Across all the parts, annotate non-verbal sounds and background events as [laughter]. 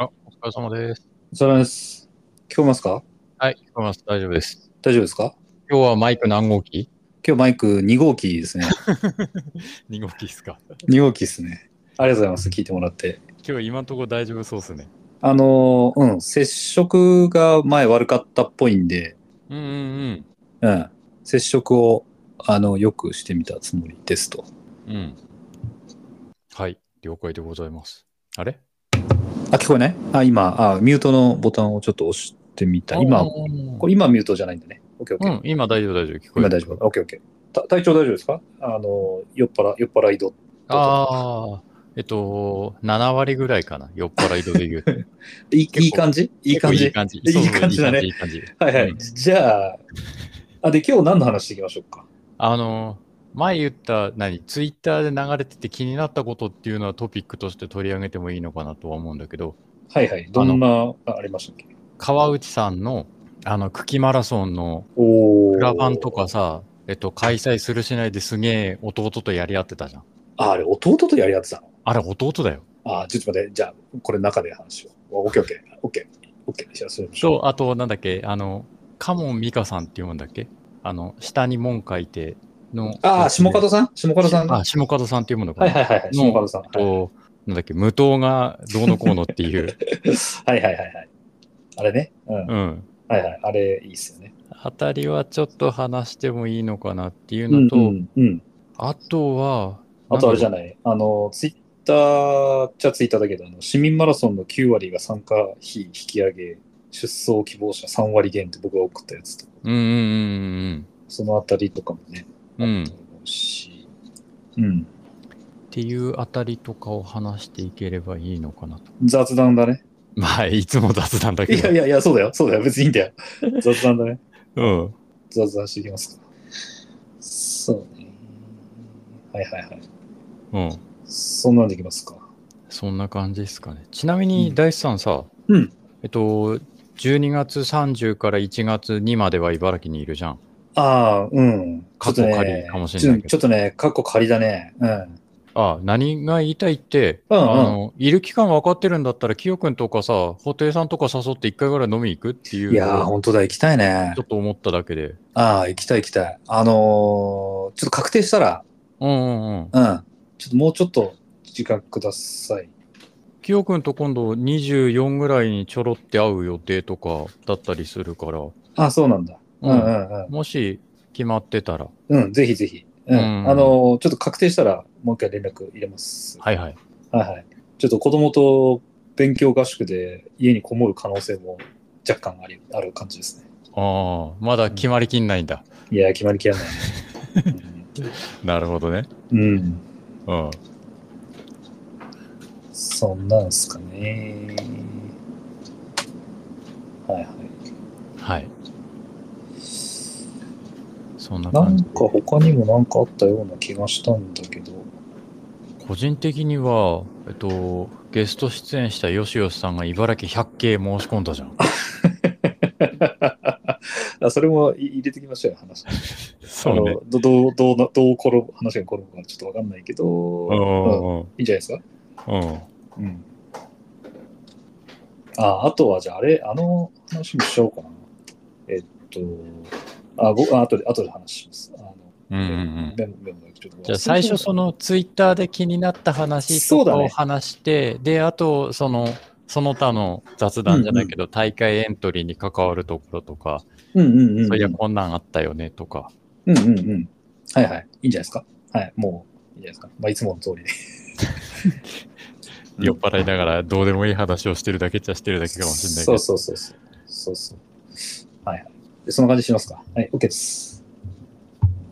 お疲れ様です。お疲れ様です。聞こえますかはい、聞こえます。大丈夫です。大丈夫ですか今日はマイク何号機今日マイク2号機ですね。 ?2 号機ですか。 2号機ですね。ありがとうございます。聞いてもらって。今日今のところ大丈夫そうですね。あのーうん、接触が前悪かったっぽいんで、うんうんうん、接触を、あの、よくしてみたつもりですと。うん。うん。はい、了解でございます。あれあ、聞こえないあ、今、あ、ミュートのボタンをちょっと押してみた。今、ここれ今ミュートじゃないんだね。オッケーオッうケー。ん、今大丈夫大丈夫。聞こえ今る。大丈夫。オッケーオッケー。た体調大丈夫ですかあの、酔っ払、酔っ払い度。ああ、えっと、7割ぐらいかな。酔っ払い度で言うと。いい構いい感じ [laughs] いい感じいい感じ。いい感じだねいい感じ。いい感じはいはい。うんじゃあ、あ、で、今日何の話していきましょうか。あの、前言った、何、ツイッターで流れてて気になったことっていうのはトピックとして取り上げてもいいのかなとは思うんだけど、はいはい。どんな、あありましたっけ川内さんのあの茎マラソンのお裏版とか。さ、えっと、開催するしないですげえ弟とやり合ってたじゃん。あ、あれ、弟とやり合ってたのあれ弟だよ。あ、ちょっと待って。じゃあ、これ中で話を。オッケーオッケー。オッケー。オッケー。じゃあ、それしそょう、あとなんだっけ、あの、カモンミカさんって読むんだっけあの、下に門書いての。ああ、下門さん下門さん。はあ、下門さんって読むのかいな。はいはいはい。下門さん。はいと、なんだっけ、無党がどうのこうのっていう。 [laughs] はいはいはいはい。あれね。うん。はうん。いはい。あれ、いいっすよね。あたりはちょっと話してもいいのかなっていううのんと、うん。うん。あとは、あとあれじゃないない。あの、ツイッターじゃツイッターだけど、あの市民マラソンの9割が参加費引き上げ、出走希望者3割減って僕が送ったやつとか、うんうんうんそのあたりとかもね、うん。うんあったと思うし、うん、っていうあたりとかを話していければいいのかなと。 [laughs] 雑談だね。まあ、いつも雑談だいけど。やいやいや、そうだよ。そうだよ。別にいい [laughs] んだよ。雑談だね。うん。雑談していきますか。そうね。はいはいはい。うん。そんなんでいきますか。そんな感じですかね。ちなみに、うん大地さんさ、うんえっと、12月30から1月2までは茨城にいるじゃん。ああ、うん。過去仮かもしれないけどちょっとね、過去仮だね。うん。あ何が言いたいって、うんうんあの、いる期間分かってるんだったら、清くんとかさ、布袋さんとか誘って1回ぐらい飲み行くっていういやー、のを、本当だ。行きたいねちょ。っと思っただけで。ああ、行きたい行きたい。あのーちょっと確定したら、うんうんうん。うん。ちょっともうちょっと時間ください。清くんと今度24ぐらいにちょろって会う予定とかだったりするから、あそうなんだ。うんうんうん。もし決まってたら。うん、ぜひぜひ。うん。うんあのーちょっと確定したら、もう一回連絡入れます。はいはい。はいはい。ちょっと子供と勉強合宿で家にこもる可能性も若干ありある感じですね。ああ、まだ決まりきんないんだ。いやー、決まりきらないね。 [laughs] なるほどね。うんうん。うん。そんなんすかね。はいはい。はい。そんなな感んじか。他にもなんかあったような気がしたんだけど。個人的には、えっと、ゲスト出演したよしよしさんが茨城100系申し込んだじゃん。あそれもい入れてきましょうよ、話。 [laughs] そあのどどうどうなどう転ぶ話が転ぶかちょっとわかんないけど、うんいうん。いんじゃないですか。うん。うん、ああとは、じゃあ、あれ、あの話もしようかな。えっと、あ、僕、あ後で、後で話します。あのうんうんうん。メモメモがちょっと忘れてじゃあ最初そのツイッターで気になった話そとうだかをね話して、で、あとその、その他の雑談じゃないけど、大会エントリーに関わるところとか、うんうんうん。そりゃこんなんあったよねとか。うんうんうん。はいはい。いいんじゃないですか。はい。もう、いいんじゃないですか。まあ、いつもの通りで。うん酔っ払いながらどうでもいい話をしてるだけっちゃしてるだけかもしれないけそうど。そうそうそう。そうそう。はいはい。でそんな感じしますか。はい、OK です。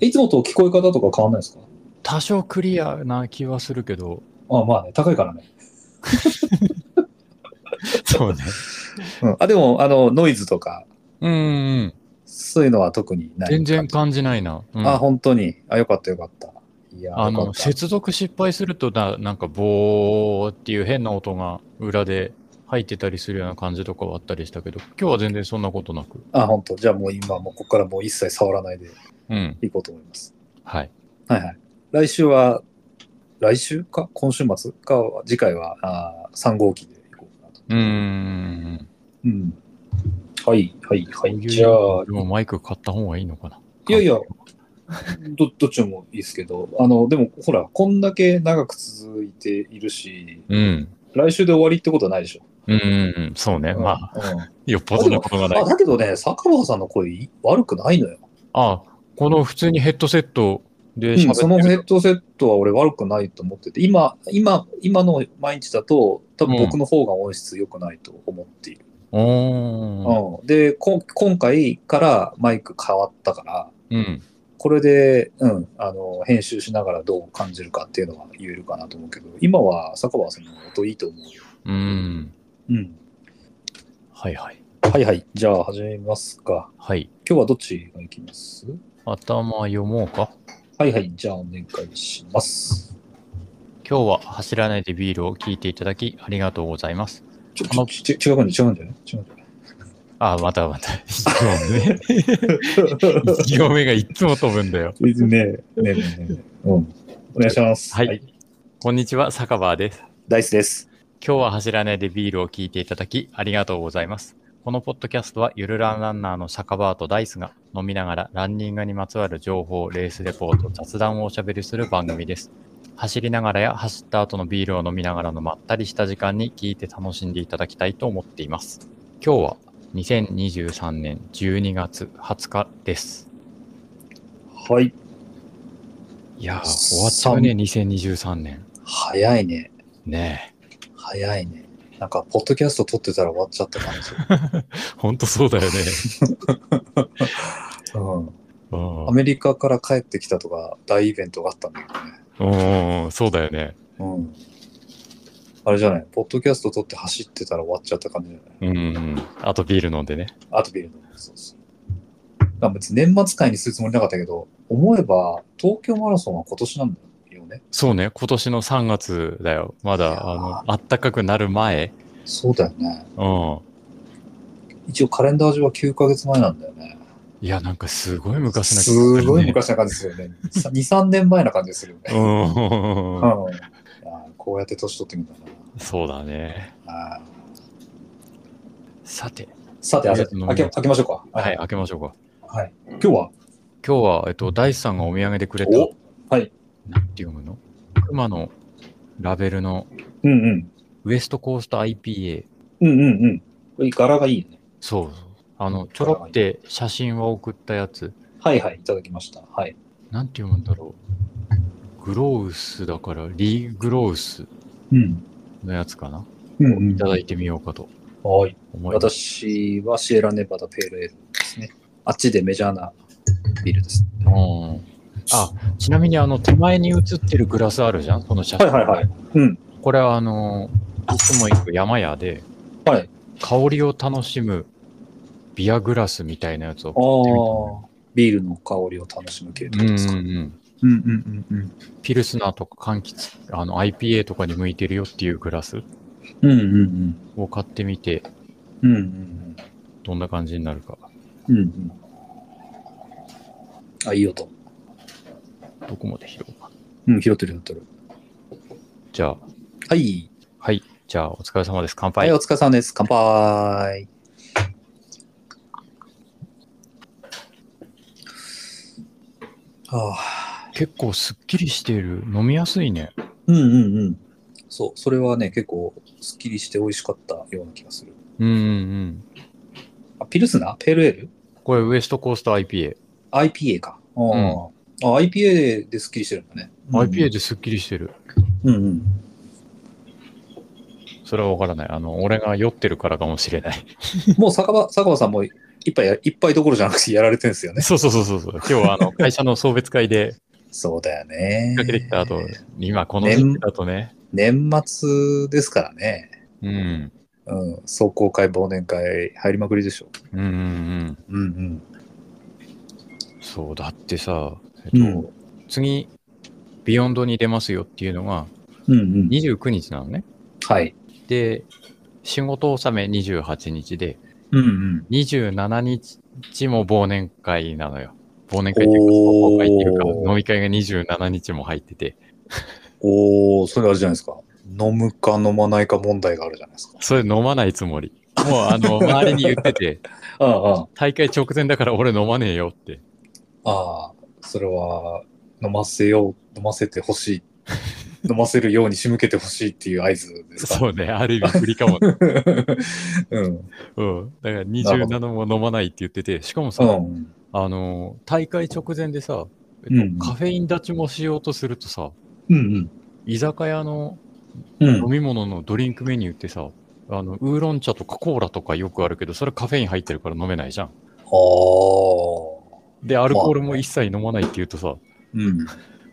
いつもと聞こえ方とか変わんないですか多少クリアな気はするけど、あまあね、高いからね。そうね。うん、あ、でも、あの、ノイズとか、うんうん。そういうのは特にない。全然感じないな。うんあ、本当に。あ、よかったよかった。いや、あよかの、った接続失敗するとな、なんか、ボーっていう変な音が裏で入ってたりするような感じとかはあったりしたけど、今日は全然そんなことなく。あ、本当。じゃあもう今、もうここからもう一切触らないでうん。いこうと思います。はい。はいはい。来週は、来週か今週末か次回はあ3号機でいこうかなと。うーん。うん。はい、はい、はこうい。いうじゃあで、もマイク買った方がいいのかな。いやいや、どどっちもいいですけど、あの、でもほら、こんだけ長く続いているし、うん。来週で終わりってことはないでしょ。うんうんうん、そうね。まあ、うん、よっぽどのことがないあ。だけどね、坂本さんの声い悪くないのよ。あ、この普通にヘッドセットでうんそのヘるッドセットは俺悪くないと思ってて、今、今、今の毎日だと、多分僕の方が音質良くないと思っている。おーうんでこ、今回からマイク変わったから、うん。これで、うん、あの、編集しながらどう感じるかっていうのは言えるかなと思うけど、今は坂場さんの音いいと思うよ。うん。うん。はいはい。はいはい。じゃあ始めますか。はい。今日はどっちがいきます頭読もうか。はいはい。じゃあお願いします。今日は走らないでビールを聞いていただきありがとうございます。ちょ、あのちょ、ちょ違うんじゃない違うんじゃない違うんじゃないあ、またま [laughs] た。一行 [laughs] 目。一行目がいつも飛ぶんだよ。 [laughs] ねえ、ねえ、ねえねえ。うん。お願いします。はいこんにちは、酒場です。ダイスです。今日は走らないでビールを聞いていただきありがとうございます。このポッドキャストはゆるランランナーの酒場とダイスが飲みながらランニングにまつわる情報、レースレポート、雑談をおしゃべりする番組です。走りながらや走った後のビールを飲みながらのまったりした時間に聞いて楽しんでいただきたいと思っています。今日は2023年12月20日です。はい。いやー、終わっちゃうね、2023年。早いね。ね早いね。なんか、ポッドキャスト撮ってたら終わっちゃった感え。ほんとそう [laughs] だよね。じ。うん。うんアメリカから帰ってきたとか、大イベントがあったんだけどね。うん、そうだよね。うん。あれじゃないポッドキャスト撮って走ってたら終わっちゃった感じじゃないうんうんうん。あとビール飲んでね。あとビール飲む。そうそう。まあ別に年末会にするつもりなかったけど、思えば、東京マラソンは今年なんだよね。そうね、今年の3月だよ。まいやだ、ーあの、あったかくなる前。そうだよね。うん。一応カレンダー上は9ヶ月前なんだよね。いや、なんかすごい昔な気がすごいるね。昔な感じするよね。2、3年 [laughs] 前な感じするよね。うんうん。いやこうやって年取ってみたそうだね。な。あーさて、さて、あれいや開け、開けましょうか。はい、。開けましょうか。はい。今日は、今日は、えっと、ダイスさんがお土産でくれた、おなんて読むの熊のラベルのうんうん。ウエストコースト IPA。うんうんうん。これ柄がいいね。そう。あの、ちょろって写真を送ったやつ。はいはい、いただきました。はい。なんて読むんだろう。グロウスだから、リー・グロウスうん。のやつかな。うん、いただいてみようかとはい。思います。私はシエラネバダペールエールですね。あっちでメジャーなビールです。うんあちなみにあの手前に写ってるグラスあるじゃん、この写は真。いはいはい。うん。これはあのいつも行く山屋ではい。香りを楽しむビアグラスみたいなやつを買あってみあ。ビールの香りを楽しむ系た統のですか。うんうんうん。うんうんうんうん。ピルスナーとか柑橘、あの IPA とかに向いてるよっていうグラスうんうんうん。を買ってみて、うんうんどんな感じになるか。うん。うんうん。あ、いい音。どこまで拾うか。うん、拾ってる拾ってる。じゃあ、はい。はい。じゃあ、お疲れ様です。乾は杯。い、お疲れ様です。乾杯。ああ。結構すっきりしている。飲みやすいね。うんうんうん。そう、それはね、結構、すっきりして美味しかったような気がする。うんうんうん。あ、ピルスナーペールエールこれウエストコースト IPA。 ?IPA か。あー、あ、IPA ですっきりしてるんだね。 IPA ですっきりしてる。うんうん。それはわからない。あの、俺が酔ってるからかもしれない。 [laughs] もう酒場、 [laughs] 酒場さんも一杯や、一杯どころじゃなくてやられてるんですよね。そうそうそうそうそう。今日はあの、会社の送別会でそうだよね出か。けてきた後、今この時期だとね。年末ですからね。うん。うん。壮行会、忘年会入りまくりでしょ。うんうんうん。うんうん。そう、だってさ、えっうと、ん次、ビヨンドに出ますよっていうのがうんうん。 29日なのね。はい。で、仕事納め28日で、うんうん。 27日も忘年会なのよ。忘年会っていうか、お壮行ー会っていうか、飲み会が27日も入ってて。おー、それあれじゃないですか。飲むか飲まないか問題があるじゃないですか。それ飲まないつもり。もうあ [laughs] の、周りに言ってて、ああ、あ大会直前だから俺飲まねえよって。あ、ああそれは、飲ませよう、飲ませてほしい。 [laughs] 飲ませるように仕向けてほしいっていう合図ですか。そうね、ある意味不利か [laughs] も。うん。うん。だからなるほ27も飲まないって言ってて、しかもさ、うん。あの、大会直前でさ、うんうんカフェイン立ちもしようとするとさ、うん。居酒屋のう飲ん。み物のドリンクメニューってさ、あのウーロン茶とかコーラとかよくあるけど、それカフェイン入ってるから飲めないじゃん。ああ。で、アルコールも一切飲まないって言うとさ、うん。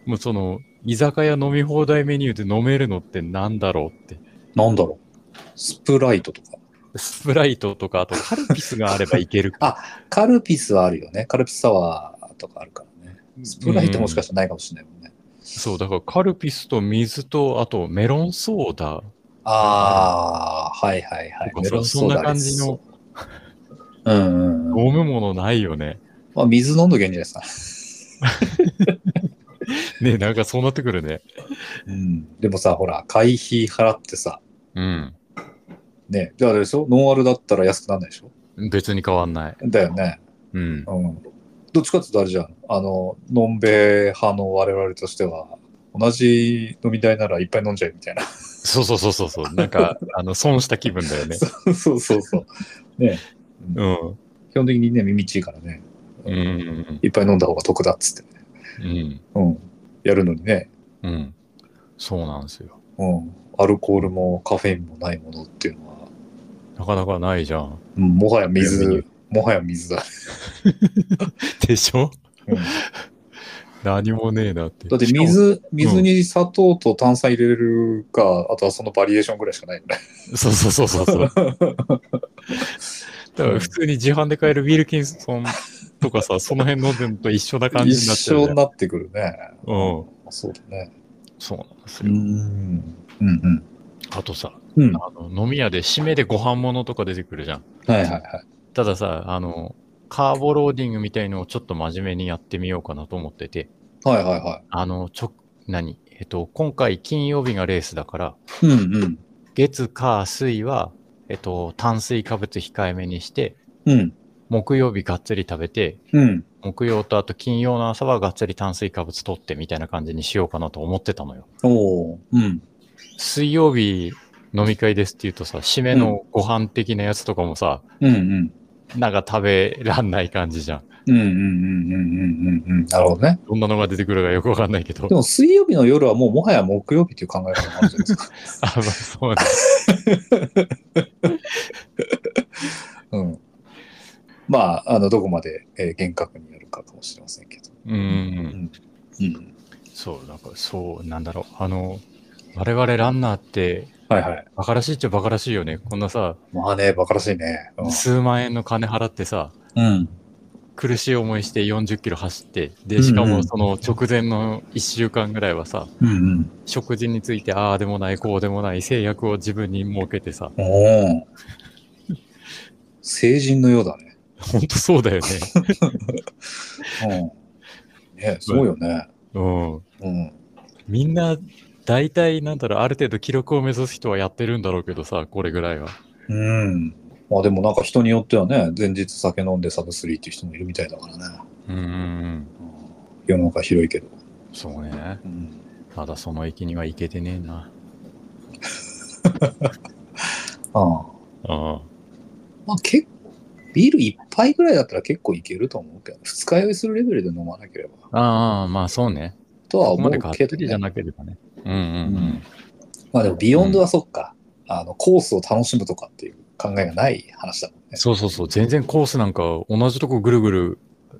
もうその、居酒屋飲み放題メニューで飲めるのってなんだろうって。なんだろう。スプライトとか。スプライトとか、あとカルピスがあればいける。あカルピスはあるよね。カルピスサワーとかあるからね。 [laughs] スプライトもしかししたらないかもしれないもんね。そう、だからカルピスと水と、あとメロンソーダ。ああ、はいはいはい。そうかそんな感じの。うんうんうん。飲むものないよね。まあ、水飲んどけんじゃないですか。ねなんかそうなってくるね。うん。でもさ、ほら、会費払ってさ、うん。ね、じゃああれでしょノンアルだったら安くなんないでしょ別に変わんない。だよね。うん。うん。どっちかっていうとあれじゃん。あの、のんべえ派の我々としては、同じ飲み代ならいっぱい飲んじゃえみたいな。 [laughs] そうそうそうそうそう。なんか、あの、損した気分だよね。そうそうそう。ね。うんうん。基本的にね、耳ちいからね、うんうんいっぱい飲んだ方が得だっつって、ね、うん。うん。うん、やるのにね、うん。そうなんですよ。うん、アルコールもカフェインもないものっていうのは、なかなかないじゃん。うん、もはやいやメニュ水、もはや水 [laughs] だ。でしょうん [laughs] 何もねえなって。だってしか水、水に砂糖と炭酸入れるか、あとはそのバリエーションぐらいしかないよね。も。そうそうそうそう [laughs] そう。だから普通に自販で買えるウィルキンソンとかさ、その辺飲んでるのと一緒な感じに一なっちゃう、緒にね。なってくるね。うん。そうだね。そうなんですうよ。ん。うんあとさ、うん。うん。はあの飲み屋で締めでご飯物とか出てくるじゃん。いはいはい。たださ、あの、カーボローディングみたいのをちょっと真面目にやってみようかなと思ってて、はいはいはあの、ちょ、何えっと、今回金曜日がレースだから、い。うんうん。月、火、水は、えっと、炭水化物控えめにして、うん。木曜日がっつり食べて、うん。木曜とあと金曜の朝はがっつり炭水化物取ってみたいな感じにしようかなと思ってたのよ。おーうん。水曜日飲み会ですって言うとさ、締めのご飯的なやつとかもさ、うんうん。なんか食べらんない感じじゃん。うんうんうんうんうんうんうん。なるほどね。どんなのが出てくるかよくわかんないけどで。も水曜日の夜はもうもはや木曜日という考え方なんじゃないですか。 [laughs] あ、まあ、そうね。うん。まあ、あの、どこまで、えー厳格にやるかかもしれませんけど。うんうん。うん。そう、なんかそう、なんだろう。あの、我々ランナーって、はいはい。バカらしいっちゃバカらしいよね。こんなさ、まあね、馬鹿らしいね。数万円の金払ってさ、うん。苦しい思いして40キロ走って、で、しかうんうもんその直前の1週間ぐらいはさ、うんうん。食事についてああでもない、こうでもない制約を自分に設けてさ、 [laughs] おお。成人のようだね。ほんとそう [laughs] だよね。うん。ね、そうよね。うん。うん。みんな、大体、なんだろう、ある程度記録を目指す人はやってるんだろうけどさ、これぐらいは。うん。まあでもなんか人によってはね、前日酒飲んでサブスリーっていう人もいるみたいだからね。うんうんうん。うん世の中広いけど。そうね。うん。まだその域には行けてねえな。ああ。ああ。まあ、けビール一杯ぐらいだったら結構いけると思うけど、二日酔いするレベルで飲まなければ。ああ、まあそうね。とはここ思まうでがっけつど、りじねゃ、なければね。うんうんまあでもビヨンドはそっか、あの、コースを楽しむとかっていう考えがない話だもんね。そうそうそう。全然コースなんか同じとこぐるぐる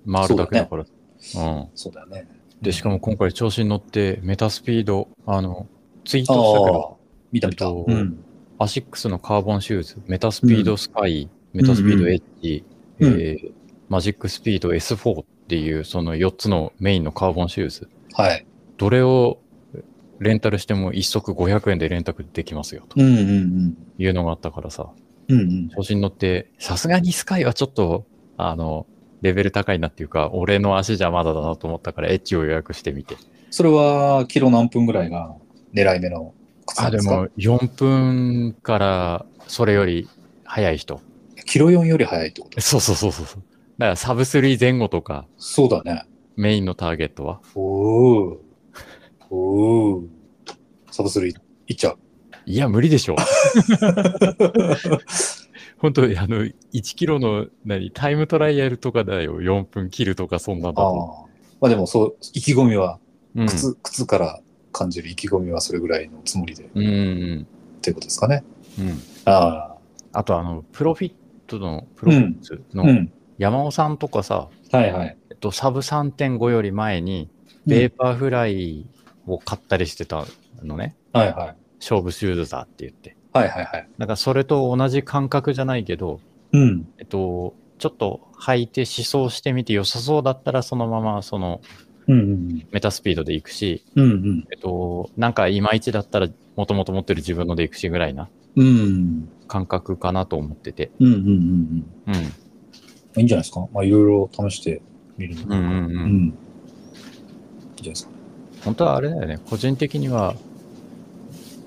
回るだけだから。うん。そうだよね。で、しかも今回調子に乗ってメタスピード、あの、ツイーあトしたけど、あ、見た見た。えっとうん。アシックスのカーボンシューズ、メタスピードスカイ、メタスピードエッジ、うんうんえーマジックスピード S4 っていうその4つのメインのカーボンシューズ、はい。どれをレンタルしても1足500円でレンタルできますよとうんうんうん。いうのがあったからさ、うんうん。調子に乗って、さすがにスカイはちょっと、あの、レベル高いなっていうか、俺の足じゃまだだなと思ったから、エッジを予約してみて。それは、キロ何分ぐらいが狙い目の靴なあ、んでですかも4分からそれより速い人。キロ4より早いってことそうそうそうそう。だからサブ3前後とか、そうだね。メインのターゲットはおー。おー。サブスルいいっちゃう。いや、無理で [laughs] しょう。本当にあの、1キロの、何、タイムトライアルとかだよ。4分切るとか、そんなんだああと。。まあでもそう、意気込みは、うん。靴、靴から感じる意気込みはそれぐらいのつもりで、うんうんっていうことですかね。うん。うん。ああと、あの、プロフィットの、プロフィッツあ。の、うん。山尾さんとかさ、はいはい。えっと、サブ3.5より前に、ベーパーフライを買ったりしてたのね。はいはい。勝負シューズだって言って。はいはいはい。なんか、それと同じ感覚じゃないけど、うん。えっと、ちょっと履いて試走してみて良さそうだったら、そのまま、その、うんうんメタスピードで行くし、うん。うんえっと、なんかいまいちだったら、もともと持ってる自分ので行くしぐらいなうん。うん。感覚かなと思ってて。うんうんうんうん。うん。いいんじゃないですか。まあいろいろ試してみるのうも。んうんう。うんん。いいんじゃないですか。本当はあれだよね。個人的には、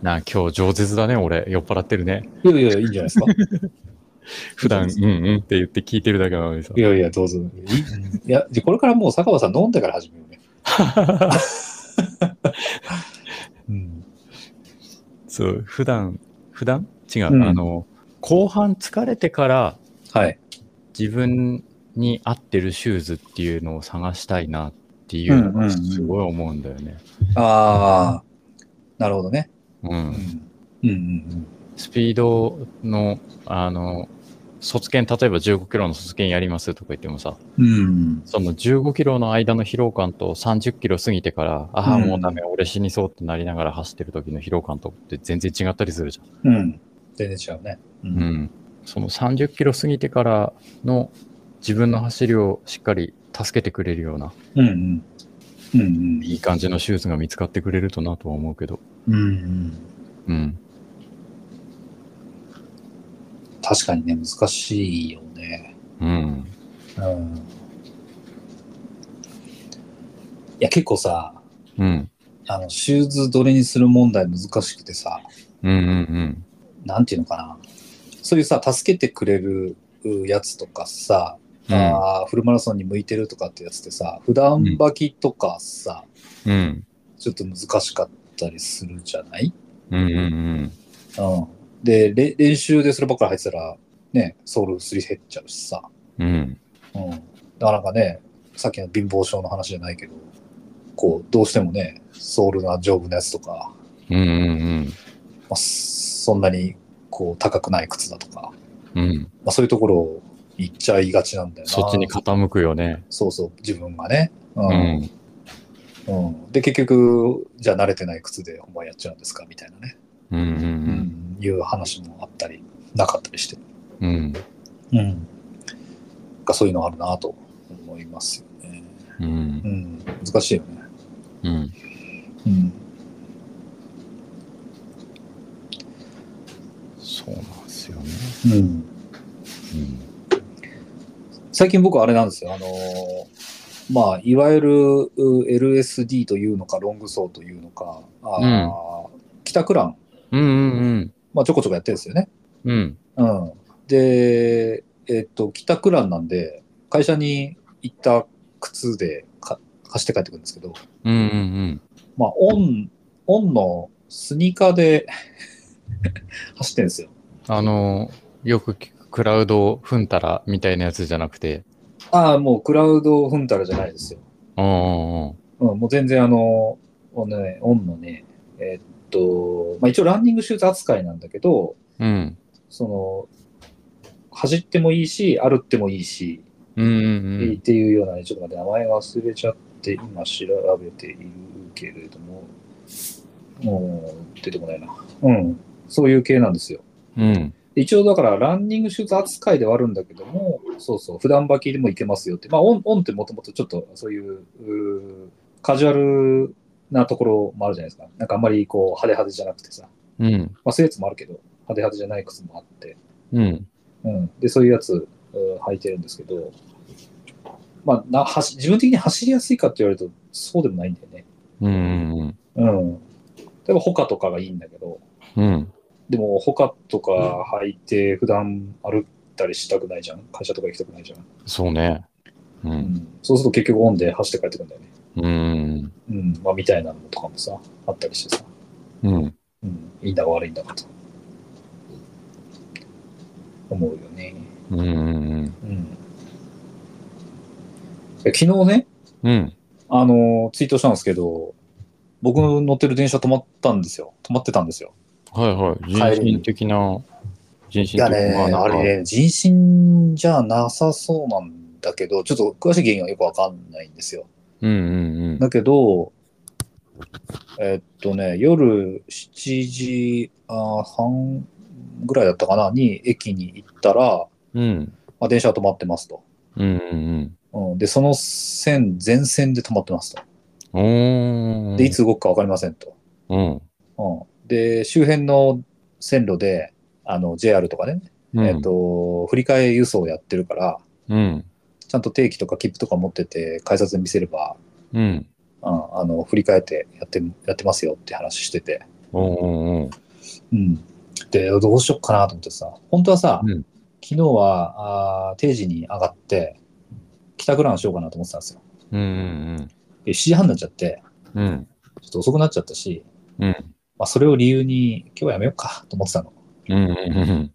なあ、今日饒舌だね、俺。酔っ払ってるね。いやいや、いいんじゃない [laughs] ですか。普段、そううんうんって言って聞いてるだけなのにさい。やいや、どうぞ。いいや、じゃあこれからもう坂場さん飲んでから始めよう [laughs] ね。うん、そう、普段、普段違う、うんあの、後半疲れてからはい。自分に合ってるシューズっていうのを探したいなっていうのうんうんうんがすごい思うんだよね。ああ、なるほどね。うんうん。うんうんスピードの、あの、卒検、例えば15キロの卒検やりますとか言ってもさ、うん。うん。その15キロの間の疲労感と30キロ過ぎてから、ああ、うんもうダメ、俺死にそうってなりながら走ってる時の疲労感とって全然違ったりするじうん。全然違うね。う。ゃん。うんん。その30キロ過ぎてからの自分の走りをしっかり助けてくれるような、うんうん。うんうん。いい感じのシューズが見つかってくれるとなとは思うけど、うんうん。うん。確かにね、難しいよね。うん。うん。いや、結構さ、うん。あの、シューズどれにする問題難しくてさ、うんうんなんていうのかな。そういうさ、助けてくれるうやつとかさ、うん。あーフルマラソンに向いてるとかってやつってさ、普段履きとかさ、うん。うん。ちょっと難しかったりするじゃない、うんうんうん、で、れ練習でそればっかり履いてたら、ね、ソールすり減っちゃうしさ、うん。うん。うん。だからなんかね、さっきの貧乏症の話じゃないけど、こう、どうしてもね、ソールが丈夫なやつとか、うんうんまあ、そんなにこう高くない靴だとか、うん。うん。まあ、そういうところを言っちゃいがちなんだよな。そっちに傾くよね。そうそう、自分がね。ううん。ん。うん、で、結局、じゃあ慣れてない靴で本番やっちゃうんですかみたいなね。うんううんん。いう話もあったり、なかったりして。うん。うん。うん。がそういうのあるなと思いますよね。うん。うん。難しいよね。うん。うん。そうなんですよね。うん。最近僕はあれなんですよ。あのーまあ、いわゆるう LSD というのか、ロングソーというのか、あー北クラン、うん。うんまあ、ちょこちょこやってるんですよね。うんうん。うん。うん。で、えっと、北クランなんで、会社に行った靴でか貸して帰ってくるんですけど、うんうんまあ、オン、オンのスニーカーで [laughs] 走ってるんですよ。あの、よく聞くクラウド踏んたらみたいなやつじゃなくて、ああ、もうクラウドフンタラじゃないですよ。うんうん、もう全然あの、あのね、オンのね、えーっと、まあ、一応ランニングシューズ扱いなんだけど、うんうん。その、走ってもいいし、歩ってもいいし、うんうんうんっていうようなね、ちょっと待って、名前忘れちゃって、今調べているけれども、もう出てこないな。うん、そういう系なんですよ。うん。うん。一応だから、ランニングシューズ扱いではあるんだけども、そうそう、普段履きでもいけますよって。まあ、オン、オンってもともとちょっと、そういう、うーカジュアルなところもあるじゃないですか。なんかあんまりこう、派手派手じゃなくてさ。うん。まあ、そういうやつもあるけど、派手派手じゃない靴もあって。うん。うん。で、そういうやつ、うん履いてるんですけど、まあ、な、走、自分的に走りやすいかって言われると、そうでもないんだよね。うんうんうん。うん。例えば、ホカとかがいいんだけど、うん。でも、ホカとか履いて、普段歩ったりしたくないじゃん。会社とか行きたくないじゃん。そうね。う。うんん、そうすると結局オンで走って帰ってくるんだよね。うん。うん、まあ、みたいなのとかもさ、あったりしてさ、うん。うん、いいんだか悪いんだかと。思うよね。うん。うん。うん。え昨日ね、うん。あのツイートしたんですけど、僕の乗ってる電車止まったんですよ。止まってたんですよ。はいはい。人身的な、人身い的やなね、なんかあれね、人身じゃなさそうなんだけど、ちょっと詳しい原因はよくわかんないんですよ。うんうんだけど、えっとね、夜7時あ半ぐらいだったかな、に駅に行ったら、うん。うん。まあ、電車は止まってますと。うんうんうん、で、その線、全線で止まってますと。うん。おー。で、いつ動くかわかりませんと。うん。うん、で、周辺の線路で、あの、JR とかね、うんえっと、振り替え輸送をやってるから、うん。ちゃんと定期とか切符とか持ってて、改札で見せれば、うん。うん、あの、振り返ってやって、やってますよって話してて。おーおーおーうん。で、どうしよっかなと思ってさ、本当はさ、うん昨日は、あー定時に上がって、帰宅ランしようかなと思ってたんですよ。うんうんで7時半になっちゃって、うん。うん。ちょっと遅くなっちゃったし、うんまあ、それを理由に、今日はやめようかと思ってたの。 [laughs] うんうんうん。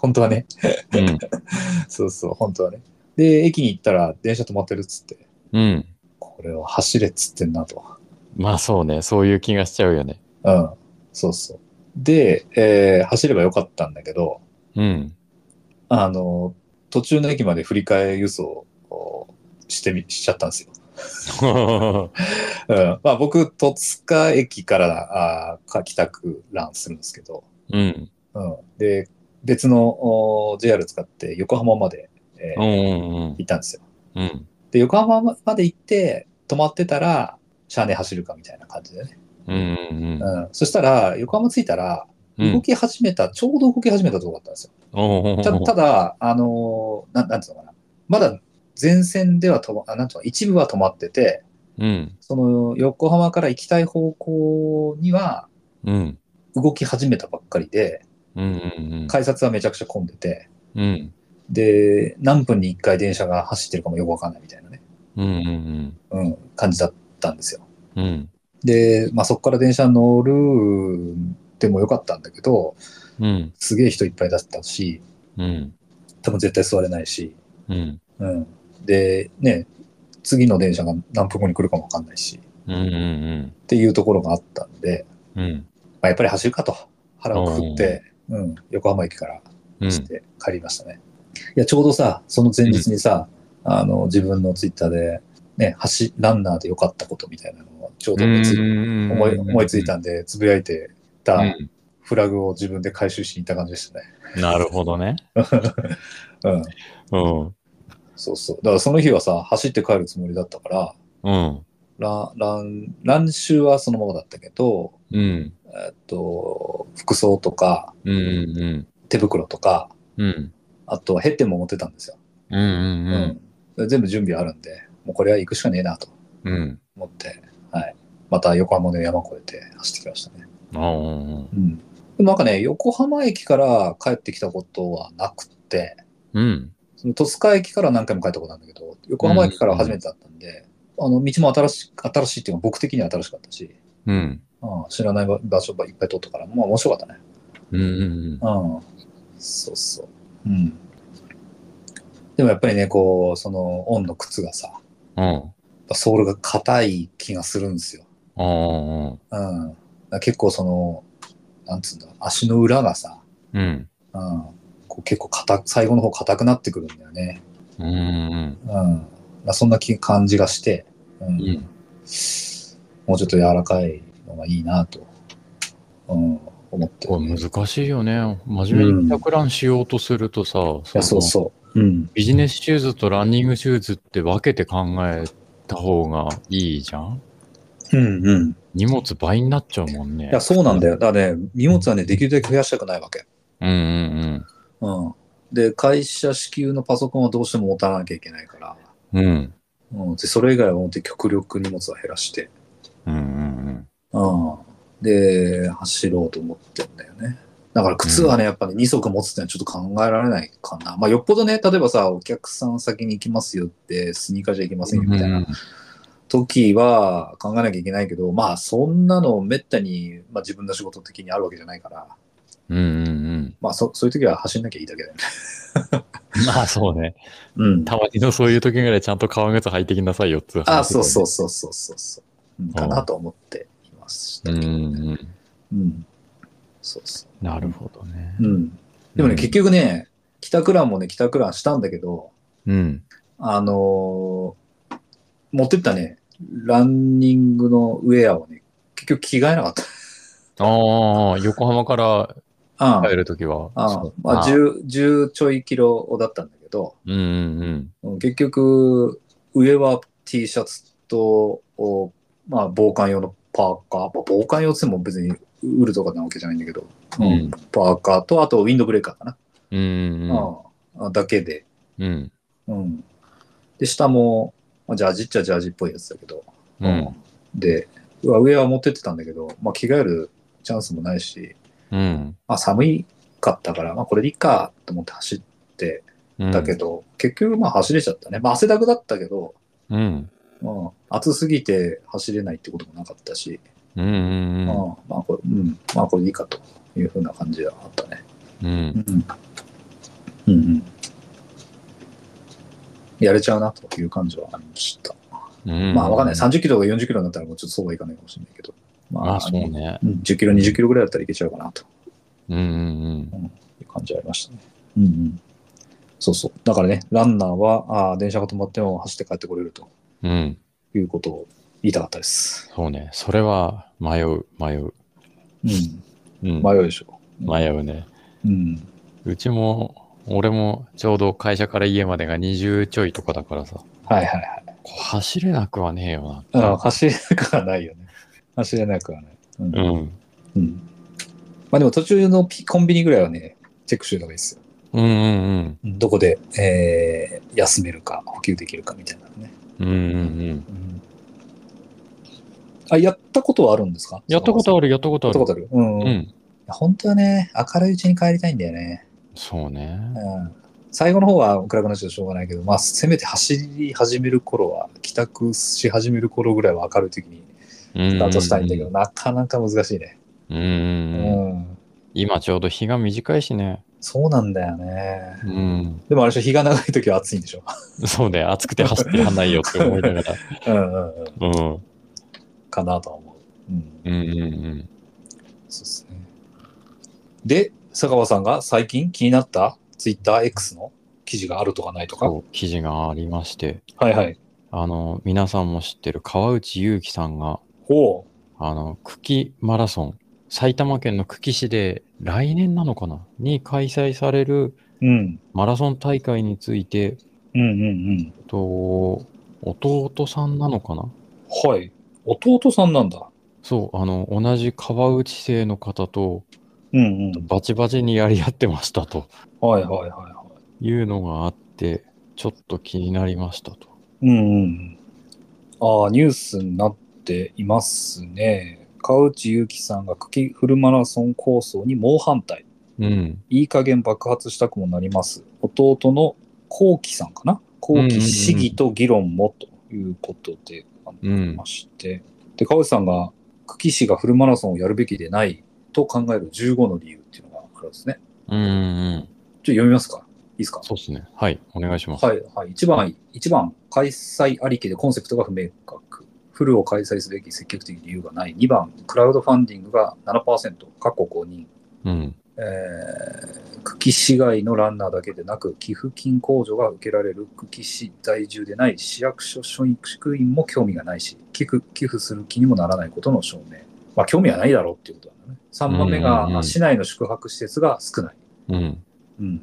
本当はね。うん。そうそう、本当はね。で、駅に行ったら、電車止まってるっつって、うん。これを走れっつってんなと。まあそうね。そういう気がしちゃうよね。うん、そうそう。で、えー走ればよかったんだけど、うん。あの、途中の駅まで振り替え輸送をしてみ、しちゃったんですよ。うん。まあ僕、戸塚駅から、あーか帰宅ランするんですけど、うん。うん。で、別のお JR 使って横浜まで、えーうんうん行ったんですよ。うん。うん。で、横浜まで行って、止まってたら、シャーネ走るかみたいな感じでね。うんうんうん。うん。そしたら、横浜着いたら、うん動き始めた、ちょうど動き始めたとこだったんですよ。おーおーたおーただ、あのー、なんなんていうのかな、まだ前線では止ま、あなんていうの一部は止まってて、うん。その横浜から行きたい方向にはうん。動き始めたばっかりで、うんうん改札はめちゃくちゃ混んでて、うん。うん。で、何分に1回電車が走ってるかもよくわかんないみたいなね、うんうんうん、感じだったんですよ。うん。うん。で、まあ、そこから電車乗るでもよかったんだけど、うん。すげえ人いっぱいだったし、うん。多分絶対座れないし、うん。うん、で、ね、次の電車が何分後に来るかもわかんないし、うんうんっていうところがあったんで、うん。うん。まあ、やっぱり走るかと腹をくくって、うん、横浜駅からうん。して帰りましたね。いや、ちょうどさ、その前日にさ、あの、自分のツイッターで、ね、走、ランナーで良かったことみたいなのをちょうど思いつい思い思いついたんで、つぶやいてたうんフラグを自分で回収しに行った感じでしたね。なるほどね。ううん、ん。そうそう。だからその日はさ、走って帰るつもりだったから、うん。ラン、ラン、ラン週はそのままだったけど、うん。えっと、服装とか、うんうん手袋とか、うん。うん。あと、ヘッテンも持ってたんですよ。うんうんうん全部準備あるんで、もうこれは行くしかねえなとうん。うん。思って、はい。また横浜の山越えて走ってきましたね。あーうん。でもなんかね、横浜駅から帰ってきたことはなくて、うん。その戸塚駅から何回も帰ったことなんだけど、横浜駅から初めてだったんで、あの、道も新しい、新しいっていうか僕的には新しかったし、うん。うん、知らない場所ばいっぱい通ったから、まあ面白かったね。うんうんうん。そうそう。うん。でもやっぱりね、こう、その、オンの靴がさ、うん。うん。ソールが硬い気がするんですよ。あーうん。だから結構その、なんつうんだ、足の裏がさ、うん。うん。こう結構硬く、最後の方硬くなってくるんだよね。うんうんうん。だからそんな気感じがして、うん。うん。もうちょっと柔らかいのがいいなと、うん、思ってこるれね、い難しいよね。真面目に着ランしようとするとさ、や、そうのそう。うん。ビジネスシューズとランニングシューズって分けて考えた方がいいじゃんうんうん。荷物倍になっちゃうもんね。いや、そうなんだよ。だからね、荷物はね、できるだけ増やしたくないわけ。うんうんうん。で、会社支給のパソコンはどうしても持たなきゃいけないから、うん。うん。うん。で、それ以外は本当に極力荷物は減らして、うんうんうん。で、走ろうと思ってんだよね。だから靴はね、やっぱね、2足持つってのはちょっと考えられないかな。まあ、よっぽどね、例えばさ、お客さん先に行きますよって、スニーカーじゃ行けませんよみたいな時は考えなきゃいけないけど、まあ、そんなのめったに、まあ、自分の仕事的にあるわけじゃないから、うんうんまあ、そそういう時は走んなきゃいいだけだよね。うん。まあそうね。うん。たまにのそういう時ぐらいちゃんと革靴履いてきなさいよっつう話だよねあ、そうそうそうそうそうそう、うん。かなと思っていましたうけんどね。うん。うん。そうそなるほどねう。。うん。でもね、結局ね、帰宅ランもね、帰宅ランしたんだけど、うん。あのー持ってったね、ランニングのウェアをね、結局着替えなかっああ、横浜からた。うん。帰るときは。あそうまあ、10, 10ちょいキロだったんだけど、うんうんうん。うん結局、上は T シャツと、おまあ、防寒用のパーカー。まあ防寒用って言っても別にウールとかなわけじゃないんだけど、うんうんパーカーと、あとウィンドブレーカーかな。うんうん、だけで、うん。うん。うん。で、下も、まあジャージっちゃジャージっぽいやつだけど、うん。で、うわ上は持ってってたんだけど、まあ、着替えるチャンスもないし、うん。まあ、寒いかったから、まあ、これでいいかと思って走ってうん。たけど、結局、まあ、走れちゃったね。まあ、汗だくだったけど、うん。うん、暑すぎて走れないってこともなかったし、うんうんうんうん。まあ、これ、うん、まあ、これでいいかというふうな感じはあったね。うん。うん。うん、うん。やれちゃうなという感じはありました。うん。まあ、わかんない。30キロとか40キロになったら、もうちょっとそうはいかないかもしれないけど。まあそうね。うん10キロ、20キロぐらいだったらいけちゃうかなとうんうんいう感じはありましたね。うんうん。そうそう。だからね、ランナーは、あー電車が止まっても走って帰ってこれるとうん。うん。いうことを言いたかったです。そうね。それは迷う、迷う。うん。うん。迷うでしょ。迷うね。うん。うちも、俺もちょうど会社から家までが20ちょいとかだからさ、はいはいはい。こう走れなくはねえよあーな。走れなくはないよね。走れなくはない。うん。ううんん。まあでも途中のピコンビニぐらいはね、チェックしておいた方がいいですよ。うんうんうんどこで、えー休めるか、補給できるかみたいなのね。うん。うんうんうん。あ、やったことはあるんですかやったことある、やったことやあったるこ。とある。うん。ういやん。本当はね、明るいうちに帰りたいんだよね。そうね。うん。最後の方は暗くなっちゃうとしょうがないけど、まあ、せめて走り始める頃は、帰宅し始める頃ぐらいは明るい時にススタートしたいんだけど、。なかなか難しいね。うんううんうん。ん。今ちょうど日が短いしね。そうなんだよね。うん。でもあれでしょ、日が長い時は暑いんでし [laughs] ょ。そうね。暑くて走ってやんないよって思いな [laughs] がら。うんうんうん。うん。かなとは思う。うん。うんうんそうですね。で、佐川さんが最近気になったツイッター X の記事があるとかないとか。うん。記事がありまして、はいはい。あの、皆さんも知ってる川内優輝さんが、ほあの、久喜マラソン、埼玉県の久喜市で来年なのかなに開催されるう。うん。マラソン大会について、うんうんと、弟さんなのかなうん。はい。弟さんなんだ。そう、あの、同じ川内生の方とうんうん。バチバチにやり合ってましたとはいはいはいはいうのがあって、ちょっと気になりましたと。い。うんうん。ああ、ニュースになっていますね。川内優輝さんが茎フルマラソン構想に猛反対。うん。いい加減爆発したくもなります。弟の幸喜さんかな幸喜市議と議論もということでありまして、で、川内さんが、久喜市がフルマラソンをやるべきでないと考える15の理由っていうのがあるんですね。うんうんうん。ちょっと読みますかいいですかそうですね。はい。お願いします。はい、はい。1番、一番、開催ありきでコンセプトが不明確。フルを開催すべき積極的理由がない。2番、クラウドファンディングが7%、過去5人。うん。えー久喜市外のランナーだけでなく、寄付金控除が受けられる久喜市在住でない市役所職員も興味がないし、寄付寄付する気にもならないことの証明。まあ、興味はないだろうっていうことなんだね。3番目うんうんうが、ん市内の宿泊施設が少ない。うん。うん。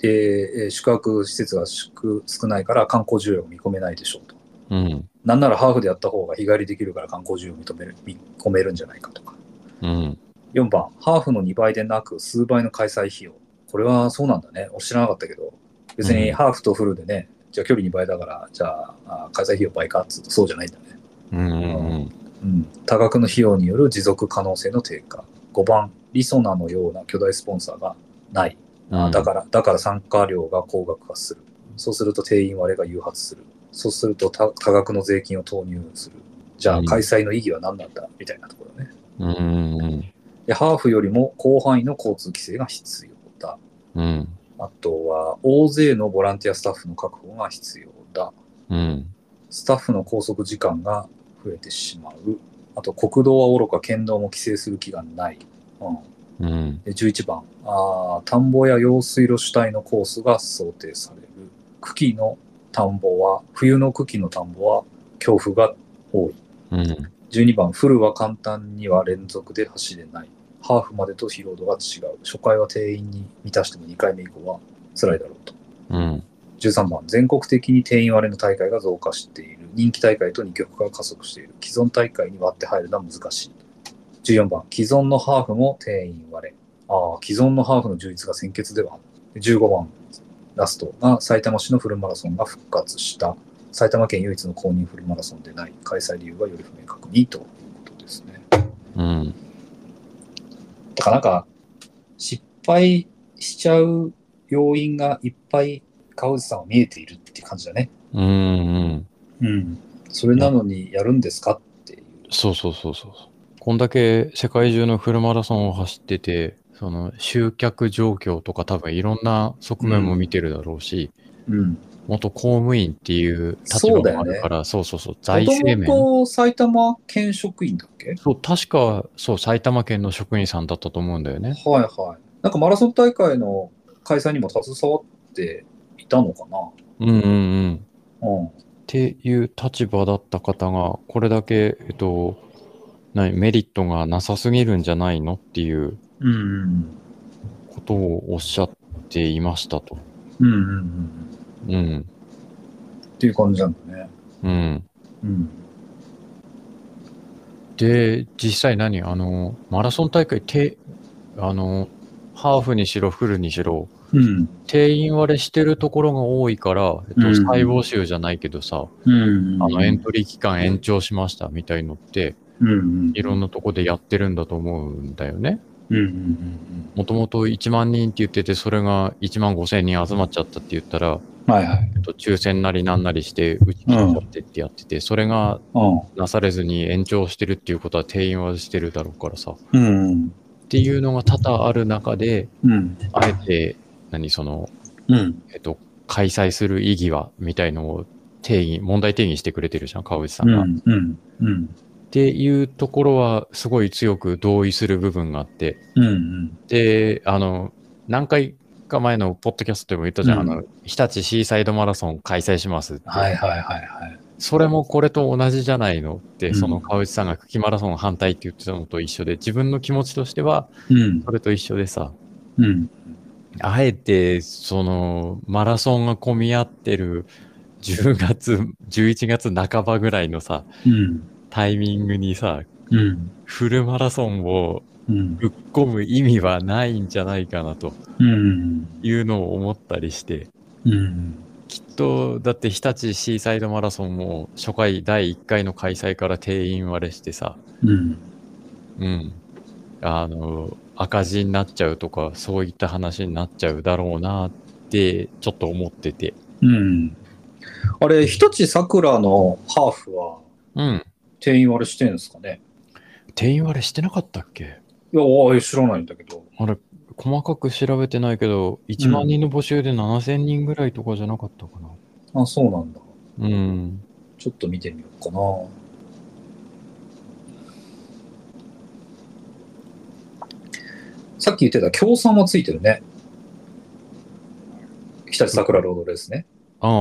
で、えー宿泊施設が宿少ないから観光需要を見込めないでしょうと。うん。なんならハーフでやった方が日帰りできるから観光需要を認める見込めるんじゃないかとか。うん。 4番、ハーフの2倍でなく数倍の開催費用。これはそうなんだね。俺知らなかったけど、別にうんハーフとフルでね、じゃあ距離2倍だから、じゃああ開催費用倍かっつうとそうじゃないんだね。うんうんうん。うん、多額の費用による持続可能性の低下。5番、リソナのような巨大スポンサーがない。うんだから、だから参加料が高額化する。そうすると定員割れが誘発する。そうすると多多額の税金を投入する。じうゃあん開催の意義は何なんだみたいなところね。うんうんで、ハーフよりも広範囲の交通規制が必要だ。うんあとは、大勢のボランティアスタッフの確保が必要だ。うんスタッフの拘束時間が増えてしまう。あと、国道はおろか、県道も規制する気がない。うん、うんで11番あー、田んぼや用水路主体のコースが想定される。茎の田んぼは、冬の茎の田んぼは強風が多い。うん12番、フルは簡単には連続で走れない。ハーフまでと疲労度が違う。初回は定員に満たしても2回目以降は辛いだろうと。うん13番、全国的に定員割れの大会が増加している。人気大会と二極化が加速している。既存大会に割って入るのは難しい。14番、既存のハーフも定員割れ。ああ、既存のハーフの充実が先決では。15番、ラストが埼玉市のフルマラソンが復活した。埼玉県唯一の公認フルマラソンでない。開催理由がより不明確にということですね。うんだからなんか、失敗しちゃう要因がいっぱい川内さんは見えているっていう感じだね。うんうん、それなのにやるんですかっていう。そうそうそうそうそう。こんだけ世界中のフルマラソンを走ってて、その集客状況とか多分いろんな側面も見てるだろうし、うん、元公務員っていう立場もあるから、そうそうそう、財政も面。ともと埼玉県職員だっけそう、確か、そう、埼玉県の職員さんだったと思うんだよね。はいはい。なんかマラソン大会の開催にも携わっていたのかうんうんうん。な。うん。っていう立場だった方が、これだけ、えっと、何メリットがなさすぎるんじゃないのっていううんうんことをおっしゃっていましたと。うん。うんうんうん。うん。っていう感じなんだね。うん。うん。で、実際何あの、マラソン大会、て、あの、ハーフにしろ、フルにしろ、うん。定員割れしてるところが多いから、えっと、うん細胞集じゃないけどさ、うん。あの、エントリー期間延長しましたみたいのって、うんうん。いろんなとこでやってるんだと思うんだよね。うんうんうんもともと1万人って言ってて、それが1万5千人集まっちゃったって言ったら、うん。はいはい。えっと、抽選なりなんなりして、打ち切っちゃってってやってて、それがなされずに延長してるっていうことは定員割れしてるだろうからさ。うん。うん。っていうのが多々ある中で、うん。あえて、何、その、うん。えっと、開催する意義は、みたいのを定義、問題定義してくれてるじゃん、川内さんうが。っん。うん。うん。ていうところは、すごい強く同意する部分があって、うん。で、あの、何回か前のポッドキャストでも言ったじゃん、うんあの、日立シーサイドマラソン開催しますって。はいはいはいはい。それもこれと同じじゃないのって、うんその川内さんが茎マラソン反対って言ってたのと一緒で、自分の気持ちとしては、うんそ。れと一緒でさ、うん。あえて、その、マラソンが混み合ってる10月、11月半ばぐらいのさ、うん。タイミングにさ、うん。フルマラソンをうん。ぶっ込む意味はないんじゃないかなとうん。いうのを思ったりして、うん。きっと、だって日立シーサイドマラソンも初回第1回の開催から定員割れしてさ、うん。うん、あの、赤字になっちゃうとか、そういった話になっちゃうだろうなって、ちょっと思ってて。うん。あれ、日立さくらのハーフはうん。定員割れしてるんですかね定員割れしてなかったっけいや、おい知らないんだけど。あれ、細かく調べてないけど、1万人の募集で7000人ぐらいとかじゃなかったかな。あ、そうなんだ。うん。ちょっと見てみようかな。さっき言ってた協賛はついてるね。日立さくらロードレースね。ああああ、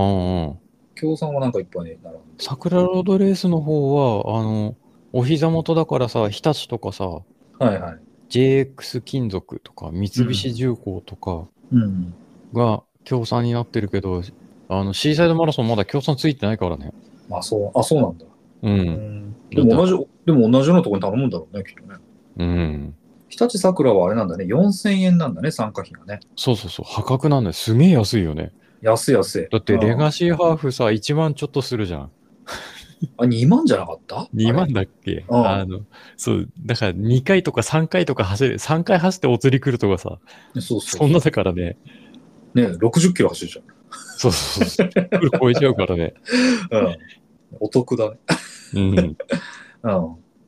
協賛はなんかいっぱい並んで。桜ロードレースの方は、あの、お膝元だからさ、日立とかさ、はいはい。 JX 金属とか、三菱重工とかうん。が協賛になってるけど、あの、シーサイドマラソンまだ協賛ついてないからね。まあ、そう、あ、そうなんだ。う。うんん。でも同じ、でも同じようなところに頼むんだろうね、きっとね。うん。日立さくらはあれなんだね、4000円なんだね、参加費がね。そうそうそう、破格なんだよ。すげえ安いよね。安い安い。だって、レガシシーハーフさ、1万ちょっとするじゃん。あ、2万じゃなかった2あれ万だっけうんあの、そう、だから2回とか3回とか走る、3回走ってお釣り来るとかさ、そうそそ。うんなだからね、ね、60キロ走るじそうそうそう、来る超えちゃうからね。ゃん。 [laughs] うん。お得だね。うん。うん。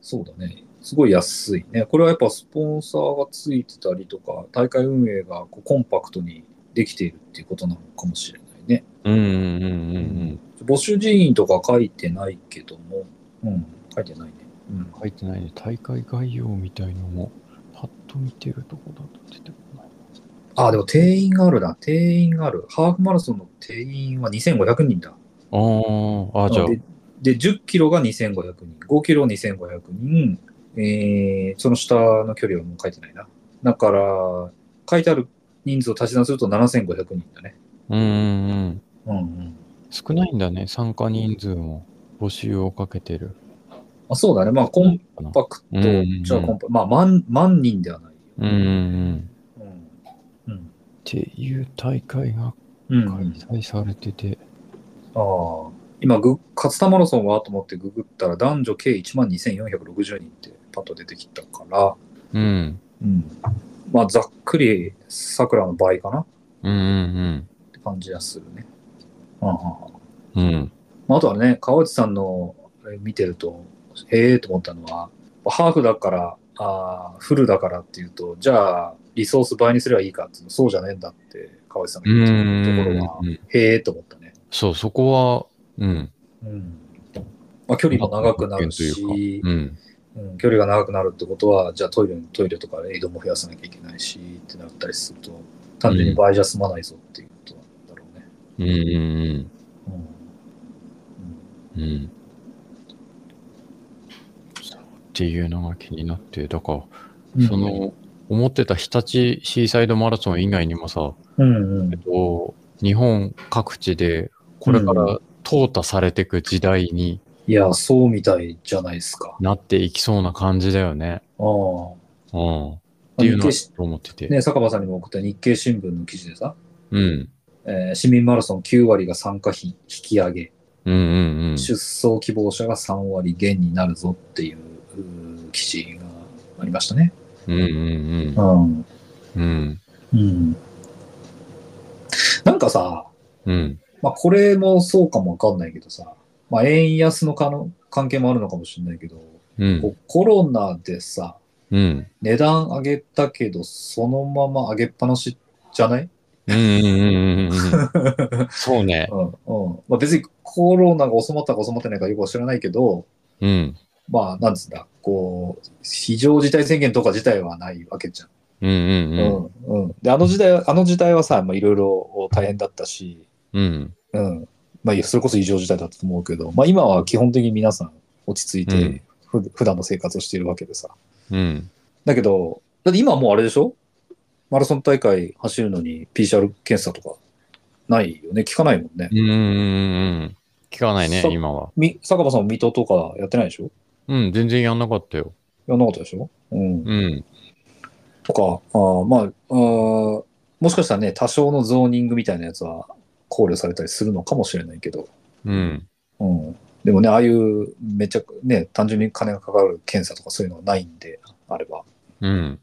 そうだね。すごい安いね。これはやっぱスポンサーがついてたりとか、大会運営がこうコンパクトにできているっていうことなのかもしれないね。うんうんうんうん募集人員とか書いてないけども、うん、書いてないね。うんう、ん。書いてないね。大会概要みたいのも、パッと見てるとこだと出てこない。あ、でも定員があるな。定員がある。ハーフマラソンの定員は2500人だ。あーあ、じゃあ、でで、10キロが2500人、5キロ2500人、えー、その下の距離はもう書いてないな。だから、書いてある人数を足し算すると7500人だね。うんうんうん。うんうん。少ないんだね、参加人数も。募集をかけてる。あそうだね。まあ、コンかなパクト、うんうんうんじゃあコンパ、まあ、万、万人ではないよ。うんうんうん。うん。うん。っていう大会がうん開催されてて、ああ。今グ、勝田マラソンはと思ってググったら、男女計12,460人ってパッと出てきたから、うん。うん。まあ、ざっくり、桜の倍かな。うんうんって感じがするね。うんうんうんうん。うん。まあ、あとはね、川内さんのあれ見てると、へえと思ったのは、ハーフだから、あーフルだからっていうと、じゃあ、リソース倍にすればいいかっていうのそうじゃねえんだって、川内さんがうん言ってうんうるんところは、うん。へえと思ったね。そう、そこは、うん。うん。まあ、距離も長くなるといしう、かうん。うん、距離が長くなるってことは、じゃあトイレトイレとかエイドも増やさなきゃいけないしってなったりすると、単純に倍じゃ済まないぞっていうことなんだろうね。うんうんうんうんうん。うん。そうっていうのが気になって、だから、そ、の、思ってた日立シーサイドマラソン以外にもさ、うんうんえっ、と、日本各地でこれから淘汰されていく時代にいや、そうみたいじゃないですか。なっていきそうな感じだよね。ああ。うん。っていうのは日と思ってて。経ね、坂場さんにも送った日経新聞の記事でさ、うん。えー市民マラソン9割が参加費引き上げ、うんうんうん。出走希望者が3割減になるぞっていううー記事がありましたね。うんうんうん。うん。うん。うん。なんかさ、うん。まあ、これもそうかもわかんないけどさ、まあ、円安のかの関係もあるのかもしれないけど、うんこうコロナでさ、うん。値段上げたけど、そのまま上げっぱなしじゃない、うんうんうんうんうん。そうね。うんうんまあ、別にコロナが収まったか収まってないかよくは知らないけど、うん。まあ、なんつうんだ、こう、非常事態宣言とか自体はないわけじゃん。うんうんうん。うんうん、で、あの時代、あの時代はさ、まあいろいろ大変だったし、うん。うん。まあ、いやそれこそ異常事態だったと思うけど、まあ、今は基本的に皆さん落ち着いて、うんふ普段の生活をしているわけでさ。うん。だけど、だって今はもうあれでしょマラソン大会走るのに PCR 検査とかないよね。聞かないもんね。うんうんうんうん。聞かないね、そ今は。み、坂場さんも水戸とかやってないでしょうん、全然やんなかったよ。やんなかったでしょうん。うん。とか、あーまああー、もしかしたらね、多少のゾーニングみたいなやつは考慮されたりするのかもしれないけど。うん。うん。でもね、ああいうめちゃくね、単純に金がかかる検査とかそういうのはないんで、あれば。うん。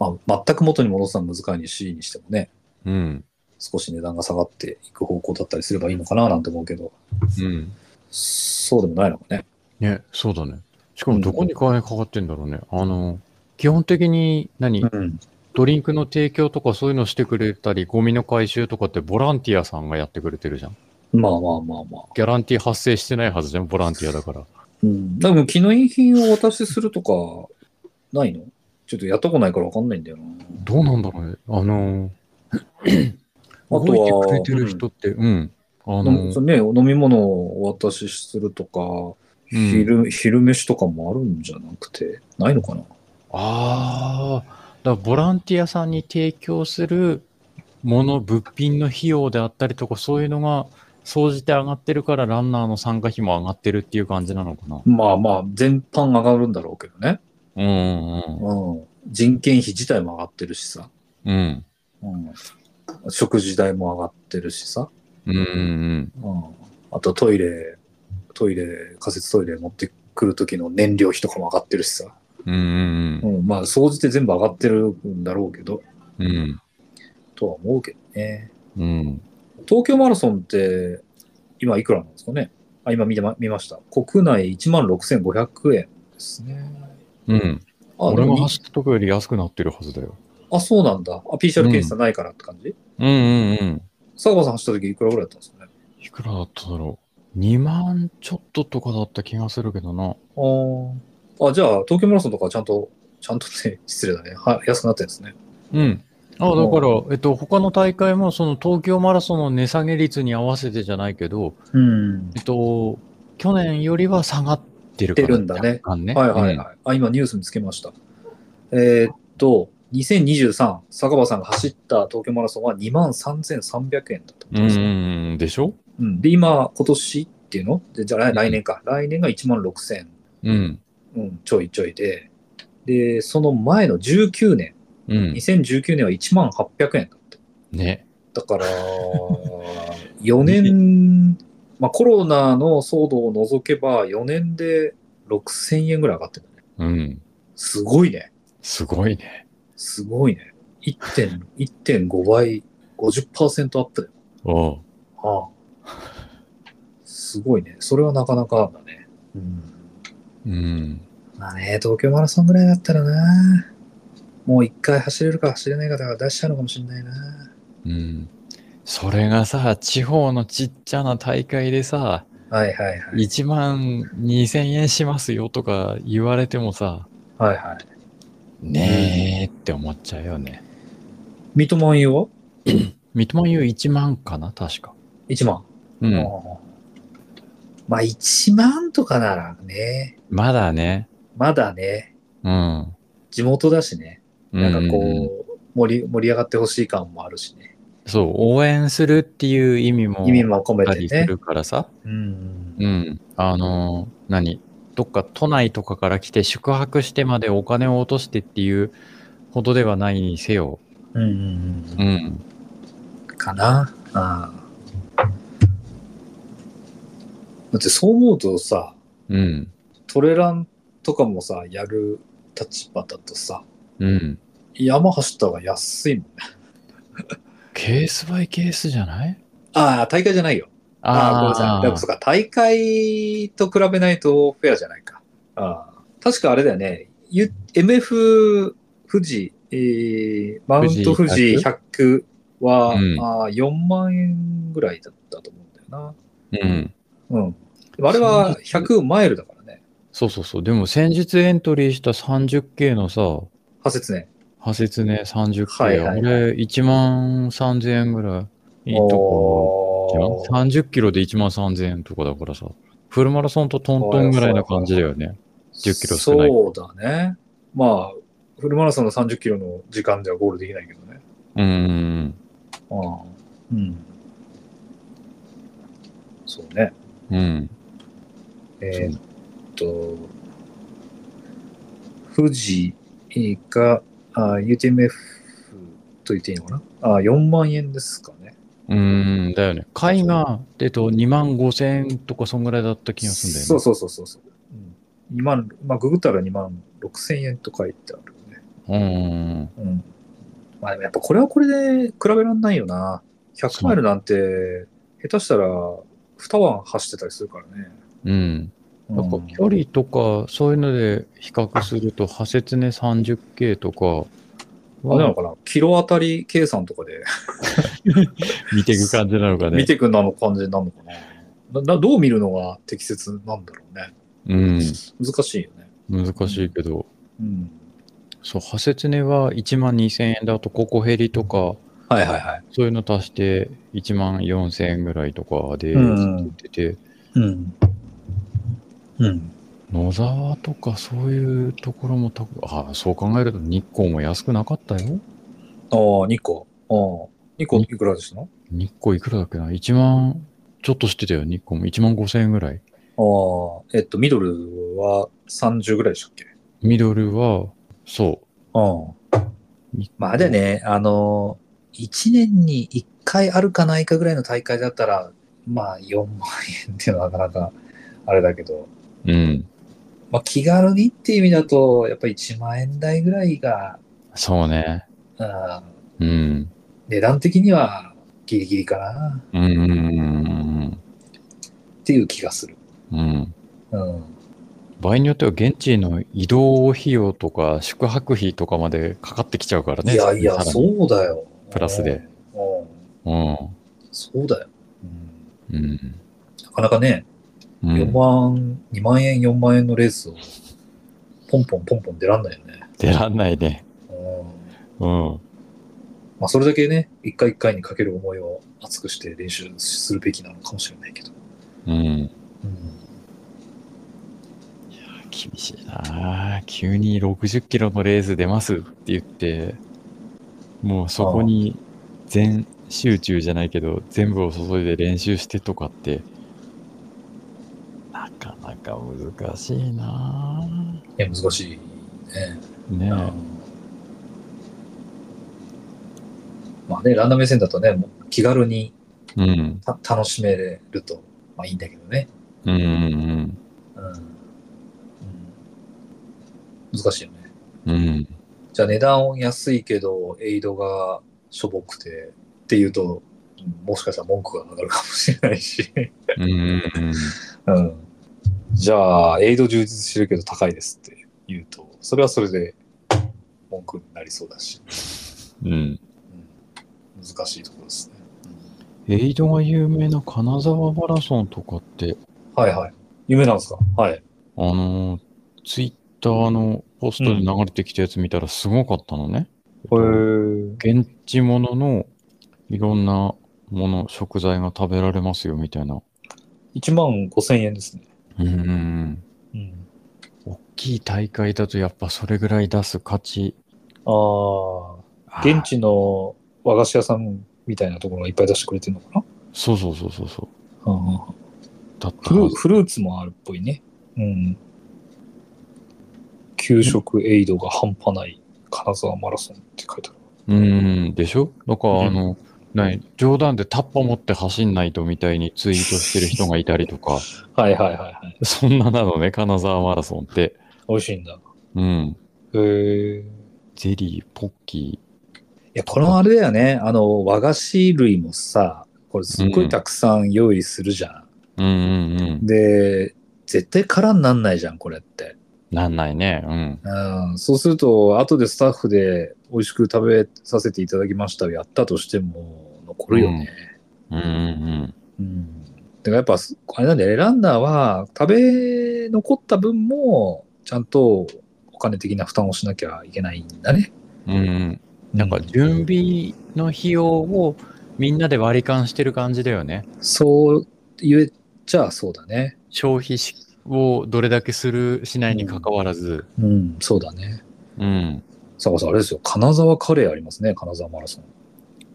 まあ、全く元に戻すのは難しいにしてもね、うん。少し値段が下がっていく方向だったりすればいいのかななんて思うけど、うん。そうでもないのかね。ね、そうだね。しかもどこに金かかってんだろうね。あの、基本的に何、うん。ドリンクの提供とかそういうのしてくれたり、ゴミの回収とかってボランティアさんがやってくれてるじゃん。まあまあまあまあ。ギャランティー発生してないはずじゃん、ボランティアだから。うん。でも、記念品をお渡しするとか、ないのちょっとやったことないからわかんないんだよな。どうなんだろうね。あのあとはー、動いてくれてる人って、うん。あ飲のみそうね、お飲み物をお渡しするとか、うん昼、昼飯とかもあるんじゃなくて、ないのかなああ、だからボランティアさんに提供するもの、物品の費用であったりとか、そういうのが、総じて上がってるから、ランナーの参加費も上がってるっていう感じなのかな。まあまあ、全般上がるんだろうけどね。うんうんうん。人件費自体も上がってるしさ。うん。うん。うん。食事代も上がってるしさ。うんうんうん。うん。あとトイレトイレ、仮設トイレ持ってくる時の燃料費とかも上がってるしさ。うんうんうん、まあ、総じて全部上がってるんだろうけど、うん。うん。とは思うけどね。うん。東京マラソンって、今いくらなんですかねあ、今見てま見ました。国内16,500円ですね。うん。あ、俺でがも走ったとこより安くなってるはずだよ。あ、そうなんだ。あ、PCR 検査ないからって感じ、うんうんうん。佐川さん走った時いくらぐらいだったんですかねいくらだっただろう。2万ちょっととかだった気がするけどな。あーあ、じゃあ、東京マラソンとかはちゃんと、ちゃんとね、 [laughs] 失礼だね。は安くなってるんですね。うん。あだもかうら、えっと、他の大会も、その東京マラソンの値下げ率に合わせてじゃないけど、うん。えっと、去年よりは下がってるから出るんだね若干ね。はいはいはい。あ、今ニュース見つけました。えーっと、2023、坂場さんが走った東京マラソンは2万3300円だったみうたいんでうすね、んうん。でしょうん。で、今、今年っていうのでじゃあ来ん来年か。来年が1万6000、うん。うん、ちょいちょいで。で、その前の19年、うん。 2019年は1万800円だった。ね。だから、4年、まあコロナの騒動を除けば、4年で6000円ぐらい上がってるね。うん。すごいね。すごいね。すごいね。1.5 1.5倍、50%アップだよ。おうああすごいね。それはなかなかだね。うん。うん。まあね、東京マラソンぐらいだったらな。もう一回走れるか走れないかが出しちゃうのかもしれないな。うん。それがさ、地方のちっちゃな大会でさ、はいはいはい。 1万2000円しますよとか言われてもさ、はいはい。ねえって思っちゃうよね。三笘湯は三笘優1万かな確か。 ?1 万。うあん。あまあ1万とかならね、まだね。まだね、うん。地元だしね。なんかうんうんうんこう、盛り盛り上がってほしい感もあるしね。そう、応援するっていう意味も意味も込あっためりてすね。るからさ。うん。うん。あのー何どっか都内とかから来て宿泊してまでお金を落としてっていうほどではないにせよ。うんうんううんん。かな。ああだってそう思うとさ、うん。トレランとかもさ、やる立場だとさ、うん。山走った方が安いもんね。ケースバイケースじゃないああ、大会じゃないよ。ああ、ごめんなさい。でもそーうか、大会と比べないとフェアじゃないか。ああ確かあれだよね。ゆ MF 富士、えーマウント富士100は、うんああ4万円ぐらいだったと思うんだよな。うん。うん。でもあれは100マイルだからね。そうそうそう。でも先日エントリーした 30K のさ、派説ね。派切ね 30K。はいはいはいあれ1万3000円ぐらい。いいとこおー30キロで1万3000円とかだからさ。フルマラソンとトントンぐらいな感じだよね。10キロ少ないそうだね。まあ、フルマラソンの30キロの時間ではゴールできないけどね。うんうんうん。ああうん。そうね。うん。えーっと、富士が、あ UTMF と言っていいのかなあ ?4 万円ですかね。うーん、だよね。貝が、えっと、2万5千円とか、そんぐらいだった気がするんだよね。そうそうそうそうそう。うん、2万、まあ、ググったら2万6千円と書いてあるね。う。ん。うん。まあでもやっぱこれはこれで比べられないよな。100マイルなんて、下手したら2ワン走ってたりするからね。うん。うなんか、距離とか、そういうので比較すると、派切ね 30K とかあれなはのかなキロ当たり計算とかで見ていく感じなのかね。見てくんなの感じになるのかなななどう見るのが適切なんだろうね。 [laughs] うん。難しいよね。難しいけど。うん。そう、派切ねは1万2千円だと、ここ減りとか、はいはいはい。そういうの足して1万4千円ぐらいとかでうん出てて、うん。うん。野沢とかそういうところもたああ、そう考えると日光も安くなかったよ。ああ、2個。ああ。2個いくらでしたの日光いくらだっけな ?1 万、ちょっとしてたよ、日光も。1万5千円ぐらい。ああ、えっと、ミドルは30ぐらいでしたっけミドルは、そうん日。まあでね、あの、1年に1回あるかないかぐらいの大会だったら、まあ4万円っていうのはなかなかあれだけど、うん。まあ、気軽にっていう意味だと、やっぱり1万円台ぐらいが、そうね。ううん、ん。値段的にはギリギリかなうんうんうんっていう気がする。うんうん。うん。うん、場合によっては現地の移動費用とか宿泊費とかまでかかってきちゃうからね。いやいや、さらにそうだよ。プラスでうん。うんうん。そうだよ。うんうん。なかなかね、うん4万、2万円、4万円のレースを、ポンポンポンポン出らんないよね。出らんないね。うん。うん。まあ、それだけね、一回一回にかける思いを熱くして練習するべきなのかもしれないけど。うん。うん。厳しいなあ急に60キロのレース出ますって言って、もうそこに全集中じゃないけど、全部を注いで練習してとかって、なかなか難しいなあいや、難しいね。ねうんまあね、ランナー目線だとね、もう気軽にえ。うん。た楽しめると、まあいいんだけどね。うんうんうん。うん、難しいよね。うん。うん。じゃあ値段安いけど、エイドがしょぼくてっていうと、うんもしかしたら文句が上がるかもしれないし。うんうんうん。 [laughs] うん。じゃあ、エイド充実してるけど高いですって言うと、それはそれで文句になりそうだし、うん。うん、難しいところですね。エイドが有名な金沢マラソンとかって、はいはい。夢なんですかはい。あのーツイッターのポストで流れてきたやつ見たらすごかったのね。ー。現地もののいろんなもの、食材が食べられますよみたいな。 1万5千円ですね。うんうんうん。うん。大きい大会だとやっぱそれぐらい出す価値。ああ、現地の和菓子屋さんみたいなところがいっぱい出してくれてるのかそうそうそうそうそう。な、うんうん、だったフルはずフルーツもあるっぽいね。うん。給食エイドが半端ない金沢マラソンって書いてある。うんうん。でしょだからあの、んね冗談でタッパ持って走んないとみたいにツイートしてる人がいたりとか、はいはいはいはい。 [laughs] そんななのね、金沢マラソンって。美味しいんだ。うん。へえ。ゼリー、ポッキいや、このあれだよね。あの、和菓子類もさ、これすっごいたくさん用意するじゃ。ー。うんうんうんん。で、絶対空になんないじゃん、これって。なんないね。うん。うん。そうすると、後でスタッフで美味しく食べさせていただきましたをやったとしても、残るよね。うんうんうん。だからやっぱ、あれなんだよね、ランナーは食べ残った分も、ちゃんとお金的な負担をしなきゃいけないんだね。うん。うんうん。なんか準備の費用をみんなで割り勘してる感じだよね。そう言えちゃそうだね。消費しをどれだけする、しないに関わらず。うん、そうだね。うん。さあさあ、あれですよ。金沢カレーありますね、金沢マラソン。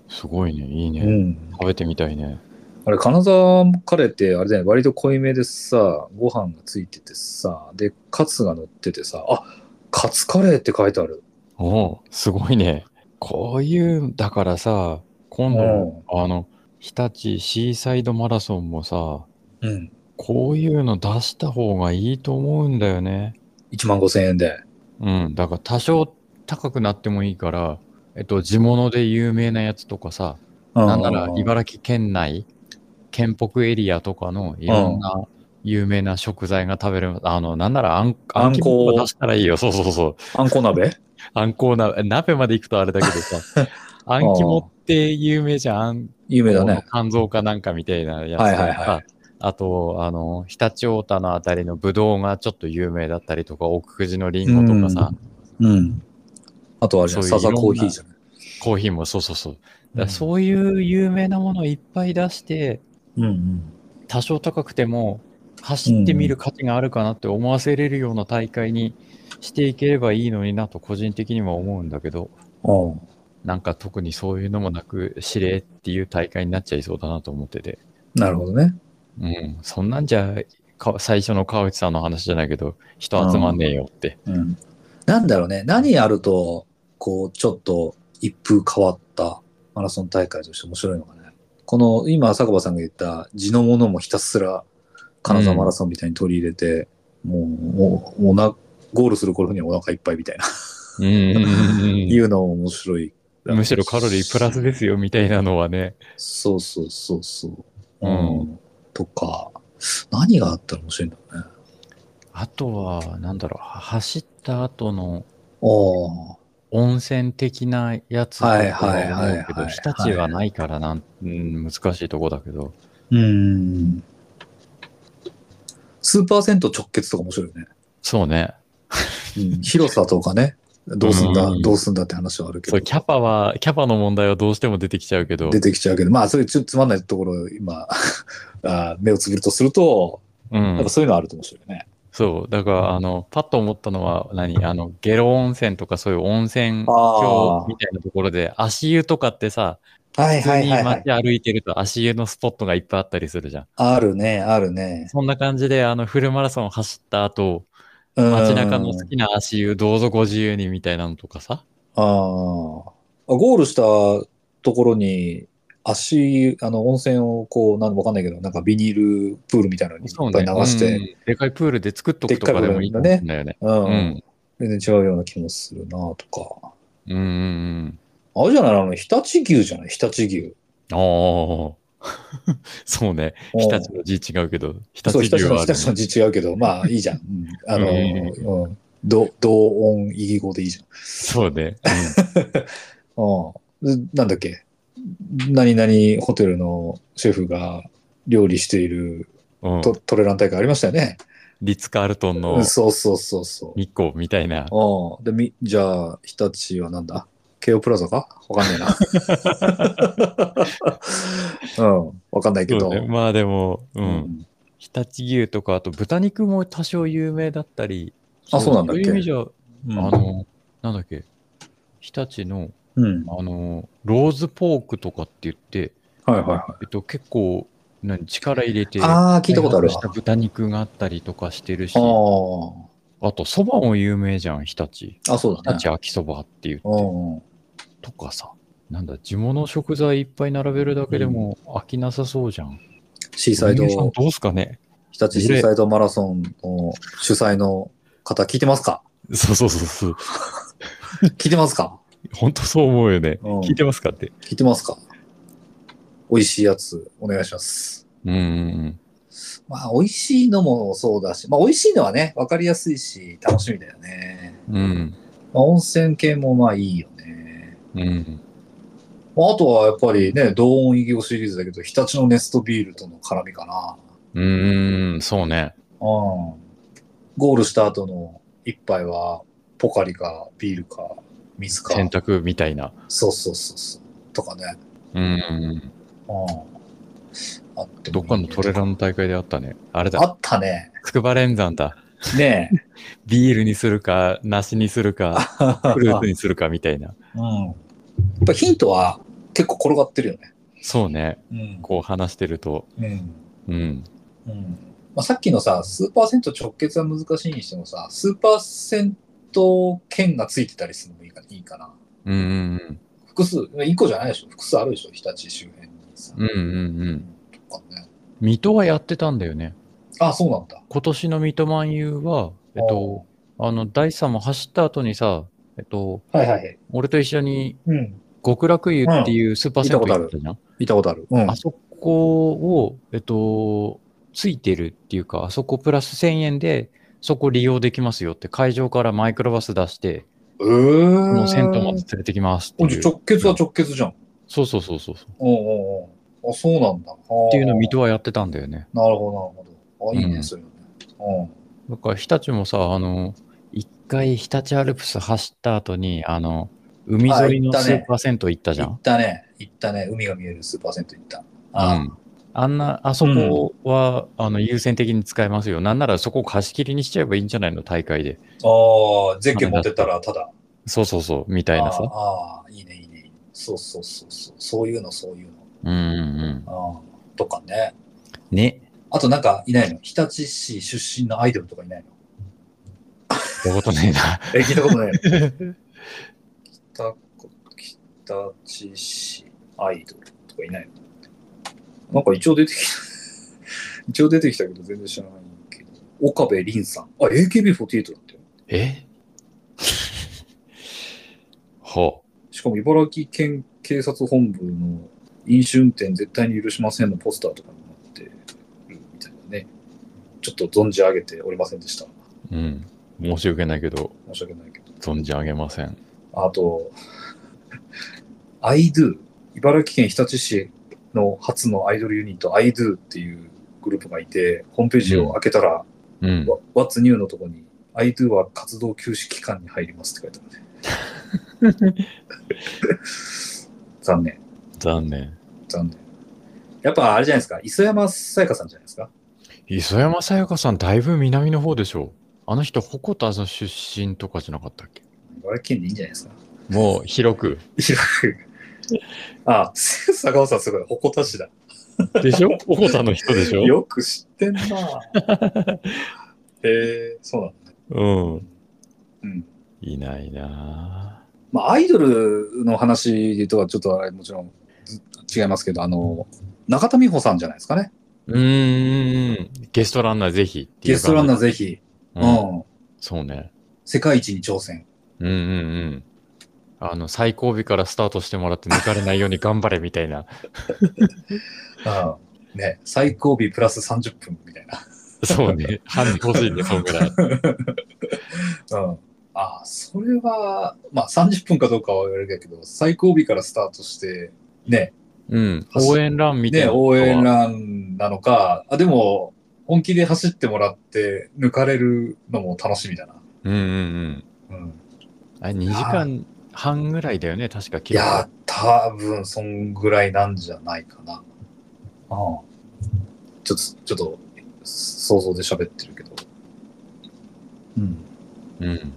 すごいね。いいうね。ん。食べてみたいね。あれ、金沢カレーって、あれだよね、割と濃いめでさ、ご飯がついててさ、で、カツが乗っててさ、あカツカレーって書いてある。おうすごいね。こういう、だからさ、今度、あの、日立シーサイドマラソンもさ、うん。こういうの出した方がいいと思うんだよね。 1万5千円で。うん、だから多少高くなってもいいから、えっと、地物で有名なやつとかさ、なんなら茨城県内、県北エリアとかのいろんな有名な食材が食べれる、あの、なんならあん、あんこあんこも出したらいいよ。そうそうそう。あんこ鍋あんこうな、鍋まで行くとあれだけど [laughs] さ、あんきもって有名じゃん。あん有名だこのね。肝臓かなんかみたいなやつとか、はいはいはいあと、あの、常陸太田のあたりのブドウがちょっと有名だったりとか、奥久慈のリンゴとかさ、うん。あとあれじゃん、そサういうザいろんなコーヒーじゃない。コーヒーもそうそうそう。だからうそういう有名なものをいっぱい出して、ん。うんうん。多少高くても走ってみる価値があるかなって思わせれるような大会にしていければいいのになと個人的には思うんだけど、うんなんか特にそういうのもなく、しれっていう大会になっちゃいそうだなと思ってて。なるほどね。うん、そんなんじゃ、か最初の川内さんの話じゃないけど、人集まんねえよって。うん。なんだろうね。何やると、こう、ちょっと一風変わったマラソン大会として面白いのかね。この、今、坂場さんが言った地のものもひたすら金沢マラソンみたいに取り入れて、もう、おおな、ゴールする頃にはお腹いっぱいみたいな、うんうんうんいうのも面白い。うんむしろカロリープラスですよみたいなのはね。そうそうそうそう。ううんん。とか、何があったら面白いんだろうね。あとは、なんだろう、は走った後のああ。温泉的なやつだとはいはいはい思はういけど、日立はないからなん、うん、難しいとこだけど。うん。スーパー銭湯直結とか面白いよね。そうね。うん、広さとかね。どうすんだ、うんどうすんだって話はあるけそどう、。キャパは、キャパの問題はどうしても出てきちゃうけど。出てきちゃうけど、まあ、そういうちょっとつまんないところ、今、 [laughs] あー目をつぶるとすると、うやっんぱ。そういうのあると面白いよね。そう。だから、あの、パッと思ったのは、何あの、ゲロ温泉とかそういう温泉郷みたいなところで、足湯とかってさ、はい普通に街。歩いてると足湯のスポットがいっぱいあったりするじゃん。あるね、あるね。そんな感じで、あの、フルマラソン走った後、うん街中の好きな足湯、どうぞご自由にみたいなのとかさ。あーあ。ゴールしたところに、足、あの、温泉をこう、なんわかんないけど、なんかビニールプールみたいなのにいっぱい流して、うんでかいプールで作っとくとかでもいいかもしれないよね。ううんん。全然違うような気もするなとか。うんうんあれじゃないあの、日立牛じゃない日立牛。うん。ああ。 [laughs] そうね。日立の字違うけど、日そう、立日立牛のはあ日る立の字違うけど、まあいいじゃん。うんあの、ううんんど同音異義語でいいじゃん。そうね。うん。なんだっけ何々ホテルのシェフが料理している [laughs] うん。うんトトレラン大会ありましたよね。リッツ・カールトンうのん、そうそうそうそう。日光みたいな。うん。で、み、じゃあ、日立はなんだ京王プラザかわかんないな。うん。わかんないけ [laughs] そうど。ね。まあでも、う。うんん。日立牛とか、あと豚肉も多少有名だったり。あそうなんだっけそういう意味じゃ、あうん。の、なんだっけ。日立の、うん。あの、ローズポークとかって言って、はいはいはえっと、結構、何、力入れてい。、ああ、聞いたことある開わ。発した豚肉があったりとかしてるし、ああと、蕎麦も有名じゃん、日立。日あ。あ、そうだね立。秋蕎麦っていううん。とかさ。なんだ、地物食材いっぱい並べるだけでも飽きなさそうじゃん。シーサイド、お客さん日どうすかね [laughs] 立シーサイドマラソンの主催の方、聞いてますかそうそうそうそう。聞いてますか本当そう思うよね。うん聞いてますかって。聞いてますか美味しいやつ、お願いします。うんうんまあ、美味しいのもそうだし、まあ、美味しいのはね、わかりやすいし、楽しみだよね。うん。うん。まあ、温泉系もまあいいよね。うん。まあ、あとはやっぱりね、同音異義語シリーズだけど、日立のネストビールとの絡みかな。うん、そうね。うん。ゴールした後の一杯は、ポカリか、ビールか、水か。洗濯みたいな。そうそうそうそう。とかね。うんうん。うん。あってどもっかのトレラの大会であったね。あれあだ。ったね。筑波連山だ。ね [laughs] え。ビールにするか、梨にする [laughs] か、フルーツにするかみたいな。うん。やっぱヒントは結構転がってるよね。そうね。うん。こう話してると。うん。うん。うん。まあ、さっきのさ、スーパー銭湯直結は難しいにしてもさ、スーパー銭湯券がついてたりするのもいいかいいかな。うんうん複数、1個じゃないでしょ。複数あるでしょ。日立周辺にさ。うん。うんうんうん。とかね。水戸はやってたんだよね。あ、そうなんだ。今年の水戸万有は、えっと、あの、第3も走った後にさ、えっと、あー。はいはいはい。俺と一緒にうん。極楽湯っていうスーパー銭湯行ったじゃん。見たことある。うん。あそこを、えっと、ついてるっていうか、あそこプラス1000円で、そこ利用できますよって、会場からマイクロバス出して、えー。もう銭湯まで連れてきますってほんという。直結は直結じゃん。そうそうそうそうそう。っうんうんうん。あ、そうなんだ。っていうのを水なる戸はやってたんだよね。ほど、なるほど。あ、いいね、うんそういうのね。だから日立もさ、あの、一回日立アルプス走った後に、あの、海沿いのあ行ったスねーパー銭湯行ったうん。じゃん。行ったね。行ったね。海が見えるスーパー銭湯行った。うあんあんな、あそこは、あの、優先的に使えますよ。なんならそこ貸し切りにしちゃえばいいんじゃないの大会で。あー、ゼッケン持ってったらただ。そうそうそう、みたいなさ。ああ、いいね、いいね。そうそうそうそう。そういうの、そういううんうんの。うん。とかね。うん。ね。あとなんかいないの日立市出身のアイドルとかいないのってことねえ [laughs] な。え、聞いたことないの北こ、日立市アイドルとかいないのなんか一応出てきた。一応出てきたけど全然知らないけど。岡部凛さん。あ、AKB48 だって。え [laughs] ほしかも茨城県警察本部の飲酒運転絶対に許しませんのポスターとかになってるみたいなね。ちょっと存じ上げておりませんでした。う。うん。申し訳ないけど、申し訳ないけど。存じ上げません。あと、iDo。茨城県日立市の初のアイドルユニット iDo っていうグループがいて、ホームページを開けたら、うん。わ What's New のとこに iDo は活動休止期間に入りますって書いてあるね。 [laughs] 残念。残念。残念。やっぱあれじゃないですか。磯山さやかさんじゃないですか。磯山さやかさん、だいぶ南の方でしょう。あの人、鉾田の出身とかじゃなかったっけ茨城県でいいんじゃないですか。もう、広く。広く。あ、 [laughs] 坂本さんすごい。鉾田市だ。でし [laughs] ょ鉾田の人でしょよく知って [laughs] んなへえ、そうなんだ。うん。うん。いないなまあ、アイドルの話とはちょっとあれもちろんず違いますけど、あの、中田美穂さんじゃないですかね。ぁ。うーん。ゲストランナーぜひ。ゲストランナーー。ぜひ。ううん。ん。そうね。世界一に挑戦。うんうんうん。あの、最後尾からスタートしてもらって抜かれないように頑張れみたいな。うん。ね、最高尾プラス30分みたいな。 [laughs] そうね。半年欲しいね、そんぐらい。うん。ああ、それは、まあ30分かどうかは言われるけど、最後尾からスタートして、ね、うん。応援ランみたいね、な。応援ランなのか、あ、でも、本気で走ってもらって、抜かれるのも楽しみだな。うんうんうん。うん。あれ、2時間半ぐらいだよね、確か。いや、多分、そんぐらいなんじゃないかな。ああ。ちょっと、ちょっと、想像で喋ってるけど。うん。うん。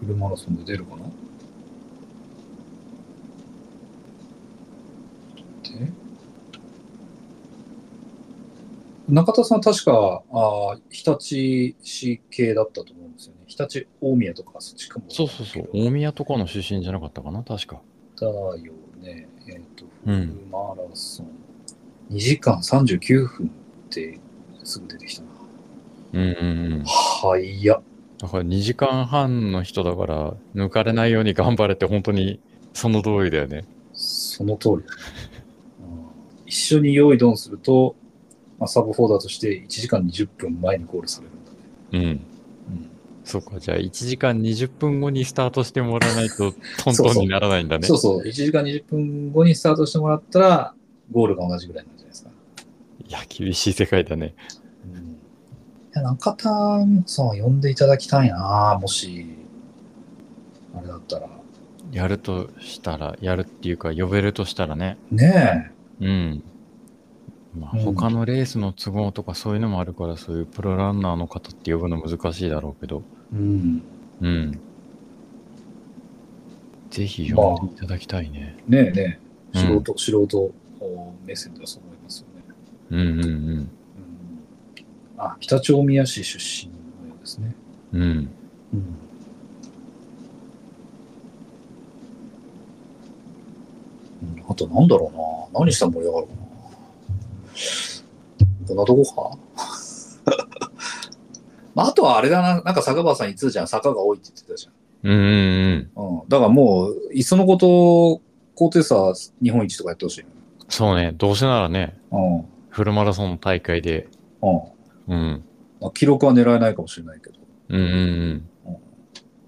フルマラソンで出るかなで中田さん確か、あー日立市系だったと思うんですよね。日立大宮とか、そっちかも。そうそうそう。大宮とかの出身じゃなかったかな、確か。だよね。えっ、と、うフルんマラソン。2時間39分ってすぐ出てきたな。うんうんうん。はいや。だから2時間半の人だから、抜かれないように頑張れって、本当にその通りだよね。その通りだね、うん一緒に用意ドンすると、まあ、サブフォーダーとして1時間20分前にゴールされるんだね。うん。そっか、じゃあ1時間20分後にスタートしてもらわないと、トン [laughs] そトうンそうにならないんだね。そうそう、1時間20分後にスタートしてもらったら、ゴールが同じぐらいなんじゃないですか。いや、厳しい世界だね。うん、いや中田美穂さんは呼んでいただきたいな、もし、あれだったら。やるとしたら、やるっていうか、呼べるとしたらね。ねうん。まあ、うん他のレースの都合とかそういうのもあるから、そういうプロランナーの方って呼ぶの難しいだろうけど、え。うん。うん。ぜひ呼んでいただきたいね。ねえねえ。う素ん人、素人目線ではそう思いますよね。うんうんうん、あ、北朝宮市出身のようですね。うん。うん。うんあとなんだろうな。何したら盛り上がるかな。こんなとこか。 [laughs] まあ、あとはあれだな。なんか坂場さん言ってたじゃん。坂が多いって言ってたじうんうんうん。ゃん。うん。だからもう、いっそのこと、高低差日本一とかやってほしい。そうね、どうせならね、うん。うん。フルマラソンの大会で、うん。まあ、記録は狙えないかもしれないけど。うんうんううんん。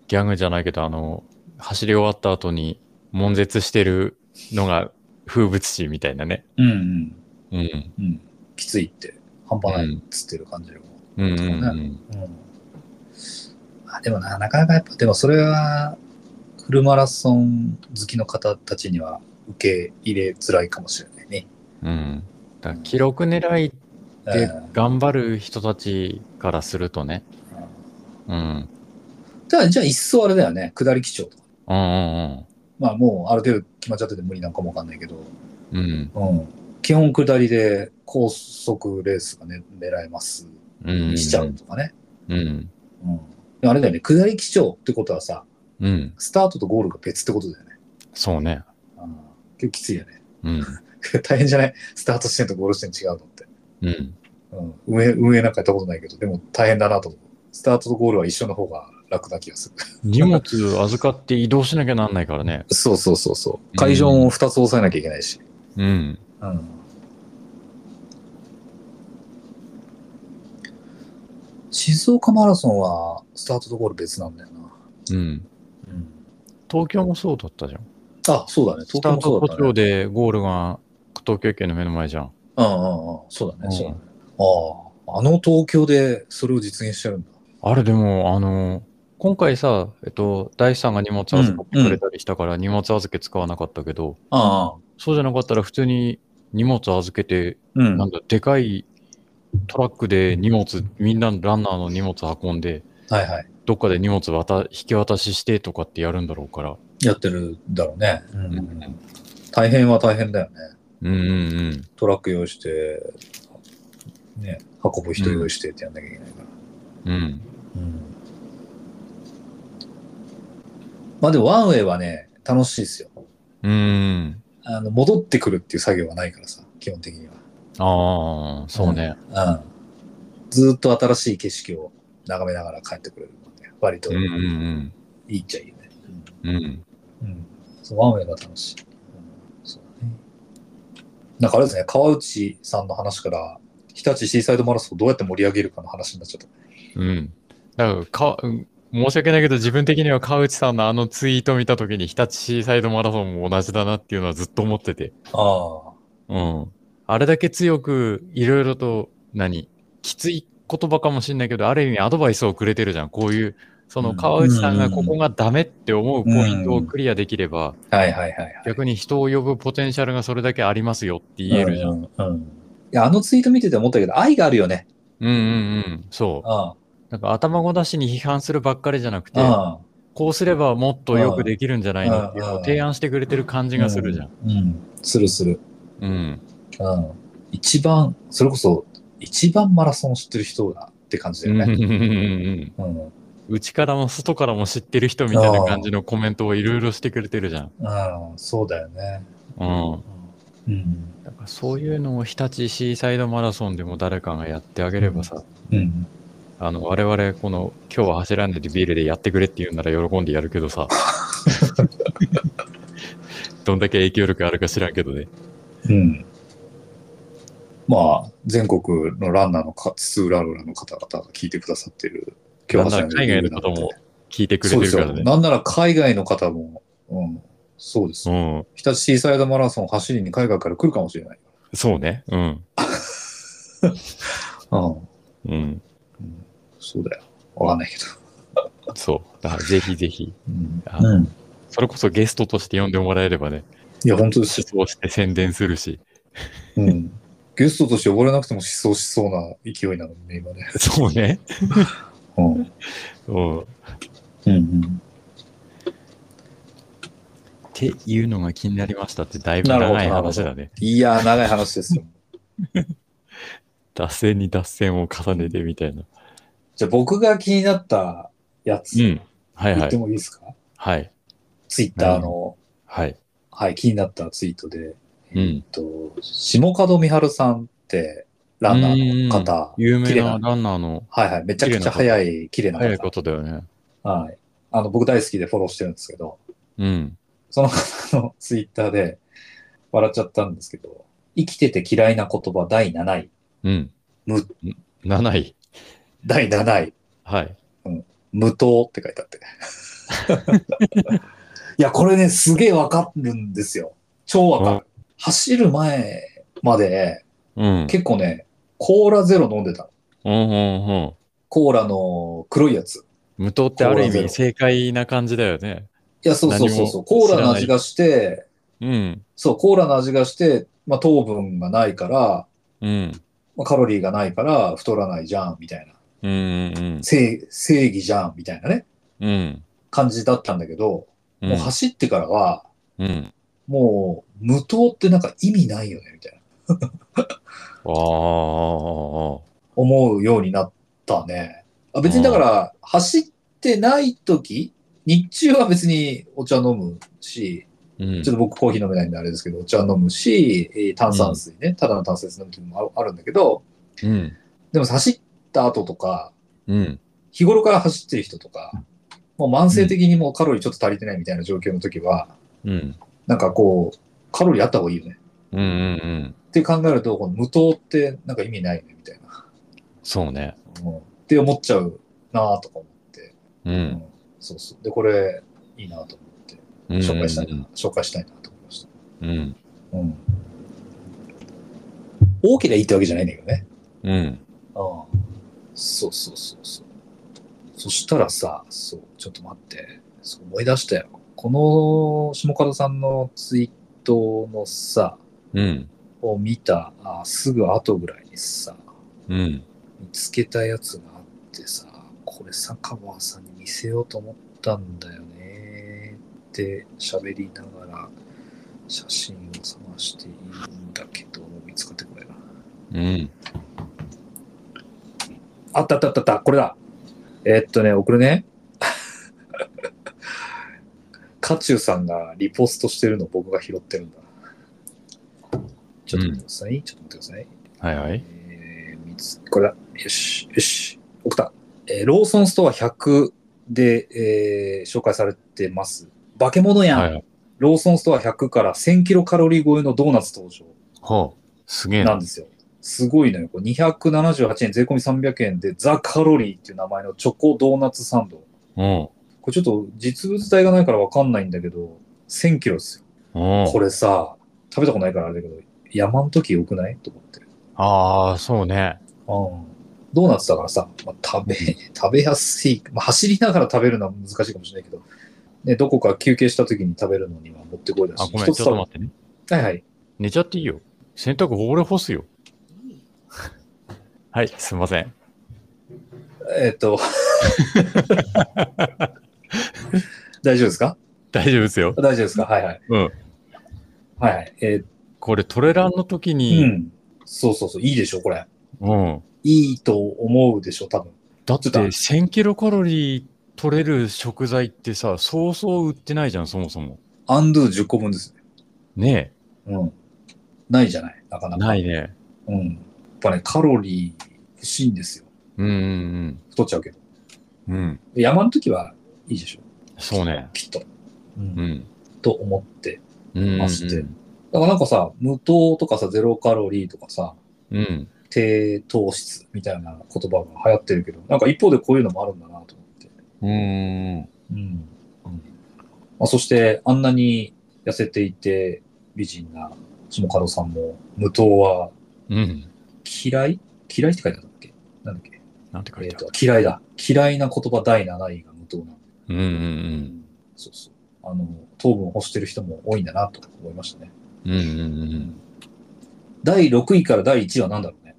ギャグじゃないけど、あの、走り終わった後に悶絶してるのが風物詩みたいなね。うんうん。うん。うん。きついって。半端なういんっつってる感じでも。うんうんうん。うんあでもな、なかなかやっぱ、でもそれは、フルマラソン好きの方たちには受け入れづらいかもしれないね。うん。だから記録狙いでうん頑張る人たちからするとね。うん。ただ、じゃあ、一層あれだよね。下り基調とか。うんうんまあ、もう、ある程度決まっちゃってて無理なんかもわかんないけど、うん。うん。うん。基本下りで高速レースがね、狙えます。うんうん。しちゃうとかね。うん。うん。でもあれだよね。下り基調ってことはさ、うん。スタートとゴールが別ってことだよね。そうね。うん。結構きついよね。 [laughs] うん。大変じゃないスタート地点とゴール地点違うのって。うん。うん、運営、運営なんかやったことないけど、でも大変だなと思う。スタートとゴールは一緒の方が楽な気がする。 [laughs] 荷物預かって移動しなきゃなんないからね。そうそうそうそうう。会場うも2つ押さえなきゃいけないし。うん。うん。静岡マラソンはスタートとゴール別なんだよな。うん。うん、東京もそうだったじゃん。あ、そうだね。ス東タ京ートもそう途だったね中。でゴールが東京駅の目の前じゃん。うんうんうん。そうだうんね。そうだね。ああ、あの東京でそれを実現してるんだ。あれでも、あの、今回さ、えっと、大地さんが荷物預かってくれたりしたから、荷物預け使わなかったけど、ああ。そうじゃなかったら普通に荷物預けて、うんなはんだ、でかいトラックで荷物、みんなのランナーの荷物運んで、いはい。どっかで荷物渡引き渡ししてとかってやるんだろうから。やってるだろうね。ううんん大変は大変だよね。うんうんトラック用意して、ね、運ぶ人用意してってやんなきゃいけないから。うん。うん。うんまあでもワンウェイはね、楽しいですよ。うん。あの、戻ってくるっていう作業はないからさ、基本的にああ、そうね。は。うん。ずーっと新しい景色を眺めながら帰ってくれるもんね。割とういんうんいっちゃいいよね。うん。うん。うん。うんそうワンウェイが楽しい。うんそうだね。なんかあれですね、川内さんの話から、日立シーサイドマラソンをどうやって盛り上げるかの話になっちゃった。うん。だからか、うん申し訳ないけど、自分的には川内さんのあのツイート見たときに、日立シーサイドマラソンも同じだなっていうのはずっと思ってて。ああ。うん。あれだけ強く、いろいろと、何、きつい言葉かもしれないけど、ある意味アドバイスをくれてるじゃん。こういう、その川内さんがここがダメって思うポイントをクリアできれば、はいはいはい、はい。逆に人を呼ぶポテンシャルがそれだけありますよって言えるじゃん。うんうんうんいや、あのツイート見てて思ったけど、愛があるよね。うんうんうん。そう。あなんか頭ごなしに批判するばっかりじゃなくて、あ。こうすればもっとよくできるんじゃないのっていうのうをん提案してくれてる感じがするじゃん。うん。うん。するする。うん。うん。一番、それこそ、一番マラソンを知ってる人だって感じだうんうよんうんね。うんうんうん。うん。うちからも外からも知ってる人みたいな感じのコメントをいろいろしてくれてるじゃん。そうだよね。うん。うん。だからそういうのを日立シーサイドマラソンでも誰かがやってあげればさ、うん。あの、我々この今日は走らないでビールでやってくれって言うなら喜んでやるけどさ。どんだけ影響力あるか知らんけどね。うん。まあ、全国のランナーのか、津々浦々の方々が聞いてくださってる、なんなら海外の方も聞いてくれそうてでるすからよ。ね。なんなら海外の方も、うん。そうですようん。日立シーサイドマラソン走りに海外から来るかもしれない。そうね。うん。うん。うん。そうだよ。わかんないけど。そう。だからぜひぜひ。うんあそれこそゲストとして呼んでもらえればね、いや、本当ですよ。そうして宣伝するし。うん。ゲストとして呼ばれなくても失踪しそうな勢いなのね、今ね。そうね。うん。うん。っうん、ていうのが気になりましたって、だいぶなるほど長い話だね。いやー、長い話ですよ。脱線に脱線を重ねてみたいな。じゃあ、僕が気になったやつ、うん。はい言はってい。もいいですかはい。ツイッターの、はい。はい、気になったツイートで、うんえっと、下門美春さんって、ランナーの方、有名綺麗ななランナーのはいはい、めちゃくちゃ速い、綺麗な早い方こ。とだよね。はい。あの、僕大好きでフォローしてるんですけど、うん。その方のツイッターで笑っちゃったんですけど、生きてて嫌いな言葉第7位、うん。む7位。第7位、はい。無糖って書いてあ [laughs] って。いや、これね、すげえわかるんですよ。超わかる。走る前まで、うん。結構ね、コーラゼロ飲んでたうの。んうんうん。コーラの黒いやつ。無糖ってある意コーラゼ味ロ正解な感じだよね。いや、そうそうそうそう。コーラの味がして、うん。そう、コーラの味がして、まあ、糖分がないから、うん。まあ、カロリーがないから太らないじゃん、みたいな。うんうん正正義じゃんみたいなね、うん。うん。感じだったんだけど、うんもう走ってからは、うん。もう無糖ってなんか意味ないよね、みたいな。ああ。思うようになったね。あ別にだから、走ってない時、日中は別にお茶飲むし、うんちょっと僕コーヒー飲めないんであれですけど、お茶飲むし、えー炭酸水ね、ただの炭酸水飲む時もああるんだけど、うん。でも走った後とか、うん。日頃から走ってる人とか、もう慢性的にもうカロリーちょっと足りてないみたいな状況の時は、うん。なんかこう、カロリーあった方がいいよね。うん。うん。って考えると、この無糖ってなんか意味ないね、みたいな。そうね。うんって思っちゃうなぁとか思って、う。うんんそうそう。で、これ、いいなぁと思って、紹介したいな、紹介したいなと思いました。うん。うん。大きな良いってわけじゃないんだけどね。うん。ああ、そうそうそうそう。そしたらさ、そう、ちょっと待って、そう思い出したよ。この下門さんのツイートのさ、うん。を見たあすぐ後ぐらいにさ、うん。見つけたやつがあってさ、これ坂川さんに見せようと思ったんだよねって喋りながら写真を探しているんだけど、見つかってこれな。うん。あったあったあったあった、これだ。えーっとね、送るね。 [laughs] カチュウさんがリポストしてるの僕が拾ってるんだ。ちょっと待ってください。ちょっと待ってください。はいはい。えー、三つ、これだ。よし、よし。送った。えーローソンストア100で、えー紹介されてます。化け物やん、はいはい。ローソンストア100から1000キロカロリー超えのドーナツ登場。はあ。すげえなんな。ですよ。すごいのよ。これ278円、税込み300円で、ザ・カロリーっていう名前のチョコドーナツサンド。うん。これちょっと実物体がないからわかんないんだけど、1000キロですよ。うん。これさ、食べたことないからあれだけど、山の時よくないと思って。ああ、そうね。うん。ドーナツだからさ、まあ、食べ、 [laughs] 食べやすい。まあ、走りながら食べるのは難しいかもしれないけど、ね、どこか休憩した時に食べるのには持ってこいだし。あ、ごめん。一ちつょっと待ってね。食べはいはい。寝ちゃっていいよ。洗濯俺干すよ。はい、すいません。えー [laughs] っと。大丈夫ですか大丈夫ですよ。大丈夫ですかはいはい。うん。はいはい。えこれトレランの時ーうに、ん。そうそうそう。いいでしょ、これ。うん。いいと思うでしょ、多分。だってちょっと1000キロカロリー取れる食材ってさ、そうそう売ってないじゃん、そもそも。アンドゥ10個分ですね。ねうん。ないじゃない、なかえ。なか。ないね。うん。やっぱね、カロリー欲しいんですよ。うんうん太っちゃうけど。うん。うん。山の時はいいでしょ、そうね。きっと。う。うんん。と思って。うんうんうん。ましてだからなんかさ、無糖とかさ、ゼロカロリーとかさ、うん。低糖質みたいな言葉が流行ってるけど、なんか一方でこういうのもあるんだなと思って。うん。うんまあ、そして、あんなに痩せていて美人な下門さんも、無糖はうん。嫌い嫌いって書いてあったんだっけなんだっけなんて書いえってあると、嫌いだ。嫌いな言葉第7位が無糖なんで。うんうんそうそう。あの、糖分を欲してる人も多いんだなと思いましたね。うん。うんうんうん。第6位から第1位は何だろうね。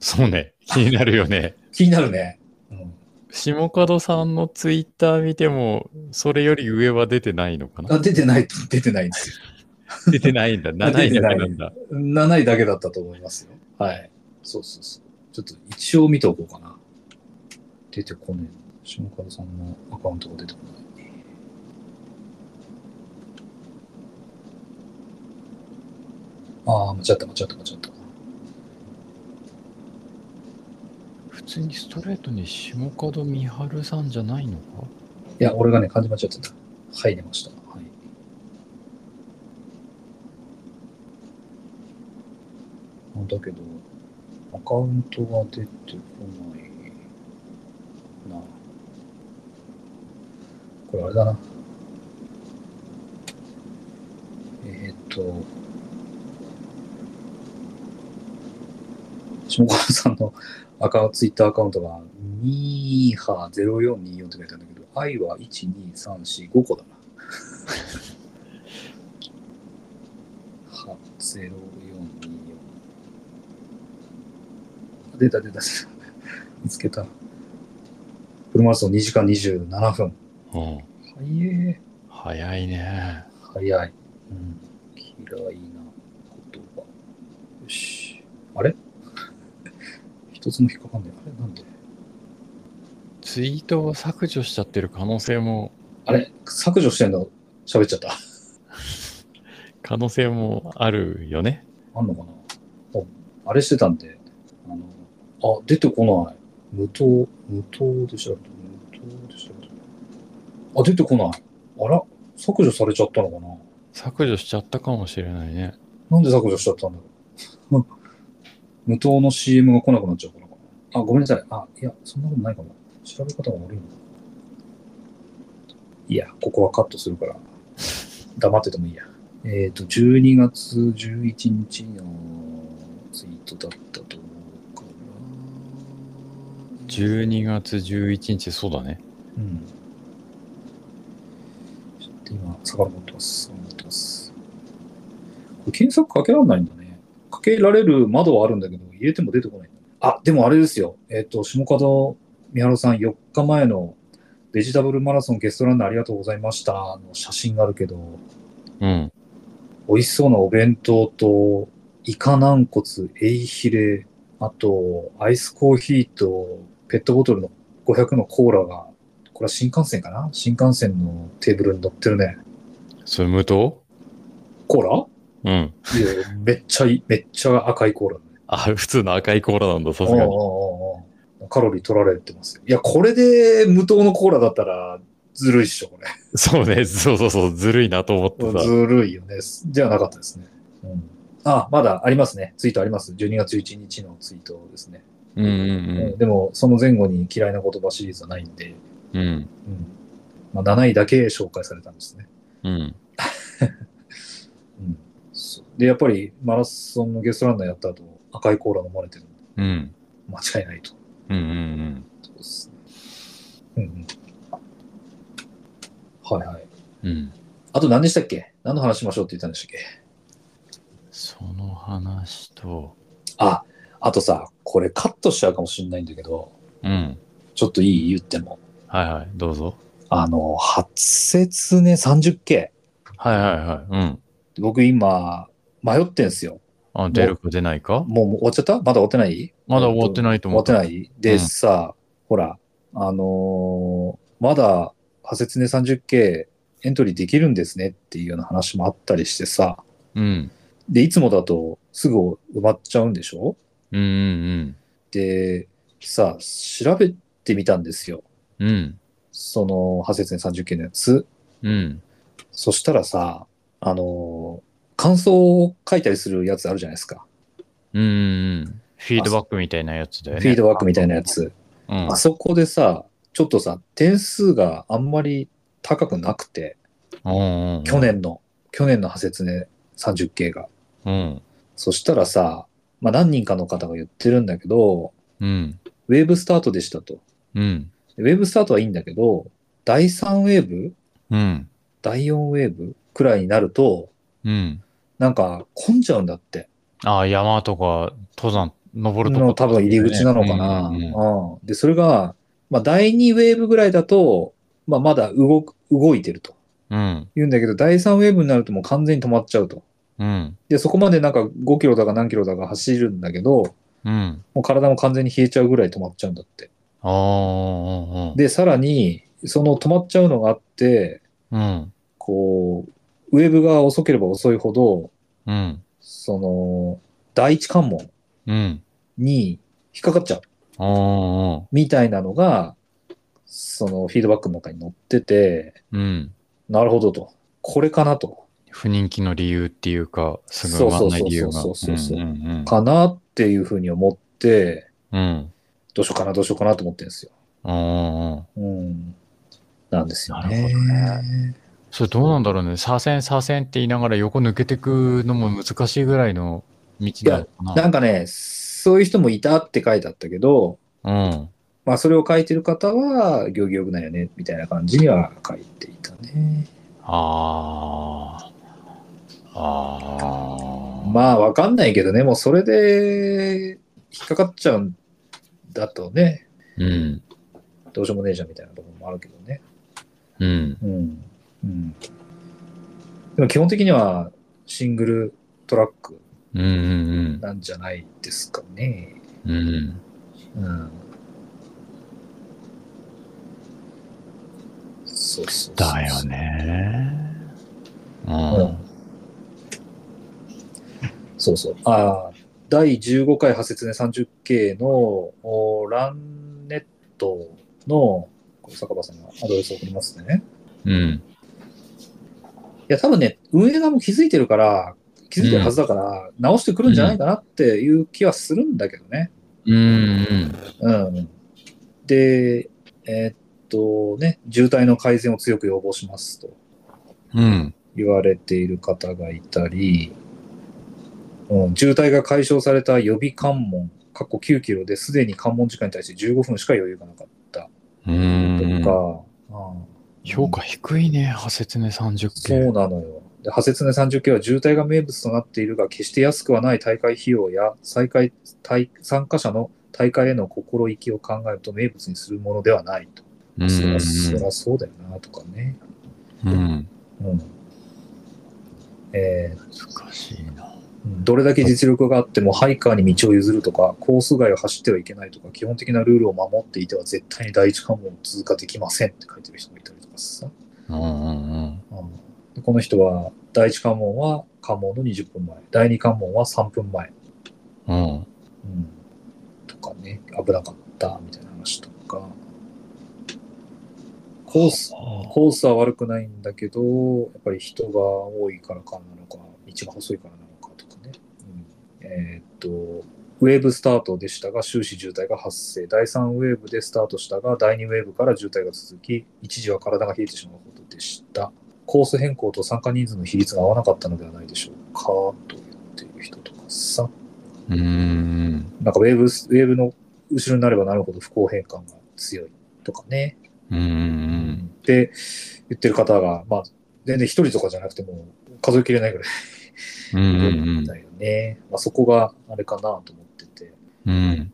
そうね。気になるよね。気になるね。うん。 [laughs] 下門さんのツイッター見ても、それより上は出てないのかなあ、出てない、出てないんですよ。 [laughs] 出てないんだ。7位だけなんだ。 7位だけだったと思いますよ。はい。そうそうそう。ちょっと一応見ておこうかな。出てこねえ。下川さんのアカウントが出てこない。ああ、間違った、間違った、間違った。普通にストレートに下門美春さんじゃないのかいや、俺がね、漢字間違ってた。はい、出ました。はい。だけど、アカウントが出てこないな。これあれだな。えーっと、下川さんのアカウント、ツイッターアカウントが、ミーハー0424って書いてあるんだけど、愛は1、2、3、4、5個だな。は、0424。あ出た出た出た。見つけた。フルマラソン2時間27分。うん。はいえ早いね。ー、早い。うん。嫌いな言葉。よし。あれ一つも引っかかんない。あれなんでツイートを削除しちゃってる可能性も。あれ削除してんの喋っちゃった。可能性もあるよね。あんのかなああれしてたんで、あの、あ、出てこない。無糖、無糖でしょ。無糖でしょ。あ、出てこない。あら、削除されちゃったのかな削除しちゃったかもしれないね。なんで削除しちゃったんだろう。 [laughs] 無糖の CM が来なくなっちゃうからかな。あ、ごめんなさい。あ、いや、そんなことないかも。調べ方が悪いのかいや、ここはカットするから、黙っててもいいや。えっ、と、12月11日のツイートだったと思うから。 12月11日、そうだね。うん。ちょっと今、遡ってます。遡ってます。これ検索かけられないんだね。かけられる窓はあるんだけど、入れても出てこないんだね。あ、でもあれですよ。えっ、と、下門三原さん、4日前のベジタブルマラソンゲストランナーありがとうございました。の写真があるけど、うん。美味しそうなお弁当と、イカ軟骨、エイヒレ、あと、アイスコーヒーと、ペットボトルの500のコーラが、これは新幹線かな新幹線のテーブルに乗ってるね。それ無糖コうーん。ラいや、めっちゃいい、めっちゃ赤いコーラだね。あ、普通の赤いコーラなんだ、さすおうがに。おうおうおうカロリー取られてますよ。いや、これで無糖のコーラだったら、ずるいっしょ、これ。そうね、そうそうそう、ずるいなと思ってた。ずるいよね。ではなかったですね。うん。あ、まだありますね。ツイートあります。12月11日のツイートですね。うんううんんでも、その前後に嫌いな言葉シリーズはないんで、うん。うん。うんまあ、7位だけ紹介されたんですね。うん。うん、そうで、やっぱりマラソンのゲストランナーやった後、赤いコーラ飲まれてるんで、うん。間違いないと。うんうんそうですね。うんうん。はいはい。うん。うん。あと何でしたっけ何の話しましょうって言ったんでしたっけその話と、あ、あとさ、これカットしちゃうかもしれないんだけど、うん。ちょっといい言っても。はいはい、どうぞ。あの、発節ね 30K。はいはいはい。うん。僕今、迷ってんすよ。あ、出るか出ないかもうもう終わっちゃったまだ終わってないまだ終わってないと終思わう。ってないい。で、うんさ、ほら、あのーまだ、ハセツネ 30K エントリーできるんですねっていうような話もあったりしてさ、うん。で、いつもだとすぐ埋まっちゃうんでしょうんうんで、さ、調べてみたんですよ。うん。うん。その、ハセツネ 30K のやつ。うん。そしたらさ、あのー感想を書いたりするやつあるじゃないですか。うんうん。フィードバックみたいなやつだよね。フィードバックみたいなやつ。うん。あそこでさ、ちょっとさ、点数があんまり高くなくて、うんうん。去年の、去年の派切ね、30K が。うん。そしたらさ、まあ何人かの方が言ってるんだけど、うん。ウェーブスタートでしたと。うん。ウェーブスタートはいいんだけど、第3ウェーブうん。第4ウェーブくらいになると、うん。なんか混んじゃうんだって。ああ、山とか、登山、登るとこの多分入り口なのかな。ううんんうんうんで、それが、まあ第2ウェーブぐらいだと、まあまだ動く、動いてると。うん。言うんだけど、第3ウェーブになるともう完全に止まっちゃうと。うん。で、そこまでなんか5キロだか何キロだか走るんだけど、うん。もう体も完全に冷えちゃうぐらい止まっちゃうんだって。ああ。で、さらに、その止まっちゃうのがあって、うん。こう、ウェーブが遅ければ遅いほど、うん。その、第一関門うん。に引っかかっちゃうああ。みたいなのが、そのフィードバックの中に載ってて、うん。なるほどと。これかなと。不人気の理由っていうか、すぐ埋まらない理由が。そうそうそうそうそううんかなっていうふうに思って、うんうん。どうしようかな、どうしようかなと思ってるんですよ。うん。ああ。うん。なんですよなね。るほどそれどうなんだろうね。左遷左遷って言いながら横抜けてくのも難しいぐらいの道なのかな。なんかね、そういう人もいたって書いてあったけど、うん。まあそれを書いてる方は、行儀良くないよね、みたいな感じには書いていたね。ああ。ああ。まあわかんないけどね、もうそれで引っかかっちゃうんだとね、うん。どうしようもねえじゃんみたいなところもあるけどね。うん。うん。うん。でも基本的にはシングルトラックうんうんなんじゃないですかね。うん。うん。うんそうそうそうそうだよ。ね。う。うんん。そうそう。ああ、第15回発説ね 30K のおランネットの、これ坂場さんがアドレスを送りますね。うん。いや、多分ね、運営側も気づいてるから、気づいてるはずだから、直してくるんじゃないかなっていう気はするんだけどね。うんうん。うん。で、えーっとね、渋滞の改善を強く要望しますとうん。言われている方がいたり、うん、渋滞が解消された予備関門、過去9キロですでに関門時間に対して15分しか余裕がなかっうたとん。か、うん評価低いね、ハセツネ30そう系。なのよ。で、ハセツネ30系は渋滞が名物となっているが、決して安くはない大会費用や再開大参加者の大会への心意気を考えると名物にするものではないと。うんそりゃそりゃそうだよな、とかね。うん。うん。えー難しいな。どれだけ実力があってもハイカーに道を譲るとか、コース外を走ってはいけないとか、基本的なルールを守っていては絶対に第一関門を通過できませんって書いてる人もいたりとかさ。うんうんうん。でこの人は、第一関門は関門の20分前、第二関門は3分前、うん。うん、とかね、危なかったみたいな話とか、コース、コースは悪くないんだけど、やっぱり人が多いからかなのか、道が細いからなのかとかね。うん、えーっと、ウェーブスタートでしたが、終始渋滞が発生。第3ウェーブでスタートしたが、第2ウェーブから渋滞が続き、一時は体が冷えてしまうことでした。コース変更と参加人数の比率が合わなかったのではないでしょうか、と言っている人とかさ。うん。なんかウェーブス、ウェーブの後ろになればなるほど不公平感が強いとかね。うんうん。って言ってる方が、まあ、全然一人とかじゃなくても、数えきれないぐらいうんういるんんだよね。まあ、そこがあれかなと思ってて、うん。うん。うん、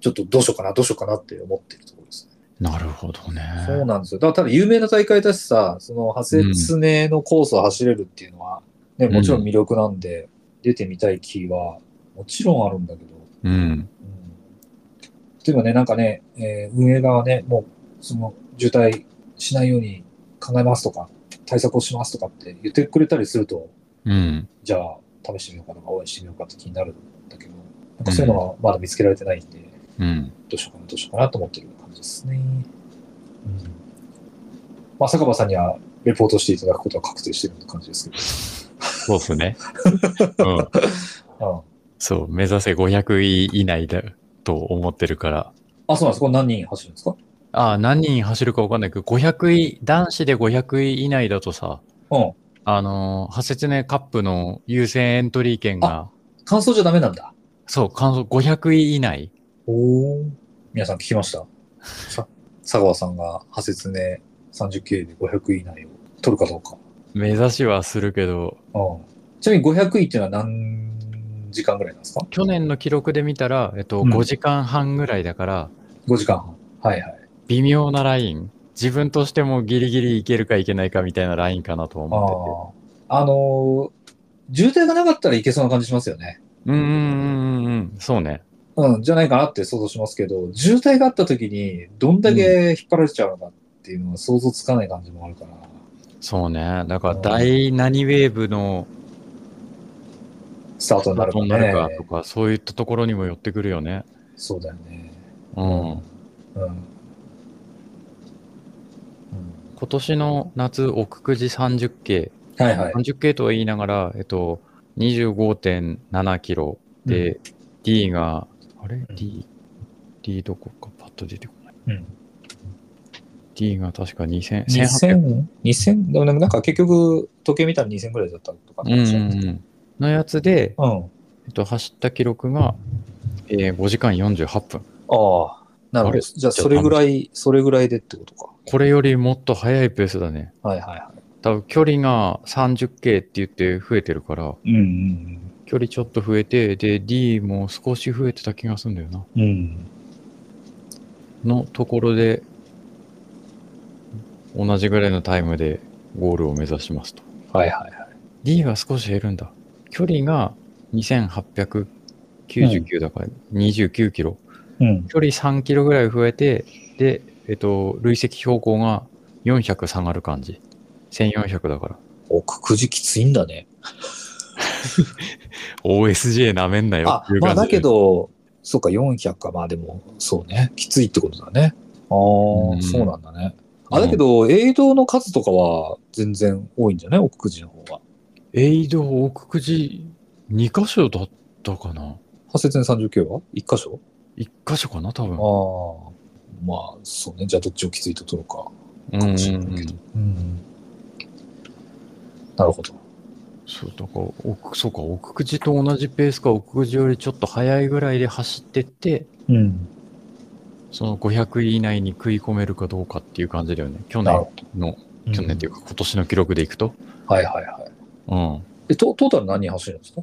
ちょっとどうしようかな、どうしようかなって思ってるところですね。なるほどね。そうなんですよ。だから多分有名な大会だしさ、その、ハセツネのコースを走れるっていうのは、ね、もちろん魅力なんで、出てみたい気は、もちろんあるんだけど、うん。うんでもね、なんかね、えー運営側ね、もう、その、渋滞しないように考えますとか、対策をしますとかって言ってくれたりすると、うん。じゃあ、試してみようかとか、応援してみようかって気になるんだけど、なんかそういうのがまだ見つけられてないんで、どうん。うしようかな、どうしようかなと思ってる感じですね。うん。まあ、坂場さんには、レポートしていただくことは確定してるって感じですけそうっすね。うん。ど。うん。そう、目指せ500位以内だと思ってるから。あ、そうなんです。これ何人走るんですかああ、何人走るかわかんないけど、500位、男子で500位以内だとさ、うん。あのー、ハセツネカップの優先エントリー権が、感想じゃダメなんだ。そう、感想500位以内。おお。皆さん聞きましたさ佐川さんが、派切ね、30キロで500位以内を取るかどうか。目指しはするけど、うん。ちなみに500位っていうのは何時間ぐらいなんですか去年の記録で見たら、えっと、うん5時間半ぐらいだから、 ?5 時間半。はいはい。微妙なライン。自分としてもギリギリいけるかいけないかみたいなラインかなとああ思ってて。ー。あのー渋滞がなかったらいけそうな感じしますよね。うんうんうんうん、そうね。うん、じゃないかなって想像しますけど、渋滞があった時にどんだけ引っ張られちゃうのかっていうのは想像つかない感じもあるから。そうね。だから、第何ウェーブのスタートになるどかうなるかねと。か、そういったところにも寄ってくるよね。そうだよね。うん。うん。うん。今年の夏、奥久慈30系、はいはい。 30系とは言いながら、えっと、25.7キロで、D が、あれうん ?D、D どこかパッと出てこない。うん D が確か2000、1800 2000? 2000? でもなんか結局、時計見たら2000ぐらいだったとかうんうんうんのやつで、うん。えっと、走った記録が、えー5時間48分。ああ。なるあほど。れじゃあ、それぐらい、それぐらいでってことか。これよりもっと速いペースだね。はいはいは多分距離が 30K って言って増えてるから、い。うん距離ちょっと増えて、で、D も少し増えてた気がするんだよな。うん。うん。のところで、同じぐらいのタイムでゴールを目指しますと。はいはいはい。 D が少し減るんだ。距離が2899だから29キロ。うん。距離3キロぐらい増えて、で、えっと、累積標高が400下がる感じ。1400だから。奥くじきついんだね。 OSJ なめんなよあっていう、まあ感じだけど、そうか、400か、まあでも、そうね、きついってことだね。ああ、うんそうなんだね。うあ、んだけど、映像の数とかは全然多いんじゃない奥久慈の方は。エイド奥久慈2箇所だったかな8039は ?1 箇所1箇所かな多分ああ。まあ、そうね。じゃあ、どっちをきついと取るか。うんうんうんうん。なるほど。そうだから奥そうか奥久慈と同じペースか奥久慈よりちょっと早いぐらいで走ってってうん。その500位以内に食い込めるかどうかっていう感じだよね去なる年ほのど。去年っていうか今年の記録でいくとうんはいはいはい。うんえ、トトータル何人走るんですか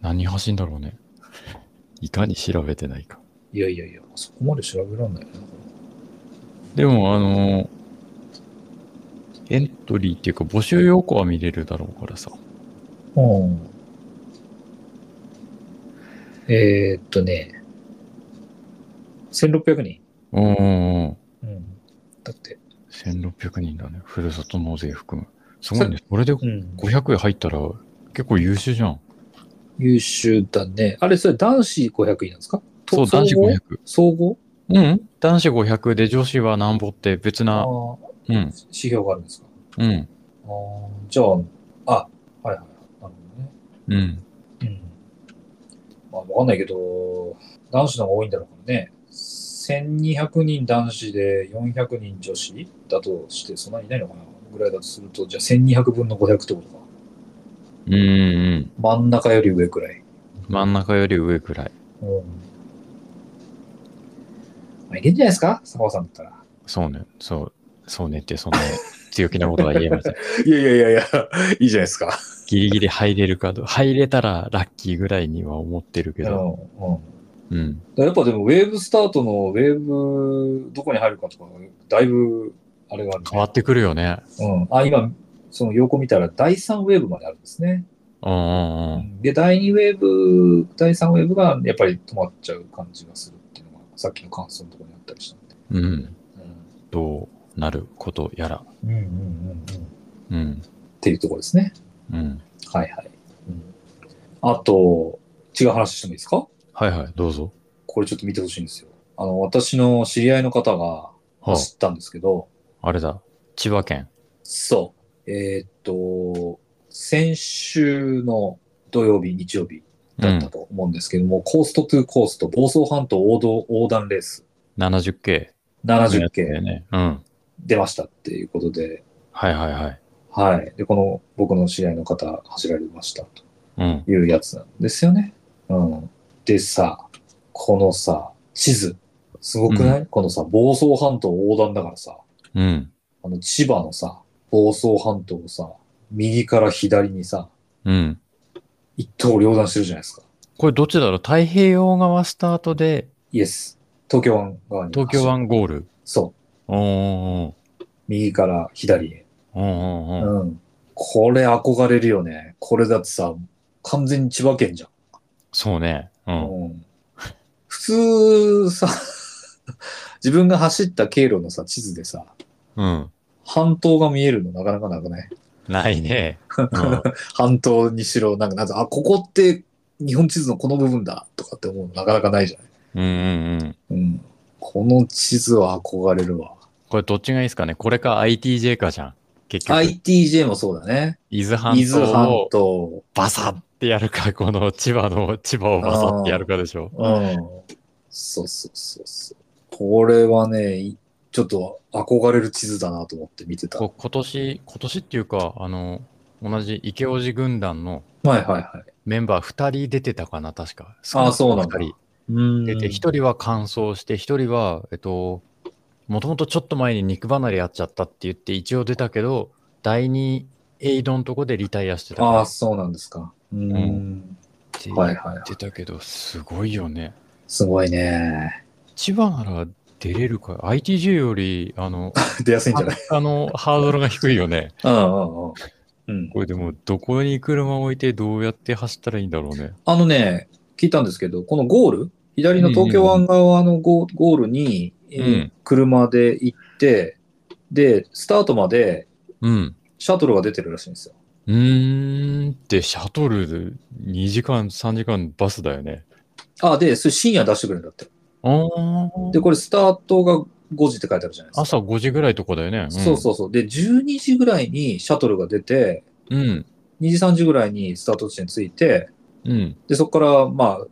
何走んだろうねいかに調べてないかいやいやいや、そこまで調べらんないよな。でも、あのーエントリーっていうか、募集要項は見れるだろうからさ。うん。えー、っとね、1600人。うんうんうん。うん。だって、 1600人だね。ふるさと納税含む。すごいね。これでうん、 500位入ったら、結構優秀じゃん。優秀だね。あれ、それ男子500位なんですかとそう、男子総合500。総合うん。男子500で女子はなんぼって別あな、ーうん、指標があるんですかうん、あーじゃあ、あ、はいはい。なるほどね。うん。うん。まあ、わかんないけど、男子の方が多いんだろうからね。1200人男子で400人女子だとして、そんなにいないのかなぐらいだとすると、じゃあ1200分の500ってことか。うん、うん。真ん中より上くらい。真ん中より上くらい。うん。まあ、いけんじゃないですか坂尾さんだったら。そうね。そう、そうねって、そんな強気なことは言えません。いやいやいやいや、いいじゃないですか。ギリギリ入れるかど、入れたらラッキーぐらいには思ってるけうん。ど。うんうん。やっぱでも、ウェーブスタートのウェーブ、どこに入るかとか、だいぶ、あれがある、ね。変わってくるよね。うん。あ、今、その横見たら第3ウェーブまであるんですね。うんうんうん。で、第2ウェーブ、第3ウェーブがやっぱり止まっちゃう感じがするっていうのが、さっきの感想のところにあったりしたんで。うん。どうなることやら。うん。うんうんうんうん。っうん。ていうところですね。うん。はいはい。うん、あと、違う話してもいいですかはいはい、どうぞ。これちょっと見てほしいんですよ。あの、私の知り合いの方がは走ったんですけど、あ、あれだ。千葉県。そう。えーっと、先週の土曜日、日曜日、うだったん。と思うんですけども、コーストトゥーコースト、房総半島横断横断レース、 70系。 70だよ系ね。うん。出ましたっていうことで、はいはいはい。はい。で、この僕の知り合いの方、走られましたうん。というやつなんですよね。うん。でさ、このさ、地図、すごくない、このさ、房総半島横断だからさ、うん。あの、千葉のさ、房総半島をさ、右から左にさ、うん。一刀両断してるじゃないですか。これどっちだろう太平洋側スタートで、イエス。東京湾側に。東京。湾ゴール。そう。おーお右から左へ。ーおーおーおーおーうん。これ憧れるよね。これだってさ、完全に千葉県じゃ。そうね。うんん。うん、普通さ、 [laughs] 自分が走った経路のさ、地図でさ、うん。半島が見えるのなかなかなくないないね。うん。 [laughs] 半島にしろ、なんか、なんか、あ、ここって日本地図のこの部分だとかって思うのなかなかないじゃないうんうんうん。うん。この地図は憧れるわ。これどっちがいいですかねこれか ITJ かじゃん。結局、 ITJ もそうだね。伊豆半伊豆半島を島。バサってやるか、この千葉の、千葉をバサってやるかでしょ。うん。そうそうそうそう。これはね、いちょっと憧れる地図だなと思って見てた。はこ今年、今年っていうか、あの、同じ池王子軍団のいはいはい。メンバー2人出てたかな、確か。あーそうなん2だ人うん出て、1人は完走して、1人は、えっと、もともとちょっと前に肉離れやっちゃったって言って、一応出たけど、第2エイドのとこでリタイアしてたかあらあ、っそうなんですか。うん。てはい言はい。ってたけど、すごいよね。すごいね。 [laughs] 千葉なら出れるか ITJ よりあの出やすいんじゃないあのハードルが低いよねうんうんうん。うん、これでもどこに車を置いてどうやって走ったらいいんだろうねあのね、聞いたんですけど、このゴール、左の東京湾側のゴーゴールに、えーうん車で行って、で、スタートまでうんシャトルが出てるらしいんですよ。うーんって、シャトル2時間、3時間バスだよね。あ、で、それ深夜出してくれるんだって。あで、これスタートが5時って書いてあるじゃないですか。朝5時ぐらいとかだよね。そうそうそう。で、12時ぐらいにシャトルが出て、うん。うん。 2時3時ぐらいにスタート地点に着いて、うん。で、そこから、まあ、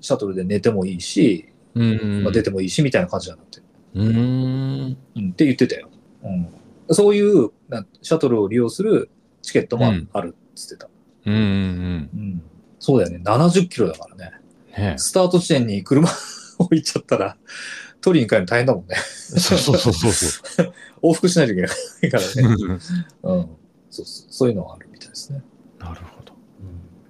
シャトルで寝てもいいし、うん。まあ、出てもいいし、みたいな感じなんだって。うーん。うん、って言ってたよ。うん。そういう、なんシャトルを利用するチケットもあうんあるっつってた。うんうんうん。うん。そうだよね。70キロだからね。ねスタート地点に車 [laughs] 置いちゃったら、取りに帰るの大変だもんね。そうそうそうそうそ [laughs] 往復しないといけないからね。 [laughs] う。うん。そうそう。そういうのはあるみたいですね。なるほど。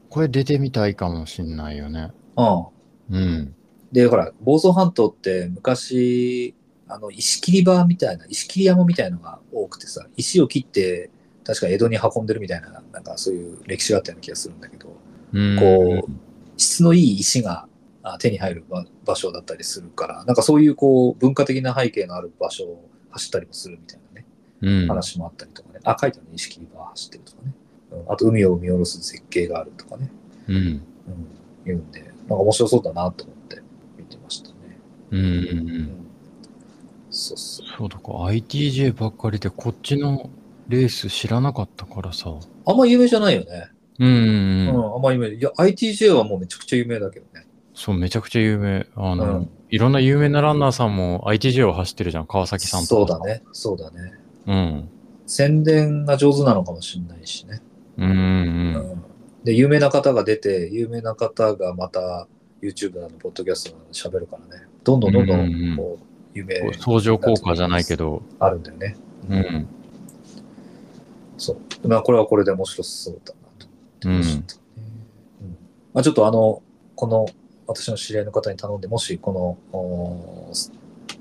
これ出てみたいかもしんないよね。うん。うん。で、ほら、房総半島って昔、あの、石切り場みたいな、石切り山みたいのが多くてさ、石を切って、確か江戸に運んでるみたいな、なんかそういう歴史があったような気がするんだけど、うんこう、質のいい石があ手に入る場場所だったりするから、なんかそういうこう、文化的な背景のある場所を走ったりもするみたいなね、うん。話もあったりとかね。あ、書いてあるね、石切り場走ってるとかね。うんあと、海を見下ろす絶景があるとかね、うん。うん、言うんで、なんか面白そうだなと思って見てましたね。うんうんうん。そうそう。そうだか、ITJ ばっかりで、こっちのレース知らなかったからさ。あんま有名じゃないよね。うんう、うんんうん。あんま有名。いや、ITJ はもうめちゃくちゃ有名だけどね。そう、めちゃくちゃ有名。あの、うんいろんな有名なランナーさんも ITJ を走ってるじゃん、川崎さんそとうかださ。ね。そうだね。うん。宣伝が上手なのかもしれないしね。うんうんううん。ん、で、有名な方が出て、有名な方がまた YouTube なの、ポッドキャストなの喋るからね。どんどんどんど、うんうんうんんこう、有名こう相乗効果じゃないけど、あるんだよね。うん。そう。まあ、これはこれで面白そうだなと思ってましたね。うんまあ、ちょっとあの、この、私の知り合いの方に頼んで、もしこのおー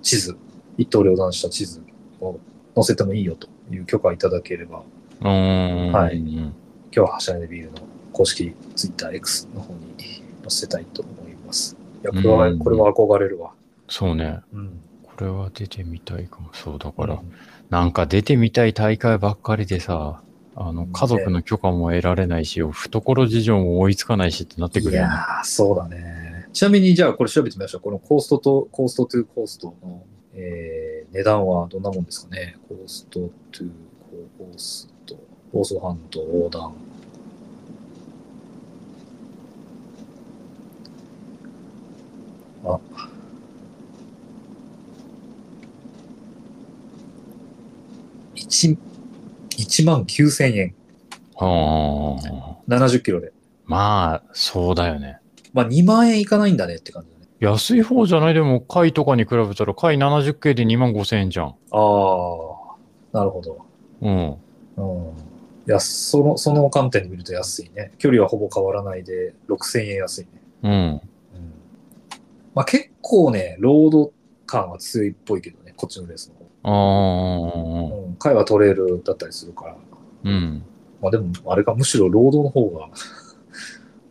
地図、一刀両断した地図を載せてもいいよという許可いただければ、うん。はいうん今日ははしゃいでビールの公式ツイッター X の方に載せたいと思います。いや、これは、うんこれは憧れるわ。そうね。うん。これは出てみたいかも。そうだから、なんか出てみたい大会ばっかりでさ、あの、ね家族の許可も得られないし、懐事情も追いつかないしってなってくいるよやね。ー、そうだね。ちなみに、じゃあこれ調べてみましょう。このコーストと、コーストトゥコーストの、えー、値段はどんなもんですかね。コーストトゥコースト、房総半島横断。あ。1, 1万9000円。はあ。 70キロで。まあ、そうだよね。まあ2万円いかないんだねって感じだね。安い方じゃないでも、貝とかに比べたら、貝70系で2万5千円じゃん。ああ、なるほど。うん。うん。いや、その、その観点で見ると安いね。距離はほぼ変わらないで、6000円安いね。うん。うん。まあ結構ね、ロード感は強いっぽいけどね、こっちのレースのああ。方。うん。回はトレールだったりするから。うん。まあでも、あれか、むしろロードの方が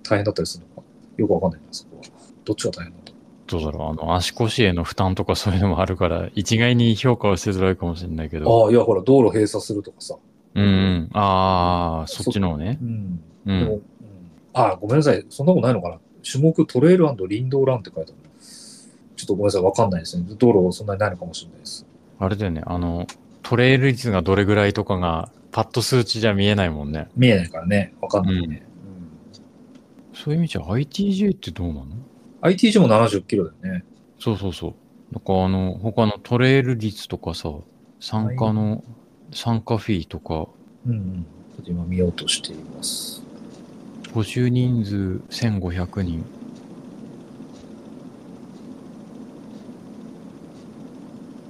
大変だったりするのか。よくわかんないな、そこは。どっちが大変なんだろどうだろう。あの、足腰への負担とかそういうのもあるから、一概に評価はしづらいかもしれないけど。う。ああ、いや、ほら、道路閉鎖するとかさ。うんうん。ああ、そっちのね。うん。う。でも、うんんああ、ごめんなさい。そんなことないのかな。種目トレイル林道ランって書いてある。ちょっとごめんなさい。わかんないですね。道路そんなにないのかもしれないです。あれだよね。あの、トレイル率がどれぐらいとかが、パッと数値じゃ見えないもんね。見えないからね。わかんないね。そういう意味じゃ ITJ ってどうなのうん ITJ も70キロだよね。そうそうそう。なんかあの、他のトレイル率とかさ、参加の、参加フィーとか、うん、うん。ちょっと今見ようとしています。募集人数1500人。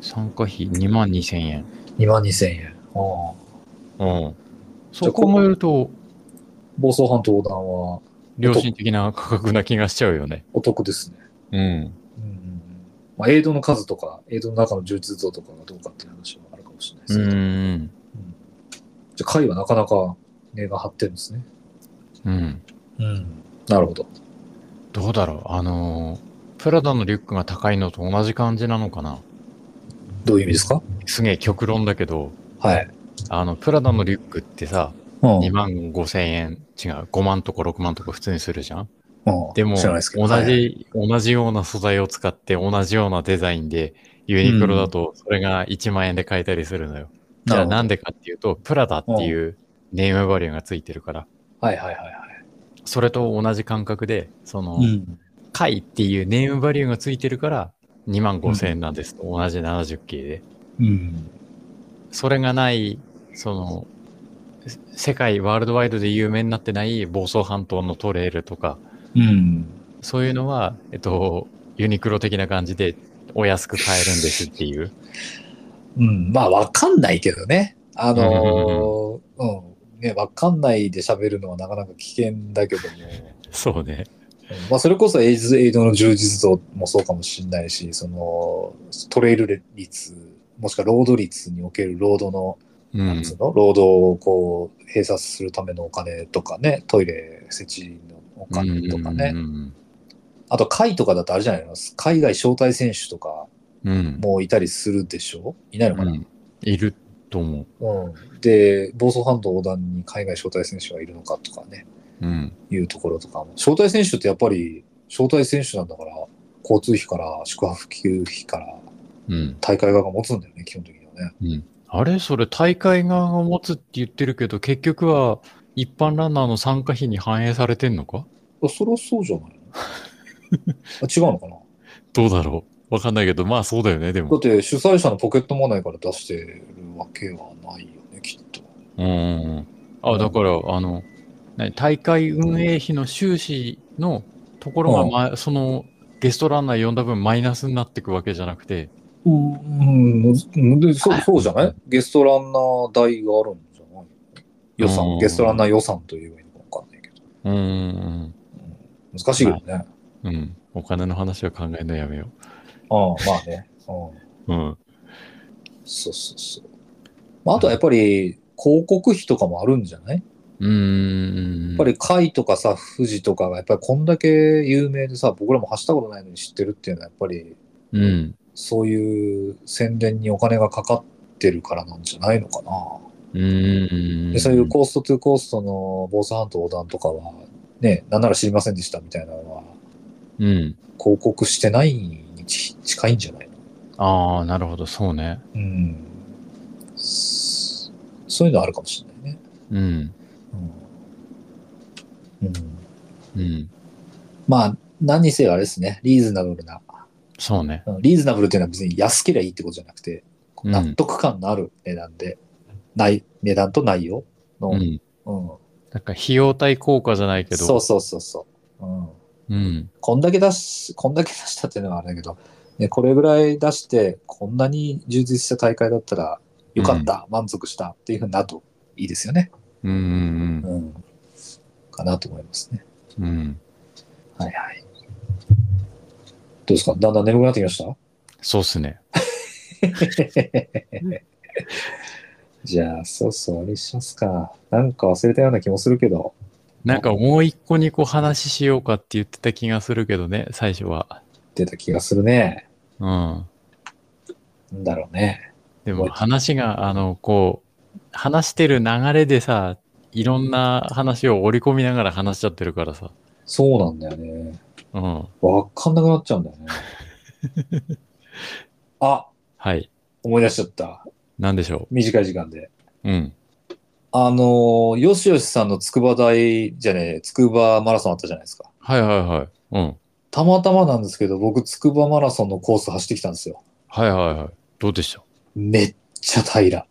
参加費2万2000円。 2万2000円。ああ。うん。そう考えると、房総半島横断は良心的な価格な気がしちゃうよね。お得ですね。うん。うんうんうん。まあ、エイドの数とか、エイドの中の充実度とかがどうかっていう話はあるかもしれないでうすけど。ん。じゃあ、会はなかなか値が張ってるんですね。うん。うん。なるほど。どうだろう。あのープラダのリュックが高いのと同じ感じなのかな。どういう意味ですかすげえ極論だけど、はい。あの、プラダのリュックってさ、うん2万5千円、違う、5万とか6万とか普通にするじゃん。うんでも、知らな同いですけじ、どはい同じような素材を使って、同じようなデザインで、ユニクロだと、それが1万円で買えたりするのよ。じゃあななるんでかっていうと、プラダっていうネームバリューがついてるから、ほどはいはいはいはい。それと同じ感覚で、その、うん。貝っていうネームバリューがついてるから、2万5千円なんですと、同じ70系で。うん。それがない、その、せ世界、ワールドワイドで有名になってない房総半島のトレイルとか、うん。そういうのは、えっと、ユニクロ的な感じでお安く買えるんですっていう。うん、まあ、わかんないけどね。あのーうんね、わかんないで喋るのはなかなか危険だけども、そうね。うんまあ、それこそエイズエイドの充実度もそうかもしれないし、その、トレイル率、もしくは労働率における労働の、うなんんつう。の労働をこう、閉鎖するためのお金とかね、トイレ設置のお金とかうね。んあと、海とかだとあれじゃないの海外招待選手とかうんうん。もいたりするでしょいないのかうな、んいると思う。うん、で、房総半島横断に海外招待選手がいるのかとかね、うん。いうところとかも。招待選手ってやっぱり、招待選手なんだから、交通費から宿泊費からうん。大会側が持つんだよね、基本的にはね。あれそれ大会側が持つって言ってるけど、結局は一般ランナーの参加費に反映されてんのかあそりゃそうじゃないのあ違うのかなどうだろうわかんないけど、まあそうだよね、でだも。って主催者のポケットマネーから出してるわけはないよね、きっと。うんうんうん。あ、だから、あの、何大会運営費の収支のところが、うんまそのゲストランナー呼んだ分マイナスになっていくわけじゃなくて、うん、うんでそうそうじゃないゲストランナー代があるんじゃない予う算、んゲストランナー予算というのかわかんないけど。うんうん難しいけどね。うん、うん。お金の話は考えるのやめようん、まあね。うん。う。うん。そうそうそう。まあ、あとはやっぱり、広告費とかもあるんじゃないうんうん。やっぱり海とかさ、富士とかがやっぱりこんだけ有名でさ、僕らも走ったことないのに知ってるっていうのはやっぱり、うん。そういう宣伝にお金がかかってるからなんじゃないのかな。うんうんでそういうコースト2コーストの房総半島横断とかは、ね、なんなら知りませんでしたみたいなのは、うん。広告してないにち近いんじゃないのああ、なるほど、そうね。うん。そそういうのあるかもしれないね。うん。うん。うん、うん。まあ、何にせよあれですね、リーズナブルな。そうね。うんリーズナブルっていうのは別に安ければいいってことじゃなくて、うん納得感のある値段で、ない、値段と内容の、ううん。ん。なんか費用対効果じゃないけど。そうそうそうそう。うん。うん。こんだけ出し、こんだけ出したっていうのはあれだけど、ね、これぐらい出して、こんなに充実した大会だったら、よかった、満足したっていうふうになるといいですよね。うんうんうん。かなと思いますね。うん。うん。はいはい。どうですかだんだん眠くなってきましたそうっすね。 [laughs] じゃあ、そうそう、あれしますか。なんか忘れたような気もするけど。なんかもう一個二個話しようかって言ってた気がするけどね、最初は。出た気がするね。うん。なんだろうね。で覚もえて話が、あの、こう、話してる流れでさ、いろんな話を織り込みながら話しちゃってるからさ。そうなんだよね。うん。わかんなくなっちゃうんだ [laughs] よね。あ、はい。思い出しちゃった。なんでしょ短い時間で。う。うん。あのー、よしよしさんの筑波大じゃねえ、筑波マラソンあったじゃないですか。はいはいはい。うん。たまたまなんですけど、僕、筑波マラソンのコース走ってきたんですよ。はいはいはい。どうでしためっちゃ平ら。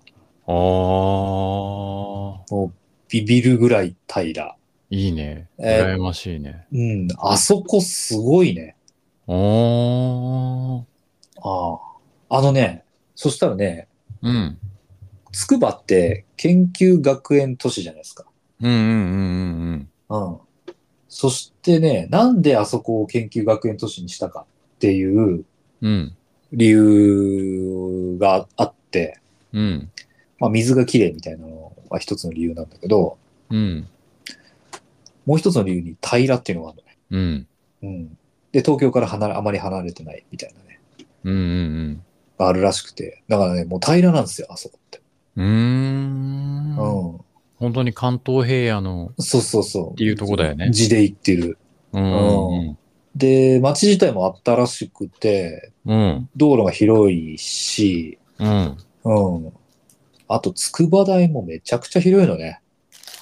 あー。ビビるぐらい平ら。いいね。えー羨ましいね。うん、あそこすごいね。おー。ああ。あのね、そしたらね、うん。筑波って研究学園都市じゃないですか。うんうんうんうんうん。そしてね、なんであそこを研究学園都市にしたかっていううん。うん。理由があって、うん。まあ水がきれいみたいなのは一つの理由なんだけど、うん。もう一つの理由に平らっていうのがあるのね。うん。うん。で、東京から離れ、あまり離れてないみたいなね、うんうんがあるらしくて。だからね、もう平らなんですよ、あそこって。うん。うーん。うん。本当に関東平野のそうそうそう。っていうとこだよね。地で行ってる。うん。で、街自体も新しくて、うん。道路が広いし、うん。うん。あと、筑波台もめちゃくちゃ広いのね。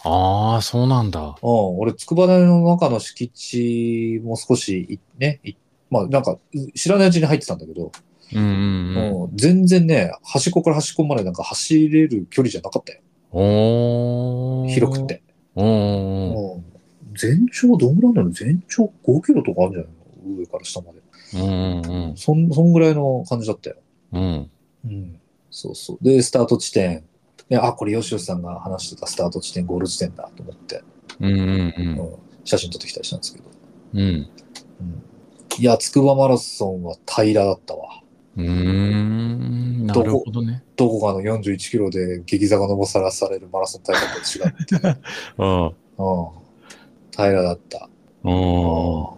ああ、そうなんだ。うん。俺、筑波台の中の敷地も少しい、ね、いまあ、なんか、う知らないうちに入ってたんだけど、うんうんうん。うん、全然ね、端っこから端っこまでなんか走れる距離じゃなかったよ。おー。広く。て。おー。うん。全長どんぐらいなの全長5キロとかあるんじゃないの上から下まで。うんうんそん、そんぐらいの感じだったよ。うん。うん。うん。そうそう。で、スタート地点。ね、あ、これ、吉吉さんが話してたスタート地点、ゴール地点だと思って、うんうう、ん写真撮ってきたりしたんですけど。んうん。うん、いや、筑波マラソンは平らだったわ。うん。うーん。なるほどね。どこかの41キロで激坂登さらされるマラソン大会と違って、うん。うん、平らだった。うん。ま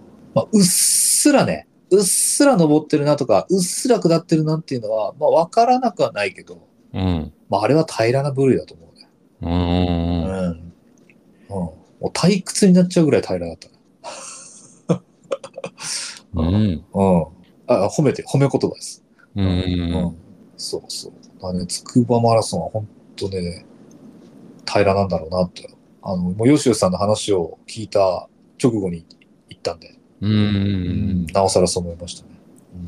あ、うっすらね、うっすら登ってるなとか、うっすら下ってるなっていうのは、まあ、わからなくはないけど、うん。まあ、あれは平らな部類だと思うね。うん。うん。うん。もう退屈になっちゃうぐらい平らだったね。うん。うん。あ、褒めて、褒め言葉です。うん。うんそうそう。だからね、つくばマラソンは本当ね、平らなんだろうなって。あの、もう、よしよしさんの話を聞いた直後に行ったんで、うん。うん。なおさらそう思いましたね。うん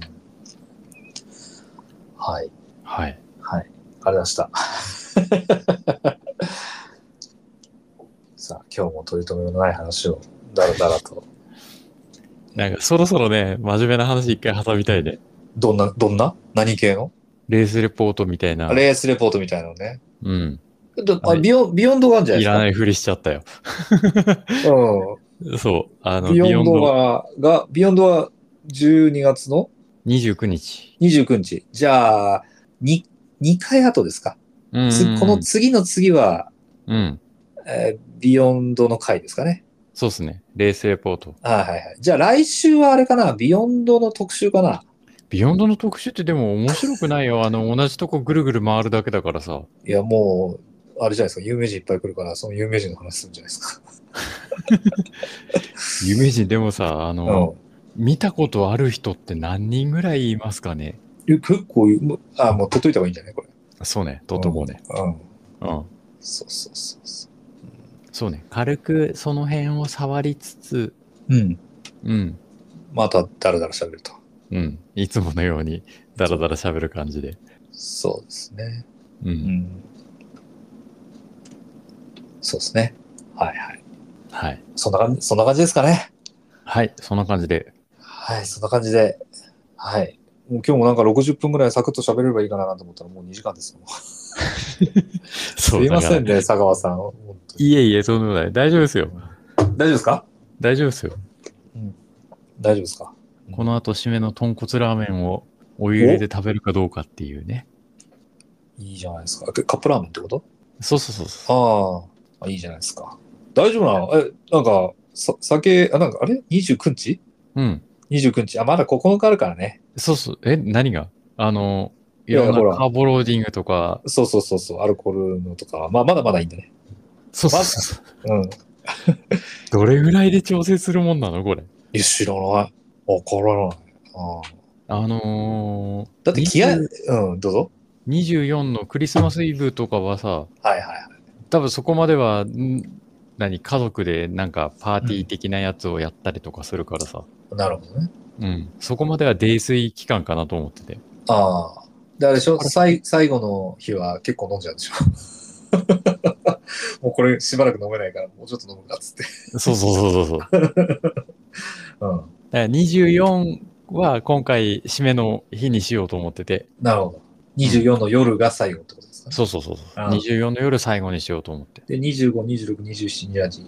はい。はい。はい。ありました。 [laughs] さあ、今日も取り留めのない話を、だらだらと。なんかそろそろね、真面目な話一回挟みたいで。どんな、どんな何系のレースレポートみたいな。レースレポートみたいなのね。うん。だはあいビヨンビヨンドがあるんじゃないいですらか。ないふりしちゃったよ。そう。あうの、ん、ビビヨヨンンドドがが、ビヨンドは12月の29日。 29日。じゃあ、2、二回後ですか。うんつこの次の次は、うん。えービヨンドの回ですかね。そうっすね。レースレポート。はいはいはい。じゃあ来週はあれかな、ビヨンドの特集かな。ビヨンドの特集ってでも面白くないよ。 [laughs] あの、同じとこぐるぐる回るだけだからさ。いや、もう、あれじゃないですか、有名人いっぱい来るから、その有名人の話するんじゃないですか。有名人でもさ、あうの、ん。見たことある人って何人ぐらいいますかねえ結構、もうあ、もう取っといた方がいいんじゃないこれ。そうね。とっとこうね。うん。うん。そうそうそうそそうね。軽くその辺を触りつつ、う。うん。うん。また、だらだら喋ると。うん。いつものように、だらだら喋る感じで。そうですね。う。うんん。そうですね。はいはい。はい。そんな感じ、そんな感じですかね。はい。そんな感じで。はい、そんな感じで。はい。もう今日もなんか60分ぐらいサクッと喋ればいいかなと思ったらもう2時間ですよ。そすういませだんからね、佐川さん。本当にいえいえ、とんでもない。大丈夫ですよ。大丈夫ですか大丈夫ですよ。大丈夫ですかこの後、締めの豚骨ラーメンをお湯入れで食べるかどうかっていうね。いいじゃないですか。えカップラーメンってことそうそうそうそう。あああ、いいじゃないですか。大丈夫なのえ、なんか、さ酒、あ、なんか、あれ ?29 日うん。 ?29 日。あ、まだ9日あるからね。そうそう。え、何があの、いいやろんほらなカーボローディングとか、そうそうそうそう、アルコールのとか、まあ、まだまだいいんだね。そうそうそう。うん。どれぐらいで調整するもんなのこれ。いや、知らない。わからない。あああのー、だって気合、うん、どうぞ。 24のクリスマスイブとかはさ、はいはいはい。多分そこまでは、ん何、家族でなんかパーティー的なやつをやったりとかするからさ、なるほどね。うん、そこまでは泥酔期間かなと思ってて。ああ。で、あれでしょ最最後の日は結構飲んじゃうでしょ [laughs] もうこれしばらく飲めないから、もうちょっと飲むかっつって。そうそうそうそうそう。だかうん。ら24は今回締めの日にしようと思ってて、なるほど。24の夜が最後ってことですかね。そうそうそうそう。ああ24の夜最後にしようと思って。で、25、26、27、28。だか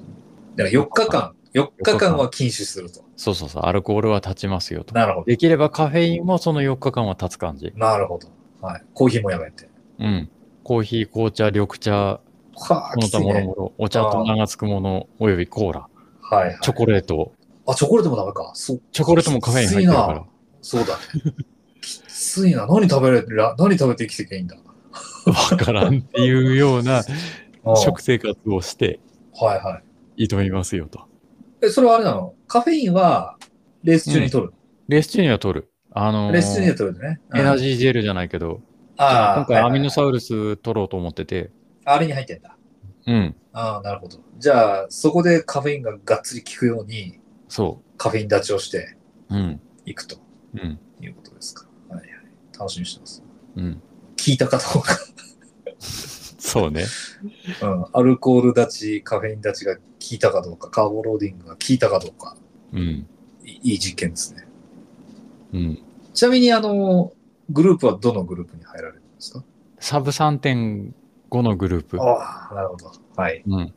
ら4日間、4日間は禁酒すると。そうそうそう。アルコールは断ちますよと。なるほど。できればカフェインもその4日間は断つ感じ。なるほど。はい。コーヒーもやめて。うん。コーヒー、紅茶、緑茶、はあ、そのきつ他いもろねも。ろ、お茶と名が付くもの、およびコーラ、はい、はい。チョコレート、あ、チョコレートもダメか。そう。チョコレートもカフェイン入ってるからきついな。そうだね。きついな。何食べれら、何食べて生きていけばいいんだ。 [laughs] わからんっていうようなうん食生活をしてはいはい。挑みますよと。え、それはあれなのカフェインは、レース中に取る、レース中には取る。あのーレース中には取るのね。エナー。ジージェルじゃないけど、あ今あ、回アミノウサウルス取ろうと思ってて、あれに入ってんだ。うん、ああ、なるほど。じゃあ、そこでカフェインががっつり効くように、そカフェイン立ちをしてう。うん、いくとうん、いうことですか。はいはい。楽しみにしてます。うん。聞いたかどうか。 [laughs] そうね。うん。アルコール立ち、カフェイン立ちが効いたかどうか、カーボローディングが効いたかどうか、うん、いいい実験ですね。うん。ちなみに、あの、グループはどのグループに入られるんですかサブ3.5のグループああ、なるほど。はい。うん